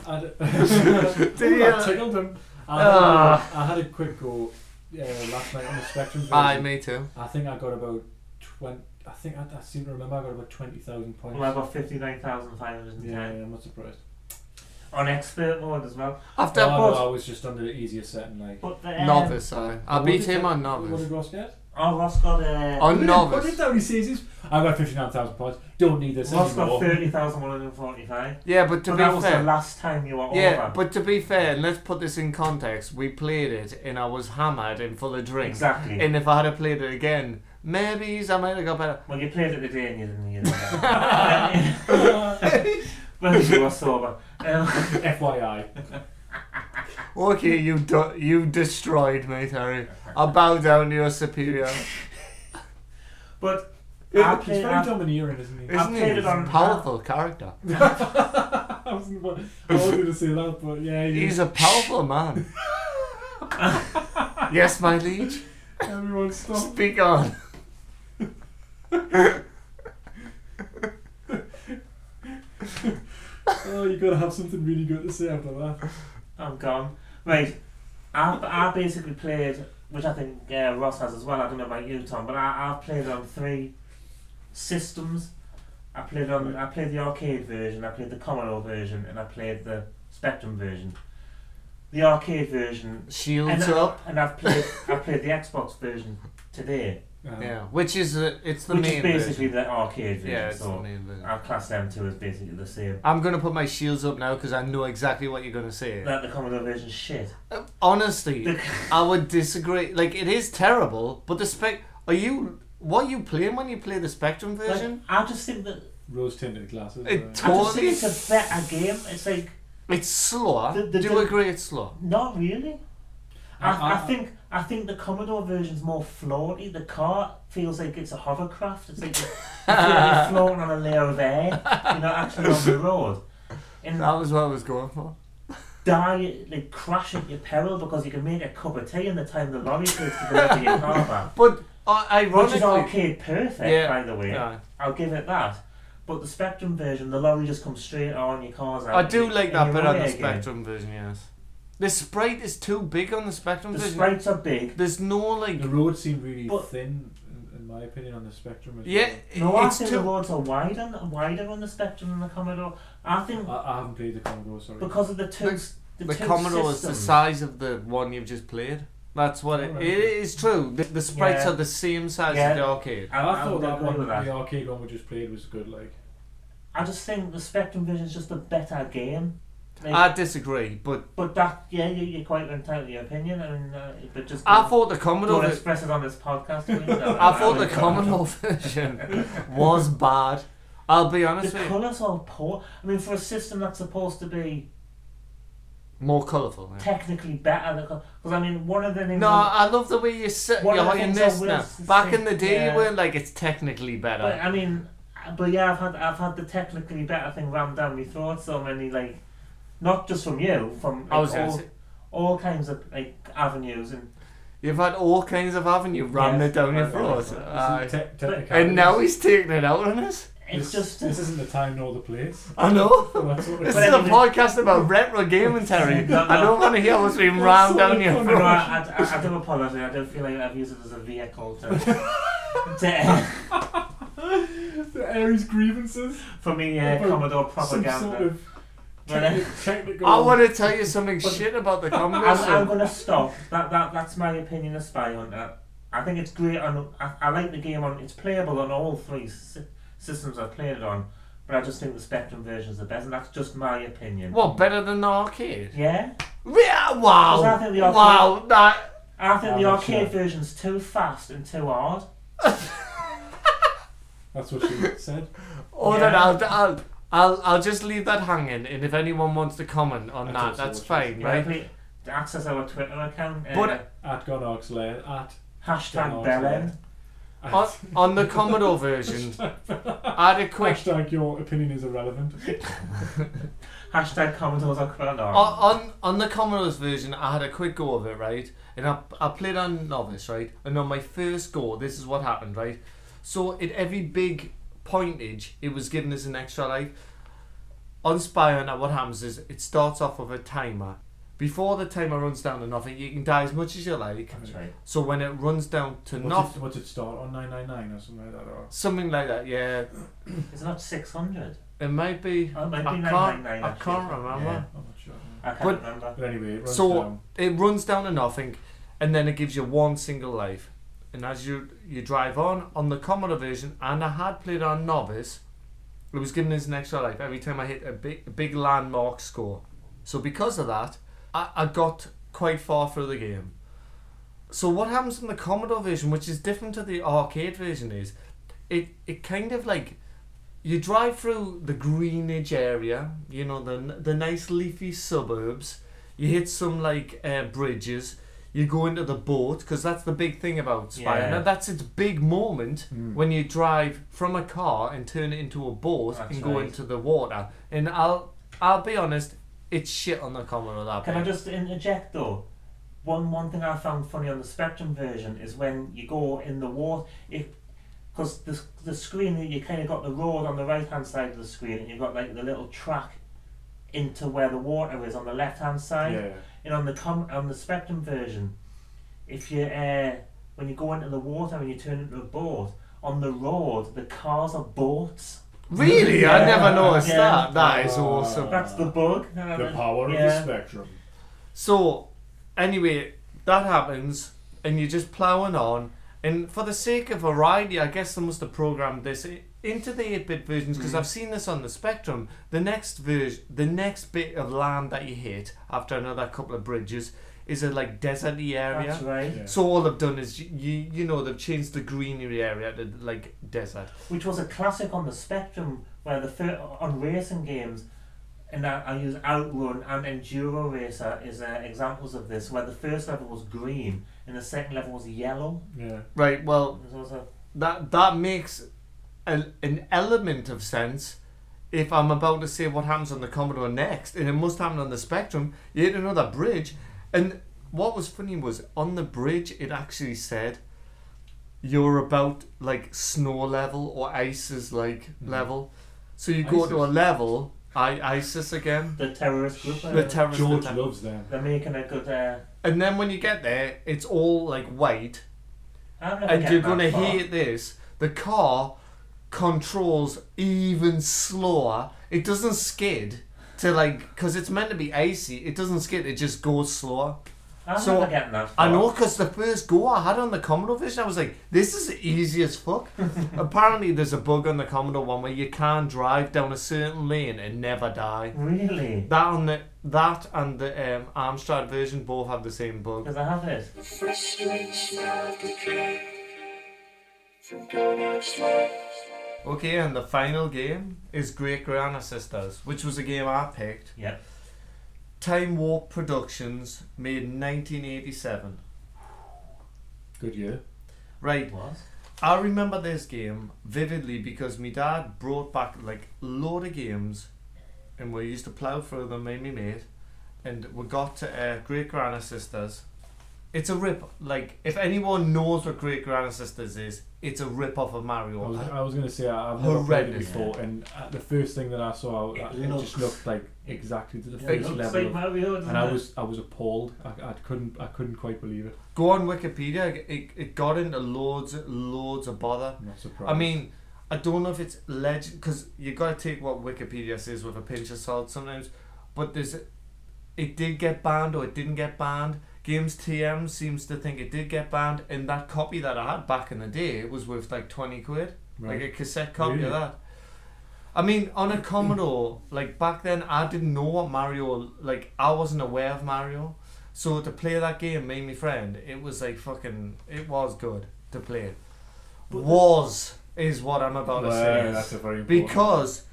S1: I d-
S3: Did you-
S1: Ooh, that tickled him. I had,
S3: uh, Ah.
S1: a, I had a quick go uh, last night on the Spectrum.
S3: Aye,
S1: version.
S3: me too.
S1: I think I got about 20. I think I, I seem to remember I got about 20,000 points.
S2: well, I got fifty nine thousand five hundred and ten
S1: yeah, I'm not surprised.
S2: on expert mode as well.
S3: After
S1: Oh, no,
S3: both
S1: I was just under the easier setting, like.
S2: But the, um,
S3: Novice, I. I
S1: What
S3: beat
S1: did
S3: him
S1: that-
S3: on
S1: What did
S3: novice.
S1: Ross get?
S2: Oh, Ross got uh,
S1: What
S3: On
S1: did- What
S3: novice.
S1: did Dowdy says is, I got 59,000 points, don't need this
S2: Ross got
S1: anymore.
S2: thirty thousand one hundred forty five.
S3: Yeah, but to
S2: But
S3: be
S2: that was the
S3: fair.
S2: last time you were
S3: Yeah,
S2: over.
S3: but to be fair, and let's put this in context. We played it, and I was hammered and full of drinks.
S2: exactly.
S3: And if I had played it again, maybe I might have got better.
S2: Well, you played it the day and you didn't need it. well, you were sober. Um,
S1: FYI.
S3: Okay, you do- you destroyed me, Terry. I bow down to your superior.
S2: but I
S1: He's
S2: played,
S1: very
S2: I,
S1: domineering, isn't he?
S3: Isn't he
S2: played
S3: He's
S2: it
S3: a
S2: on-
S3: powerful character?
S1: I was not going to say that, but yeah, he
S3: He's a powerful man. yes, my liege.
S1: Everyone stop.
S3: Speak on.
S1: Oh, you got to have something really good to say after that.
S2: I'm gone. Right, I, I basically played, which I think uh, Ross has as well. I don't know about you, Tom, but I, I played on three systems. I played on. I played the arcade version. I played the Commodore version, and I played the Spectrum version. the arcade version.
S3: Shields
S2: And, uh,
S3: up.
S2: and I've played I've played the Xbox version today,
S1: Uh,
S3: Yeah, which is uh, it's the
S2: which
S3: main
S2: is basically
S3: version.
S2: the arcade version.
S3: yeah, it's the
S2: so uh,
S3: main version.
S2: I'll class them two as basically the same.
S3: I'm gonna put my shields up now because I know exactly what you're gonna say.
S2: That the Commodore version shit.
S3: Uh, Honestly,
S2: The-
S3: I would disagree. Like it is terrible, but the spec. Are you what you playing when you play the Spectrum
S2: like,
S3: version?
S2: I just think that
S1: Rose tinted glasses.
S3: It
S1: uh,
S3: t-
S2: I just
S3: Totally.
S2: think it's a better game. It's like
S3: it's slower.
S2: The- the
S3: Do you
S2: di-
S3: agree it's slow?
S2: Not really.
S1: I- I-
S2: I, I think I think the Commodore version's more floaty. The car feels like it's a hovercraft. It's like you feel like you're floating on a layer of air. You're not actually on the road. And
S3: That was what I was going for.
S2: die like crash at your peril because you can make a cup of tea in the time the lorry takes to deliver your car back.
S3: But uh,
S2: Which is
S3: ironically,
S2: arcade perfect,
S3: Yeah.
S2: by the way.
S3: Yeah.
S2: I'll give it that. But the Spectrum version, the lorry just comes straight on your car's out.
S3: I
S2: and
S3: do
S2: you-
S3: like
S2: and
S3: that
S2: you're
S3: bit on
S2: away
S3: the
S2: again.
S3: Spectrum version. Yes, the sprite is too big on the Spectrum
S2: The
S3: version.
S2: sprites are big.
S3: There's no like.
S1: the road seemed really
S2: But-
S1: thin, in, in my opinion, on the spectrum. As
S3: Yeah,
S2: No, I
S3: it's
S2: think the
S3: too.
S2: roads are wider, wider on the Spectrum than the Commodore. I think
S1: well. I, I haven't played the Commodore, sorry.
S2: because of the two,
S3: The-
S2: s- the,
S3: The
S2: two
S3: Commodore is the
S2: systems,
S3: size of the one you've just played. That's what it,
S1: Alright.
S3: it is true. The, the sprites
S2: Yeah.
S3: are the same size
S2: Yeah.
S3: as the arcade.
S1: I, I thought
S2: would
S1: that
S2: agree
S1: one,
S2: with that.
S1: the arcade one we just played, was good. Like,
S2: I just think the Spectrum version is just a better game. Like,
S3: I disagree, but
S2: but that, yeah, you, you're quite entitled to your opinion, and uh, but just
S3: I
S2: don't-
S3: thought the
S2: don't
S3: Commodore. ver-
S2: express it on this podcast. please. No, no,
S3: I
S2: would
S3: thought the
S2: encourage
S3: Commodore version was bad. I'll be
S2: it.
S3: honest
S2: The
S3: with you,
S2: colours are poor. I mean, for a system that's supposed to be
S3: more colourful. yeah.
S2: technically better, because I mean, one of the things
S3: No,
S2: on-
S3: I love the way you sit.
S2: One
S3: You're
S2: of the
S3: in
S2: things
S3: this
S2: I
S3: now.
S2: will say-
S3: Back in the day,
S2: yeah.
S3: you weren't like it's technically better.
S2: But I mean, but yeah, I've had I've had the technically better thing rammed down my throat so many like, not just from you, from
S3: I
S2: like,
S3: was gonna
S2: all,
S3: say-
S2: all kinds of like avenues and
S3: You've had all kinds of avenue rammed
S2: Yes,
S3: it down your
S2: I
S3: throat.
S2: realise that.
S1: this
S3: Aye.
S1: is te- technicalities.
S3: Uh, and now he's taking it out on us.
S2: it's
S1: this,
S2: just
S1: this isn't the time nor the place.
S3: I know.
S1: That's what it's
S3: This
S2: But
S3: is a
S2: anyway-
S3: podcast about retro gaming, Terry. I don't want to hear what's being rammed down your
S2: I, know,
S3: throat.
S2: I, I, I do apologise. I don't feel like I've used it as a vehicle to, to
S1: the Aries grievances.
S2: for me uh,
S1: About
S2: Commodore
S1: Some
S2: propaganda.
S1: sort of
S2: But, uh,
S1: techni- technical.
S3: I want to tell you something shit about the
S2: I'm, I'm
S3: conversation.
S2: gonna stop. That that that's my opinion of Spy Hunter. I think it's great on. I, I like the game on. It's playable on all three s- systems I've played it on, but I just think the Spectrum version is the best, and that's just my opinion.
S3: What, better than the arcade?
S2: Yeah,
S3: Yeah,
S2: Because
S3: wow.
S2: I think the arcade-
S3: Wow, that.
S2: I think
S1: I'm
S2: the
S1: not
S2: arcade
S1: sure.
S2: version's too fast and too hard.
S1: That's what she said.
S3: Oh,
S2: Yeah.
S3: then I'll, I'll, I'll, I'll just leave that hanging, and if anyone wants to comment on
S1: That's
S3: that,
S1: also
S3: that's
S1: what she
S3: fine,
S2: Yeah,
S3: right?
S2: please access our Twitter account. Uh,
S3: But-
S1: At Gonorch's lair. At.
S2: hashtag
S1: Gonorch's
S2: Belen.
S1: lair. At-
S3: On, on the Commodore version, add a quick.
S1: Hashtag your opinion is irrelevant.
S2: Hashtag Commodores are crowd
S3: on, on on the Commodore's version, I had a quick go of it, right? And I, I played on novice, right? And on my first go, this is what happened, right? So at every big pointage, it was giving us an extra life. On Spy Hunter, what happens is it starts off with a timer. Before the timer runs down to nothing, you can die as much as you like.
S2: That's right.
S3: So when it runs down to
S1: What's
S3: nothing,
S1: it, what's it start on 999 or something like that? Or
S3: something like that, yeah,
S2: It's not six hundred.
S3: it might be.
S2: Oh, it might
S3: I
S2: be
S3: can't,
S2: 999,
S3: I
S2: actually.
S3: can't remember.
S2: Yeah.
S1: I'm not sure.
S2: I can't
S3: But-
S2: remember.
S1: But anyway, it runs
S3: So-
S1: down.
S3: it runs down to nothing, and then it gives you one single life. And as you you drive on on the Commodore version, and I had played on novice, it was giving us an extra life every time I hit a big a big landmark score. So because of that, I, I got quite far through the game. So what happens in the Commodore version, which is different to the arcade version, is it it kind of like you drive through the greenage area, you know the the nice leafy suburbs. You hit some like uh, bridges. You go into the boat because that's the big thing about Spy.
S2: Yeah. Hmm.
S3: Now that's its big moment
S1: Mm.
S3: when you drive from a car and turn it into a boat
S2: That's
S3: and go
S2: right.
S3: into the water. And I'll I'll be honest, it's shit on the Commodore that
S2: Can
S3: bit.
S2: I just interject though? One one thing I found funny on the Spectrum version is when you go in the water, if because the the screen you kind of got the road on the right hand side of the screen, and you've got like the little track into where the water is on the left hand
S1: Yeah,
S2: side.
S1: yeah.
S2: And on the com- on the Spectrum version, if you uh, when you go into the water and you turn into a boat on the road, the cars are boats.
S3: Really, I
S2: Yeah.
S3: never noticed
S2: Yeah. Oh,
S3: that. That is
S1: Uh,
S3: awesome.
S2: That's the bug.
S1: The power
S2: Yeah.
S1: of the spectrum.
S3: So, anyway, that happens, and you're just ploughing on. And for the sake of variety, I guess they must have programmed this i- into the 8-bit versions because
S2: Mm-hmm.
S1: Mhm.
S3: I've seen this on the Spectrum. The next version, the next bit of land that you hit after another couple of bridges is a like deserty area.
S2: That's right.
S1: Yeah.
S3: So all they've done is y- you you know they've changed the greenery area to like desert.
S2: Which was a classic on the Spectrum, where the fir- on racing games, and I, I use Outrun and Enduro Racer as uh, examples of this, where the first level was green and the second level was yellow.
S1: yeah.
S3: Right. Well,
S2: There's also
S3: that that makes a, an element of sense if I'm about to say what happens on the Commodore next, and it must happen on the Spectrum. You hit another bridge, and what was funny was on the bridge it actually said you're about like snow level or ISIS like
S1: Mhm.
S3: level, so you go to a
S1: ISIS.
S3: level. I ISIS again.
S2: the terrorist group. uh,
S3: The terrorist
S1: George
S3: attack.
S1: loves them.
S2: they're making a good. Uh,
S3: And then when you get there, it's all like white,
S2: I'm never
S3: and
S2: getting
S3: you're gonna
S2: that far.
S3: hear this. The car controls even slower. It doesn't skid to like because it's meant to be icy. It doesn't skid. It just goes slower.
S2: I'm
S3: So,
S2: never getting that far.
S3: I know because the first go I had on the Commodore Vision, I was like, this is easy as fuck. Apparently, there's a bug on the Commodore one where you can drive down a certain lane and never die.
S2: Really?
S3: That on the that and the um, Amstrad version both have the same bug.
S2: Because I have it.
S3: Okay, and the final game is Great Grana Sisters, which was a game I picked.
S2: Yep.
S3: Time Warp Productions made in 1987.
S1: Good year.
S3: Right,
S2: It was.
S3: I remember this game vividly because my dad brought back like load of games, and we used to plough through them, me and my mate, and we got to uh, Great Grana Sisters. It's a rip. Like if anyone knows what Great Grana Sisters is, it's a rip off of
S1: I
S3: Mario.
S1: was, I was going to say I- I've never played it
S3: Horrendous.
S1: before, and uh, the first thing that I saw,
S2: It
S1: it, it
S2: looks-
S1: just looked like exactly to the
S2: Yeah,
S1: first
S2: it looks
S1: level.
S2: like
S1: of-
S2: Mario, doesn't
S1: and I
S2: it?
S1: was I was appalled. I, I couldn't I couldn't quite believe it.
S3: Go on Wikipedia. It, it got into loads loads of bother.
S1: I'm not surprised.
S3: I mean, I don't know if it's legend because you got to take what Wikipedia says with a pinch of salt sometimes. But there's, it did get banned or it didn't get banned. Games TM seems to think it did get banned, and that copy that I had back in the day was worth like twenty quid,
S1: right?
S3: like a cassette copy
S1: Really?
S3: of that. I mean, on a Commodore, like back then, I didn't know what Mario. Like, I wasn't aware of Mario, so to play that game, me and my friend, it was like fucking. It was good to play.
S2: But-
S3: was is what I'm about to say.
S1: Well, that's a very important-
S3: Because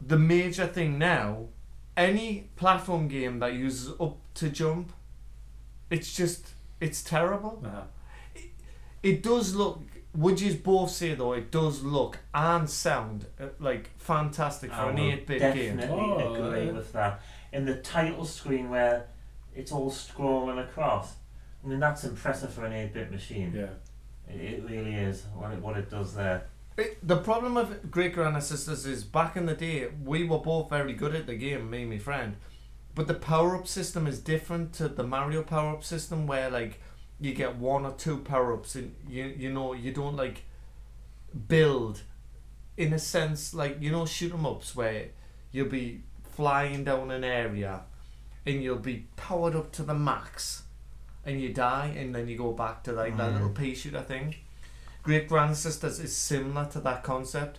S3: the major thing now, any platform game that uses up to jump, it's just it's terrible.
S1: Uh-huh.
S3: It does look. Would you both say though? It does look and sound uh, like fantastic for
S2: I
S3: an
S2: would
S3: eight bit game.
S2: Oh, definitely
S1: Oh,
S2: agree
S1: yeah.
S2: with that. In the title screen where it's all scrolling across, I mean that's impressive for an eight-bit machine.
S1: yeah.
S2: It, it really is what it, what it does there.
S3: It, the problem of Great Grand Sisters is back in the day we were both very good at the game, me and my friend. But the power up system is different to the Mario power up system where like you get one or two power ups and you you know, you don't like build in a sense like you know shoot 'em ups where you'll be flying down an area and you'll be powered up to the max and you die and then you go back to like that
S2: Mm.
S3: little pea shooter thing. Great Grand Sisters is similar to that concept.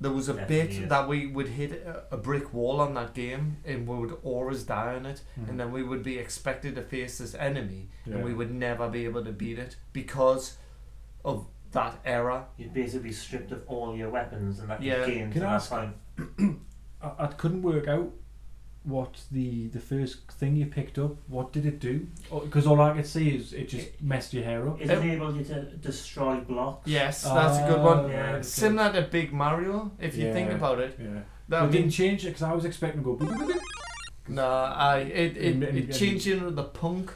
S3: There was a
S2: Definitely
S3: bit
S2: is.
S3: that we would hit a- a brick wall on that game and we would always die on it
S2: Mm-hmm.
S3: and then we would be expected to face this enemy
S1: yeah.
S3: and we would never be able to beat it because of that error.
S2: You'd basically be stripped of all your weapons and that
S3: Yeah.
S2: you gained
S1: Can
S2: at
S1: I
S2: that
S1: ask-
S2: time.
S1: I, I couldn't work out what the the first thing you picked up. What did it do? Because all I could see is it just messed your hair up.
S2: It
S3: It-
S2: enabled you to destroy blocks.
S3: Yes, that's a good one.
S1: Ah, right, okay.
S3: Similar to Big Mario, if you think
S1: Yeah.
S3: about it.
S1: Yeah.
S3: That
S1: But it didn't
S3: means,
S1: change it because I was expecting to go.
S3: no, I it it,
S1: And- and-
S3: it
S1: and-
S3: changed into the punk.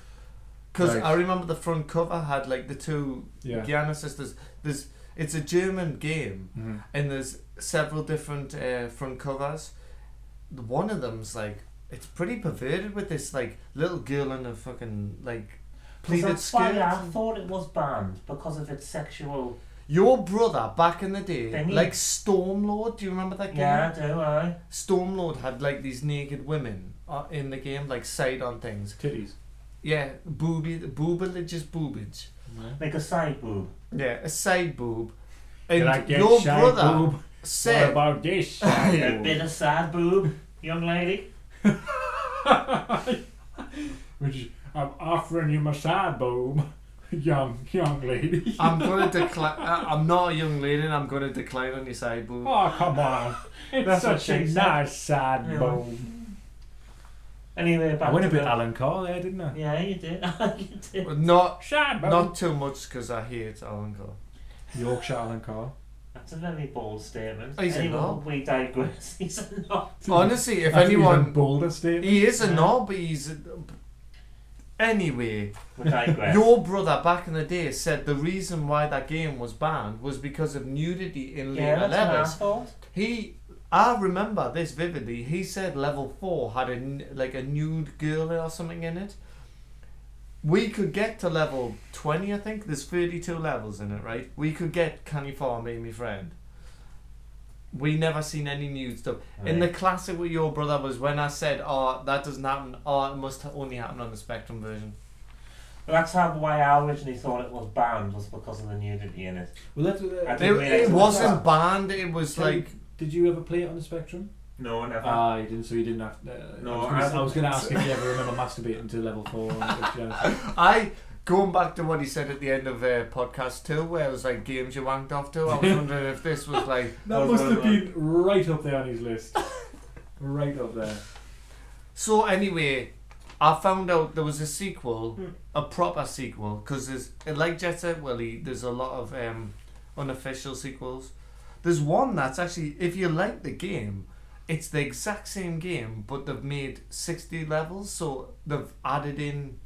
S3: Because
S1: Right.
S3: I remember the front cover had like the two
S1: Yeah.
S3: Gianna sisters. There's it's a German game
S1: Mhm.
S3: and there's several different uh, front covers. The- One of them's like it's pretty perverted with this like little girl in a fucking like
S2: 'Cause
S3: pleated
S2: that's why
S3: skirt.
S2: I thought it was banned because of its sexual
S3: Your brother back in the day,
S2: Didn't he?
S3: like Stormlord, do you remember that game?
S2: Yeah, I do, aye.
S3: Stormlord had like these naked women uh, in the game, like side on things.
S1: Titties.
S3: Yeah, booby, boobage is boobage.
S2: Like a side boob.
S3: Yeah, a side boob.
S1: You're
S3: And
S1: like, yeah,
S3: your
S1: shy
S3: brother
S1: boob. What
S3: said,
S1: about this?
S2: A bit of side boob, young lady.
S1: Which I'm offering you my side boob, young young lady.
S3: "I'm going to decline. I'm not a young lady, and I'm going to decline on your side boob."
S1: Oh come on, it's
S2: That's what
S1: such a
S2: she said.
S1: nice side
S2: Yeah.
S1: boob.
S2: Anyway, back
S1: I went
S2: to
S1: a bit
S2: the-
S1: Alan Carr there, didn't I?
S2: Yeah, you did. you did.
S3: But not,
S1: Side boob.
S3: not too much because I hate Alan Carr.
S1: Yorkshire Alan Carr.
S2: That's a very bold statement.
S3: He's a
S2: anyway,
S3: knob.
S2: we digress. He's a knob.
S3: Honestly, if
S1: That's an even
S3: anyone,
S1: bolder statement.
S3: he is a
S2: Yeah.
S3: knob. He's a, anyway.
S2: We digress.
S3: Your brother back in the day said the reason why that game was banned was because of nudity in
S2: yeah,
S3: legal
S2: that's
S3: levels.
S2: an asshole.
S3: He, I remember this vividly. He said level four had a n- like a nude girl or something in it. We could get to level twenty, I think. There's thirty-two levels in it, right? We could get Canny Farm, me, and my friend. We never seen any nude stuff. In the classic with your brother was when I said, "Oh, that doesn't happen. Oh, it must ha- only happen on the Spectrum version."
S2: Well, that's how why I originally thought it was banned was because of the nudity in it.
S1: Well, that's, uh,
S2: I
S3: It,
S2: didn't realise
S3: it
S2: it was that.
S3: wasn't banned. It was
S1: Can-
S3: like
S1: Did you ever play it on the Spectrum?
S2: No, never.
S1: Ah, you didn't, so you didn't have. Uh, I
S2: No,
S1: was gonna-
S2: I
S1: I was going to
S2: don't
S1: ask if you ever remember masturbating to level four. on the Yorkshire.
S3: I going back to what he said at the end of uh, podcast two, where it was like games you wanked off to. I was wondering if this was like
S1: that
S2: was
S1: must have
S2: gonna-
S1: been right up there on his list. right up there.
S3: so. Anyway, I found out there was a sequel,
S2: Hmm.
S3: a proper sequel, because there's like Jet Set Willy. There's a lot of um, unofficial sequels. There's one that's actually, if you like the game, it's the exact same game, but they've made sixty levels, so they've added in.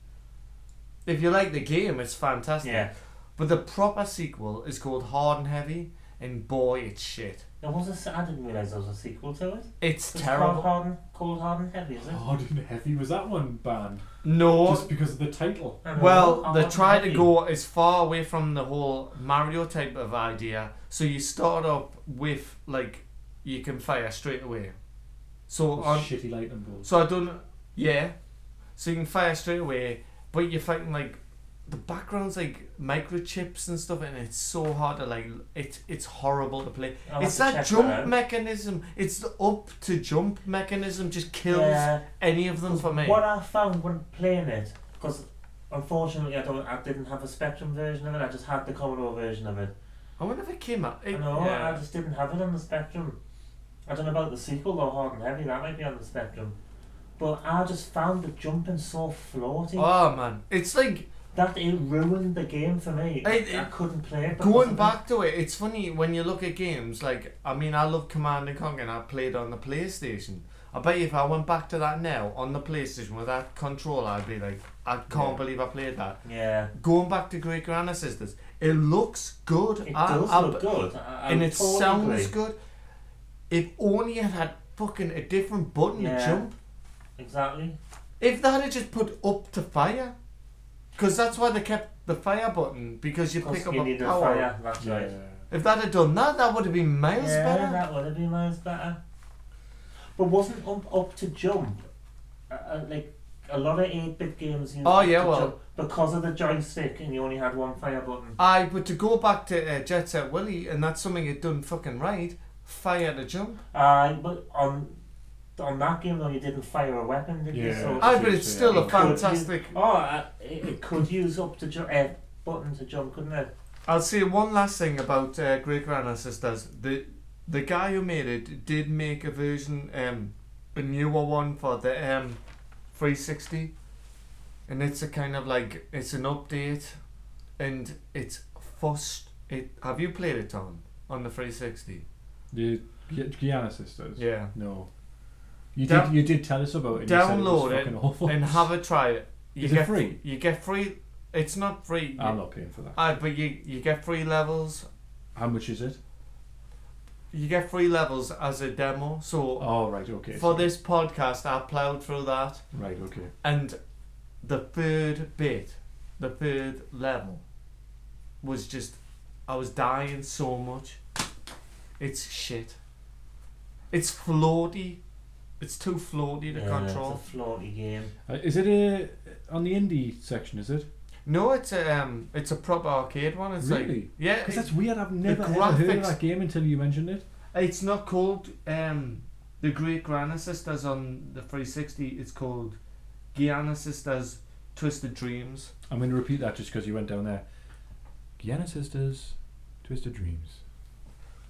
S3: If you like the game, it's fantastic.
S2: yeah.
S3: But the proper sequel is called Hard and Heavy, and boy, it's shit.
S2: There was a, se- I didn't realise there was a sequel to it. It's
S3: It's
S2: Cold,
S3: terrible. Oh.
S2: hard, and, cold, hard and heavy, is it?
S1: Hard and heavy. Was that one banned
S3: No.
S1: just because of the title?
S2: I don't know.
S3: Well,
S2: Hard
S3: they
S2: and
S3: try to
S2: heavy.
S3: go as far away from the whole Mario type of idea. So you start up with like you can fire straight away. So
S2: Oh,
S1: Those
S3: on,
S1: shitty lightning bolts.
S3: so I don't. Yeah. So you can fire straight away, but you're fighting like the background's like microchips and stuff, and it's so hard to like. It's it's horrible to play.
S2: I'll have
S3: It's
S2: to
S3: that
S2: check
S3: jump
S2: out.
S3: mechanism. It's the up to jump mechanism. Just kills
S2: Yeah.
S3: any of them for me.
S2: What I found when playing it, because unfortunately I don't, I didn't have a Spectrum version of it. I just had the Commodore version of it.
S3: I wonder if it came out. It,
S2: no, I
S3: yeah.
S2: just didn't have it on the Spectrum. I don't know about the sequel though, Hard and Heavy. That might be on the Spectrum. But I just found the jumping so floaty
S3: Oh man, it's like
S2: that it ruined the game for me.
S3: It- it-
S2: I couldn't play it. because of
S3: going
S2: it.
S3: back to it. It's funny when you look at games. Like I mean, I love Command and Conquer. and I played on the PlayStation. I bet you if I went back to that now on the PlayStation with that controller, I'd be like, I can't
S2: Yeah.
S3: believe I played that.
S2: Yeah,
S3: Going back to Great Grandma Sisters, it looks good.
S2: it
S3: I-
S2: does
S3: I-
S2: look good. I, I
S3: and
S2: would
S3: it
S2: totally
S3: sounds
S2: agree.
S3: good. If only it had fucking a different button to
S2: Yeah.
S3: jump.
S2: Exactly.
S3: If they had just put up to fire, because that's why they kept the fire button because you pick
S2: Because
S3: up
S2: you
S3: a
S2: need a
S3: power.
S2: fire. That's
S1: Yeah.
S2: right.
S3: If that had done that, that would have been miles
S2: yeah,
S3: better.
S2: that would have been miles better. But wasn't up, up to jump uh, uh, like a lot of eight bit games? Used
S3: Oh,
S2: up
S3: yeah,
S2: to
S3: well-
S2: jump because of the joystick, and you only had one fire button.
S3: Aye, but to go back to uh, Jet Set Willy, and that's something it done fucking right. Fire to jump.
S2: Uh, but on on that game though, you didn't fire a weapon, did you?
S1: Yeah.
S2: So
S3: Aye, but it's
S1: Yeah.
S3: still a
S2: it could use-
S3: fantastic.
S2: Oh, uh, it, it could use up to jump. Uh, button to jump, couldn't it?
S3: I'll say one last thing about uh, Great Grandma Sisters. The the guy who made it did make a version, um, a newer one for the um, 360, and it's a kind of like it's an update, and it's fussed. It have you played it on on the 360?
S1: The Gu- Guyana sisters.
S3: Yeah.
S1: No. You
S3: Down-
S1: did. You did tell us about it. You said
S3: Download
S1: it. Was
S3: it
S1: fucking awful.
S3: And have a try it. You
S1: Is it
S3: get
S1: free? Ah,
S3: You get free. It's not free.
S1: I'm not paying for that.
S3: Aye, but you you get free levels.
S1: How much is it?
S3: You get free levels as a demo. So
S1: Oh right, okay.
S3: For
S1: sorry.
S3: this podcast, I ploughed through that,
S1: Right, okay.
S3: and the third bit, the third level, was just I was dying so much. It's shit. It's floaty. It's too floaty to control.
S2: It's a floaty game.
S1: Uh, is it a on the indie section? Is it?
S3: no, it's a, um, it's a proper arcade one. It's like
S1: Really?
S3: yeah,
S1: Because
S3: it,
S1: that's weird. I've never ever heard
S3: graphics-
S1: of that game until you mentioned it.
S3: it's not called um, the Great Grana Sisters on the 360. It's called Guiana Sisters Twisted Dreams.
S1: I'm going to repeat that just because you went down there. Guiana Sisters, Twisted Dreams.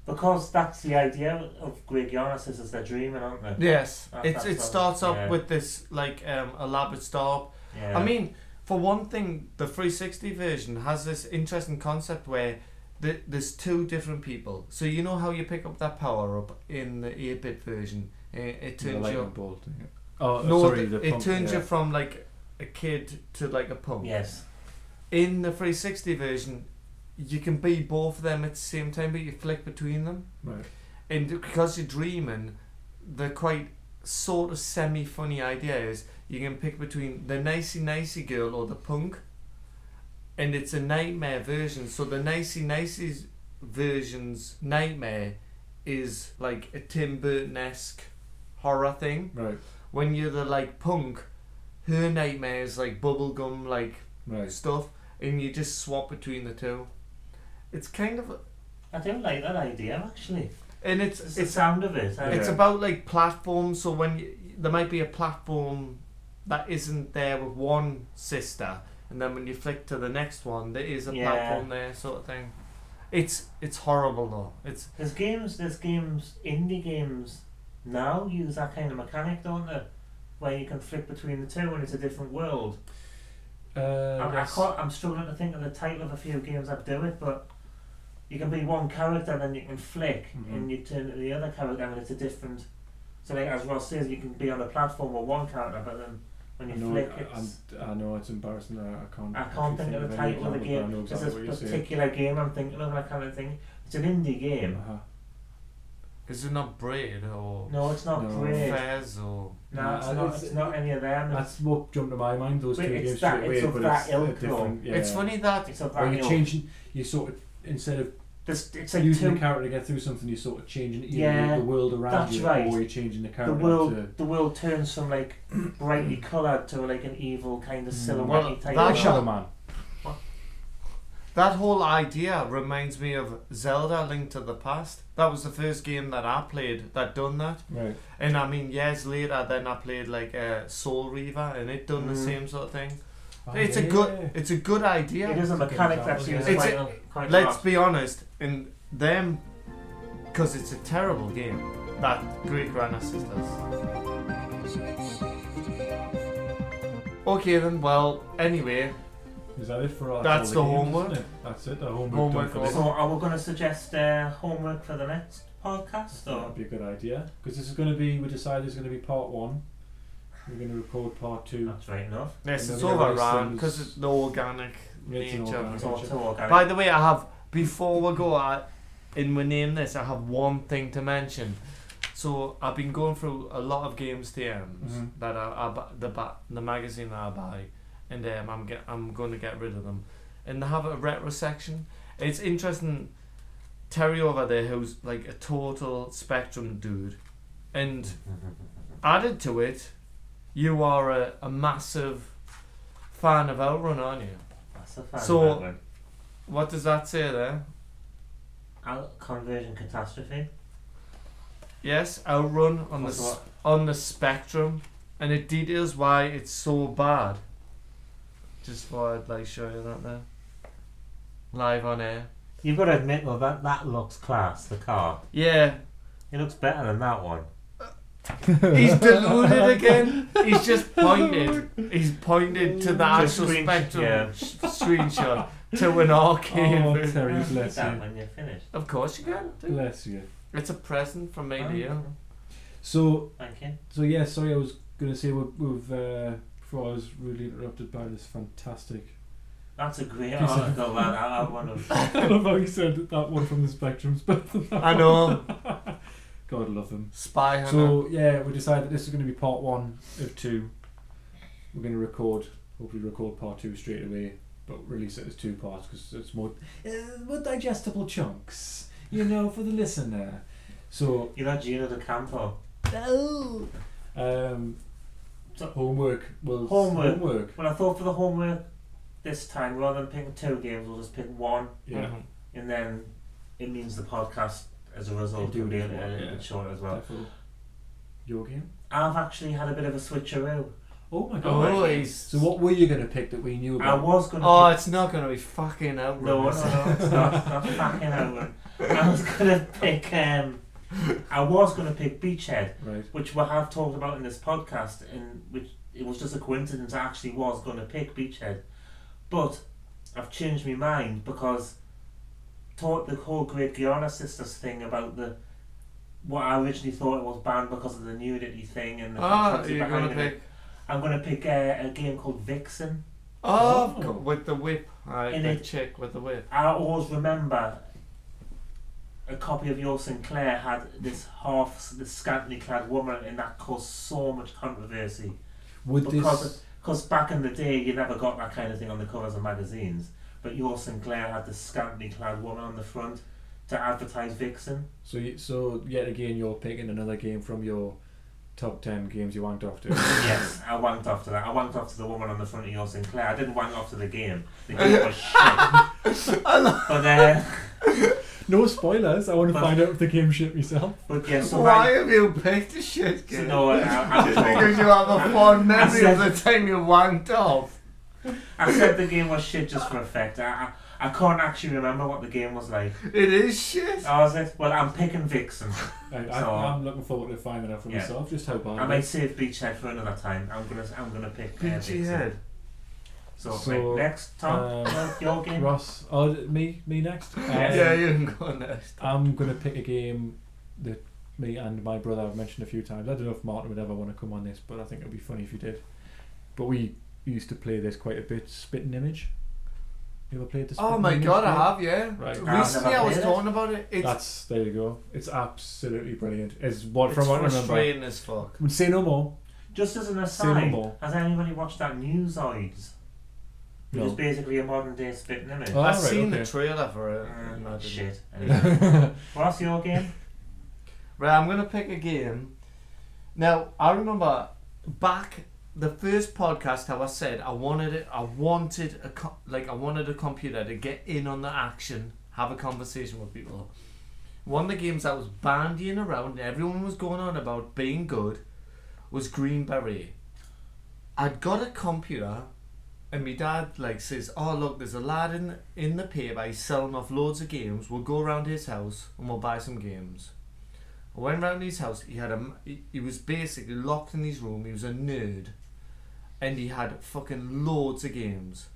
S2: Because that's the idea of Greg Giannis is, is they're dreaming, aren't they?
S3: Yes,
S1: Ah,
S2: That-
S3: it's
S2: that's
S3: it
S2: what-
S3: starts up
S2: yeah.
S3: with this like um, elaborate startup
S2: Yeah.
S3: I mean, for one thing, the 360 version has this interesting concept where th- there's two different people. So you know how you pick up that power up in the 8-bit version. It, it
S1: the
S3: turns
S1: lightning
S3: you.
S1: bolt. yeah. Oh, uh,
S3: no,
S1: sorry.
S3: th-
S1: The
S3: it
S1: pump,
S3: turns
S1: yeah.
S3: you from like a kid to like a punk.
S2: yes.
S3: In the 360 version, you can be both of them at the same time, but you flick between them.
S1: Right.
S3: And because you're dreaming, the quite sort of semi funny idea is you can pick between the nicey nicey girl or the punk, and it's a nightmare version. So the nicey nicey version's nightmare is like a Tim Burton esque horror thing.
S1: Right.
S3: When you're the like punk, her nightmare is like bubblegum like
S1: Right.
S3: stuff, and you just swap between the two. It's kind of,
S2: I do like that idea, actually.
S3: and it's
S2: It's the
S3: it's
S2: sound of it. I-
S3: It's
S1: Yeah.
S3: about like platforms. So when you, there might be a platform that isn't there with one sister, and then when you flick to the next one, there is a
S2: Yeah.
S3: platform there, sort of thing. It's it's horrible though. It's
S2: There's games, there's games, indie games now use that kind of mechanic, don't they? Where you can flip between the two and it's a different world.
S1: Uh,
S2: I'm, I can't, I'm struggling to think of the title of a few games that do it, but you can be one character, then you can flick
S1: Mhm.
S2: and you turn to the other character, and it's a different. So, like as Ross says, you can be on a platform with one character, but then when
S1: I
S2: you
S1: know,
S2: flick,
S1: I-
S2: it's.
S1: I'm, I know it's embarrassing. I, I can't.
S2: I can't
S1: actually
S2: think of the
S1: any
S2: title of the
S1: examples, but I
S2: game.
S1: know
S2: It's
S1: exactly what you're
S2: this
S1: saying.
S2: particular game I'm thinking of, and I can't think. It's an indie game.
S1: Uh-huh.
S3: is it not braid or
S2: No, it's not
S1: No.
S2: Braid.
S3: fairs or
S2: No, it's
S1: No,
S2: not.
S1: it's-
S2: It's not any of them.
S1: That's what jumped to my mind. Those
S2: But
S1: two
S2: it's
S1: games
S2: that-
S1: straight away,
S2: it's of
S1: but
S2: that
S1: it's
S2: ilk,
S1: a different. Yeah.
S3: it's funny that
S2: It's of that
S1: Or you're
S2: ilk.
S1: changing. You sort of instead of
S2: There's, it's like
S1: using
S2: two,
S1: the character to get through something, you're sort of changing either
S2: Yeah,
S1: the world around
S2: that's
S1: you,
S2: right.
S1: or you're changing the
S2: the
S1: character. to,
S2: world. The world turns from like brightly coloured to like an evil kind of
S1: Mm.
S2: silhouette
S3: Well,
S2: type.
S3: that
S1: like
S2: of-
S3: shall-
S1: Shadow Man.
S3: that whole idea reminds me of Zelda: Link to the Past. That was the first game that I played that done that.
S1: Right.
S3: And I mean, years later, then I played like uh, Soul Reaver, and it done the
S2: Mm.
S3: same sort of thing.
S1: Oh,
S3: It's a
S1: yeah.
S3: good, it's a good idea.
S2: It is a
S1: It's a good
S2: mechanic
S1: example,
S2: that's
S1: yeah.
S2: used
S3: It's
S2: quite
S3: a-
S2: a, quite a
S3: Let's
S2: lot.
S3: be honest, and them, because it's a terrible game. That Great Grana Sisters. Okay then. Well, anyway,
S1: Is that it for our?
S3: That's
S1: all
S3: the
S1: games,
S3: homework.
S1: isn't it? That's it. The homework.
S3: Homework
S1: done for
S3: all-
S1: this.
S2: So, are we going to suggest uh, homework for the next podcast? Or
S1: That'd be a good idea because this is going to be. We decided it's going to be part one. We're going to record part two.
S2: that's right enough.
S3: yes,
S1: And
S3: it's
S1: then
S3: all
S1: the other
S3: around
S1: ones-
S3: because it's the organic
S1: It's an
S3: nature. of
S1: organic-
S2: It's all
S1: Gotcha.
S2: too organic.
S3: By the way, I have before we go I in we name this, I have one thing to mention. So I've been going through a lot of games TMs
S1: Mhm.
S3: that I, I bu- the ba- the magazine that I buy, and um, I'm get, I'm going to get rid of them, and they have a retro section. It's interesting. Terry over there, who's like a total spectrum dude, and added to it, you are a, a massive fan of Outrun, aren't you?
S2: That's a fan
S3: So-
S2: of that one.
S3: What does that say there?
S2: Out- conversion catastrophe.
S3: Yes, Outrun on the
S2: That's
S3: s
S2: what-
S3: on the Spectrum, and it details why it's so bad. Just thought I'd like show you that there. Live on air.
S2: You've got to admit though that that looks class. The car.
S3: Yeah,
S2: It looks better than that one.
S3: he's deluded again. He's just pointed. He's pointed to the
S2: Just
S3: actual
S2: screen-
S3: Spectrum
S2: yeah.
S3: sh- screenshot to an arcade.
S1: Oh,
S3: version.
S1: Terry,
S2: I'll keep
S1: bless
S2: that
S1: you.
S2: when you're finished.
S3: Of course you can. do.
S1: Bless you.
S3: It's a present from me to you.
S1: So
S2: Thank you.
S1: So yeah, sorry, I was going to say we've, we've uh, before I was rudely interrupted by this fantastic.
S2: That's a great
S1: Piece of-
S2: article. that I, I want to.
S1: I love how you said that, that one from the Spectrum's better than that
S3: I know.
S1: one. God love them.
S3: Spy Hunter.
S1: So yeah, we decided this is going to be part one of two. We're going to record, hopefully record part two straight away, but release it as two parts because it's more, uh, more digestible chunks, you know, for the listener. So
S2: You're not Gina De Campo.
S1: um,
S2: So-
S1: homework will
S2: Homework.
S1: homework.
S2: Well, I thought for the homework this time, rather than picking two games, we'll just pick one,
S1: Yeah,
S3: Mhm.
S2: and then it means the podcast as a result
S1: You do
S2: will be a
S1: need one,
S2: a- a
S1: yeah.
S2: bit shorter as well.
S1: therefore, your game.
S2: I've actually had a bit of a switcheroo.
S1: Oh my god!
S3: Oh,
S2: right.
S3: he's-
S1: So what were you gonna pick that we knew
S2: I
S1: about?
S2: was going to
S3: oh, it's not going to be fucking out.
S2: No, no, no, it's not, it's not fucking Owen. I was gonna pick. Um, I was gonna pick Beachhead,
S1: Right.
S2: which we have talked about in this podcast, and which it was just a coincidence. I actually was gonna pick Beachhead, but I've changed my mind because taught the whole Great Guyana Sisters thing about the what I originally thought it was banned because of the nudity thing and the
S3: Oh,
S2: controversy
S3: you're going to
S2: behind it.
S3: pick.
S2: I'm gonna pick uh, a game called Vixen.
S3: Oh, of
S1: Oh.
S3: course, with the whip. I
S2: In
S3: the
S2: it.
S3: chick with the whip.
S2: I always remember a copy of Your Sinclair had this half, this scantily clad woman, and that caused so much controversy.
S1: Would
S2: Because-
S1: this?
S2: Because back in the day, you never got that kind of thing on the covers of magazines, but Your Sinclair had this scantily clad woman on the front to advertise Vixen.
S1: So you, so yet again, you're picking another game from your top ten games you wanked off to.
S2: yes, I wanked off to that. I wanked off to the woman on the front of Your Sinclair. I didn't wank off to the game. The game was shit. but, uh,
S1: no spoilers. I want to
S2: But-
S1: find out if the game shit myself.
S2: but yeah, so
S3: Why
S2: my-
S3: have you picked a shit
S2: So
S3: game?
S2: no, I, I, I
S3: Just because you have a fond
S2: I
S3: memory
S2: said-
S3: of the time you wanked off.
S2: I said the game was shit just for effect. I, I, I can't actually remember what the game was like.
S3: It is shit.
S2: Oh, is it? Well, I'm picking Vixen.
S1: I,
S2: So-
S1: I, I'm looking forward to finding out for
S2: Yeah.
S1: myself just how bad.
S2: I
S1: it
S2: might
S1: is.
S2: save Beachhead for another time. I'm gonna I'm gonna pick uh,
S3: Pinchy
S2: Vixen.
S3: head.
S2: So,
S1: So,
S2: right, next Tom,
S1: um,
S2: your- your game.
S1: Ross, oh, me, me next. Um,
S3: Yeah, you can go next.
S1: I'm gonna pick a game that me and my brother have mentioned a few times. I don't know if Martin would ever want to come on this, but I think it would be funny if you did. But we used to play this quite a bit. Spit and Image. You ever played this?
S3: Oh my god, I have, yeah.
S1: Right.
S3: Recently I
S2: I've
S3: was
S2: never
S3: talking about it. It's,
S1: That's there you go. It's absolutely brilliant. It's what
S3: it's
S1: from what I remember.
S3: frustrating as fuck.
S1: Would say no more.
S2: Just as an
S1: Say no
S2: aside,
S1: more.
S2: has anybody watched that Newsides? It
S1: No.
S2: was basically a modern day spit image.
S1: Oh, right,
S3: I've seen
S1: okay.
S3: the trailer for it. and I
S2: Uh,
S3: didn't.
S2: shit. Anyway. Ross, your game?
S3: Right, I'm gonna pick a game. Now I remember back the first podcast how I said I wanted it. I wanted a co- like I wanted a computer to get in on the action, have a conversation with people. One of the games that was bandying around and everyone was going on about being good was Green Beret. I'd got a computer and my dad like says, "Oh look, there's a lad in in the paper. He's selling off loads of games. We'll go round his house and we'll buy some games." I went round his house. He had a m- he, he was basically locked in his room. He was a nerd, and he had fucking loads of games.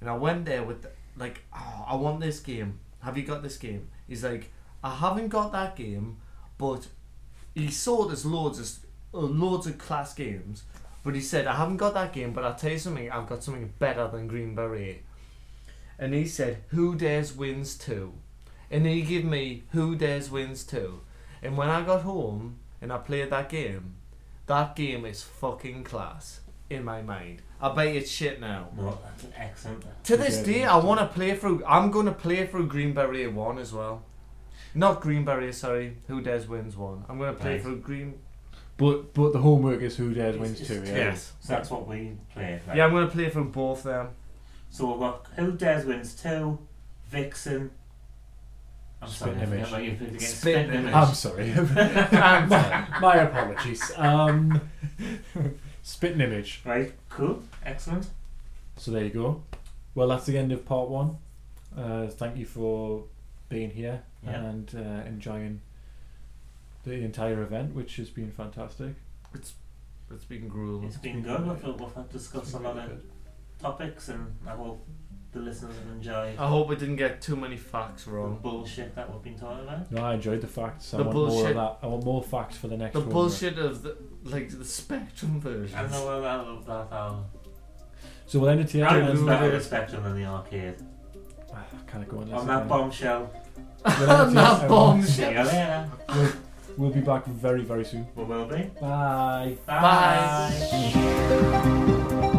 S3: And I went there with the- like, oh, I want this game. Have you got this game? He's like, I haven't got that game, but he sold us loads of s- uh, loads of class games. But he said, I haven't got that game, but I'll tell you something. I've got something better than Green Beret. And he said, Who dares wins two? And he gave me Who dares wins two. And when I got home and I played that game, that game is fucking class in my mind. I bet it's shit now.
S2: No, that's an excellent.
S3: To this
S1: Yeah,
S3: day,
S1: yeah.
S3: I want to play through. I'm going to play through Green Beret 1 as well. Not Green Beret, sorry. Who Dares Wins 1. I'm going to play
S2: Right.
S3: through Green.
S1: but but the homework is who dares wins
S2: It's-
S1: two.
S2: it's
S1: Yeah.
S3: Yes.
S2: So that's what we played. right?
S3: Yeah, I'm going to play through both them.
S2: So we've got Who Dares Wins 2, Vixen. I'm
S1: Spit
S2: sorry,
S1: Image.
S2: I forget what you put against
S3: Spit
S2: Spit
S3: Image.
S2: Image.
S1: I'm sorry. my, my apologies. Um, spit and image.
S2: Right, cool, excellent.
S1: So there you go. Well, that's the end of part one. Uh, thank you for being here
S2: Yeah.
S1: and uh, enjoying the entire event, which has been fantastic.
S3: It's been grueling.
S2: It's been good. We've, we've discussed a lot of topics, and I hope the listeners have enjoyed
S3: I hope I didn't get too many facts
S2: the
S1: Oh.
S3: wrong.
S2: bullshit that we've been talking about.
S1: No, I enjoyed the facts. I
S3: The
S1: want more
S3: bullshit.
S1: of that. I want more facts for the next.
S3: The
S1: one.
S3: bullshit of the, like, the Spectrum version.
S2: I know well, I love that. I'll,
S1: So we'll end it here.
S2: I
S1: and- uh,
S2: was better at Spectrum than the arcade.
S1: Ah, can I go on?
S2: On that bombshell.
S1: We'll end it here,
S3: That
S1: everyone.
S3: bombshell.
S2: See you later.
S1: We'll be back very very soon.
S2: We will be.
S1: Bye.
S2: Bye.
S3: Bye.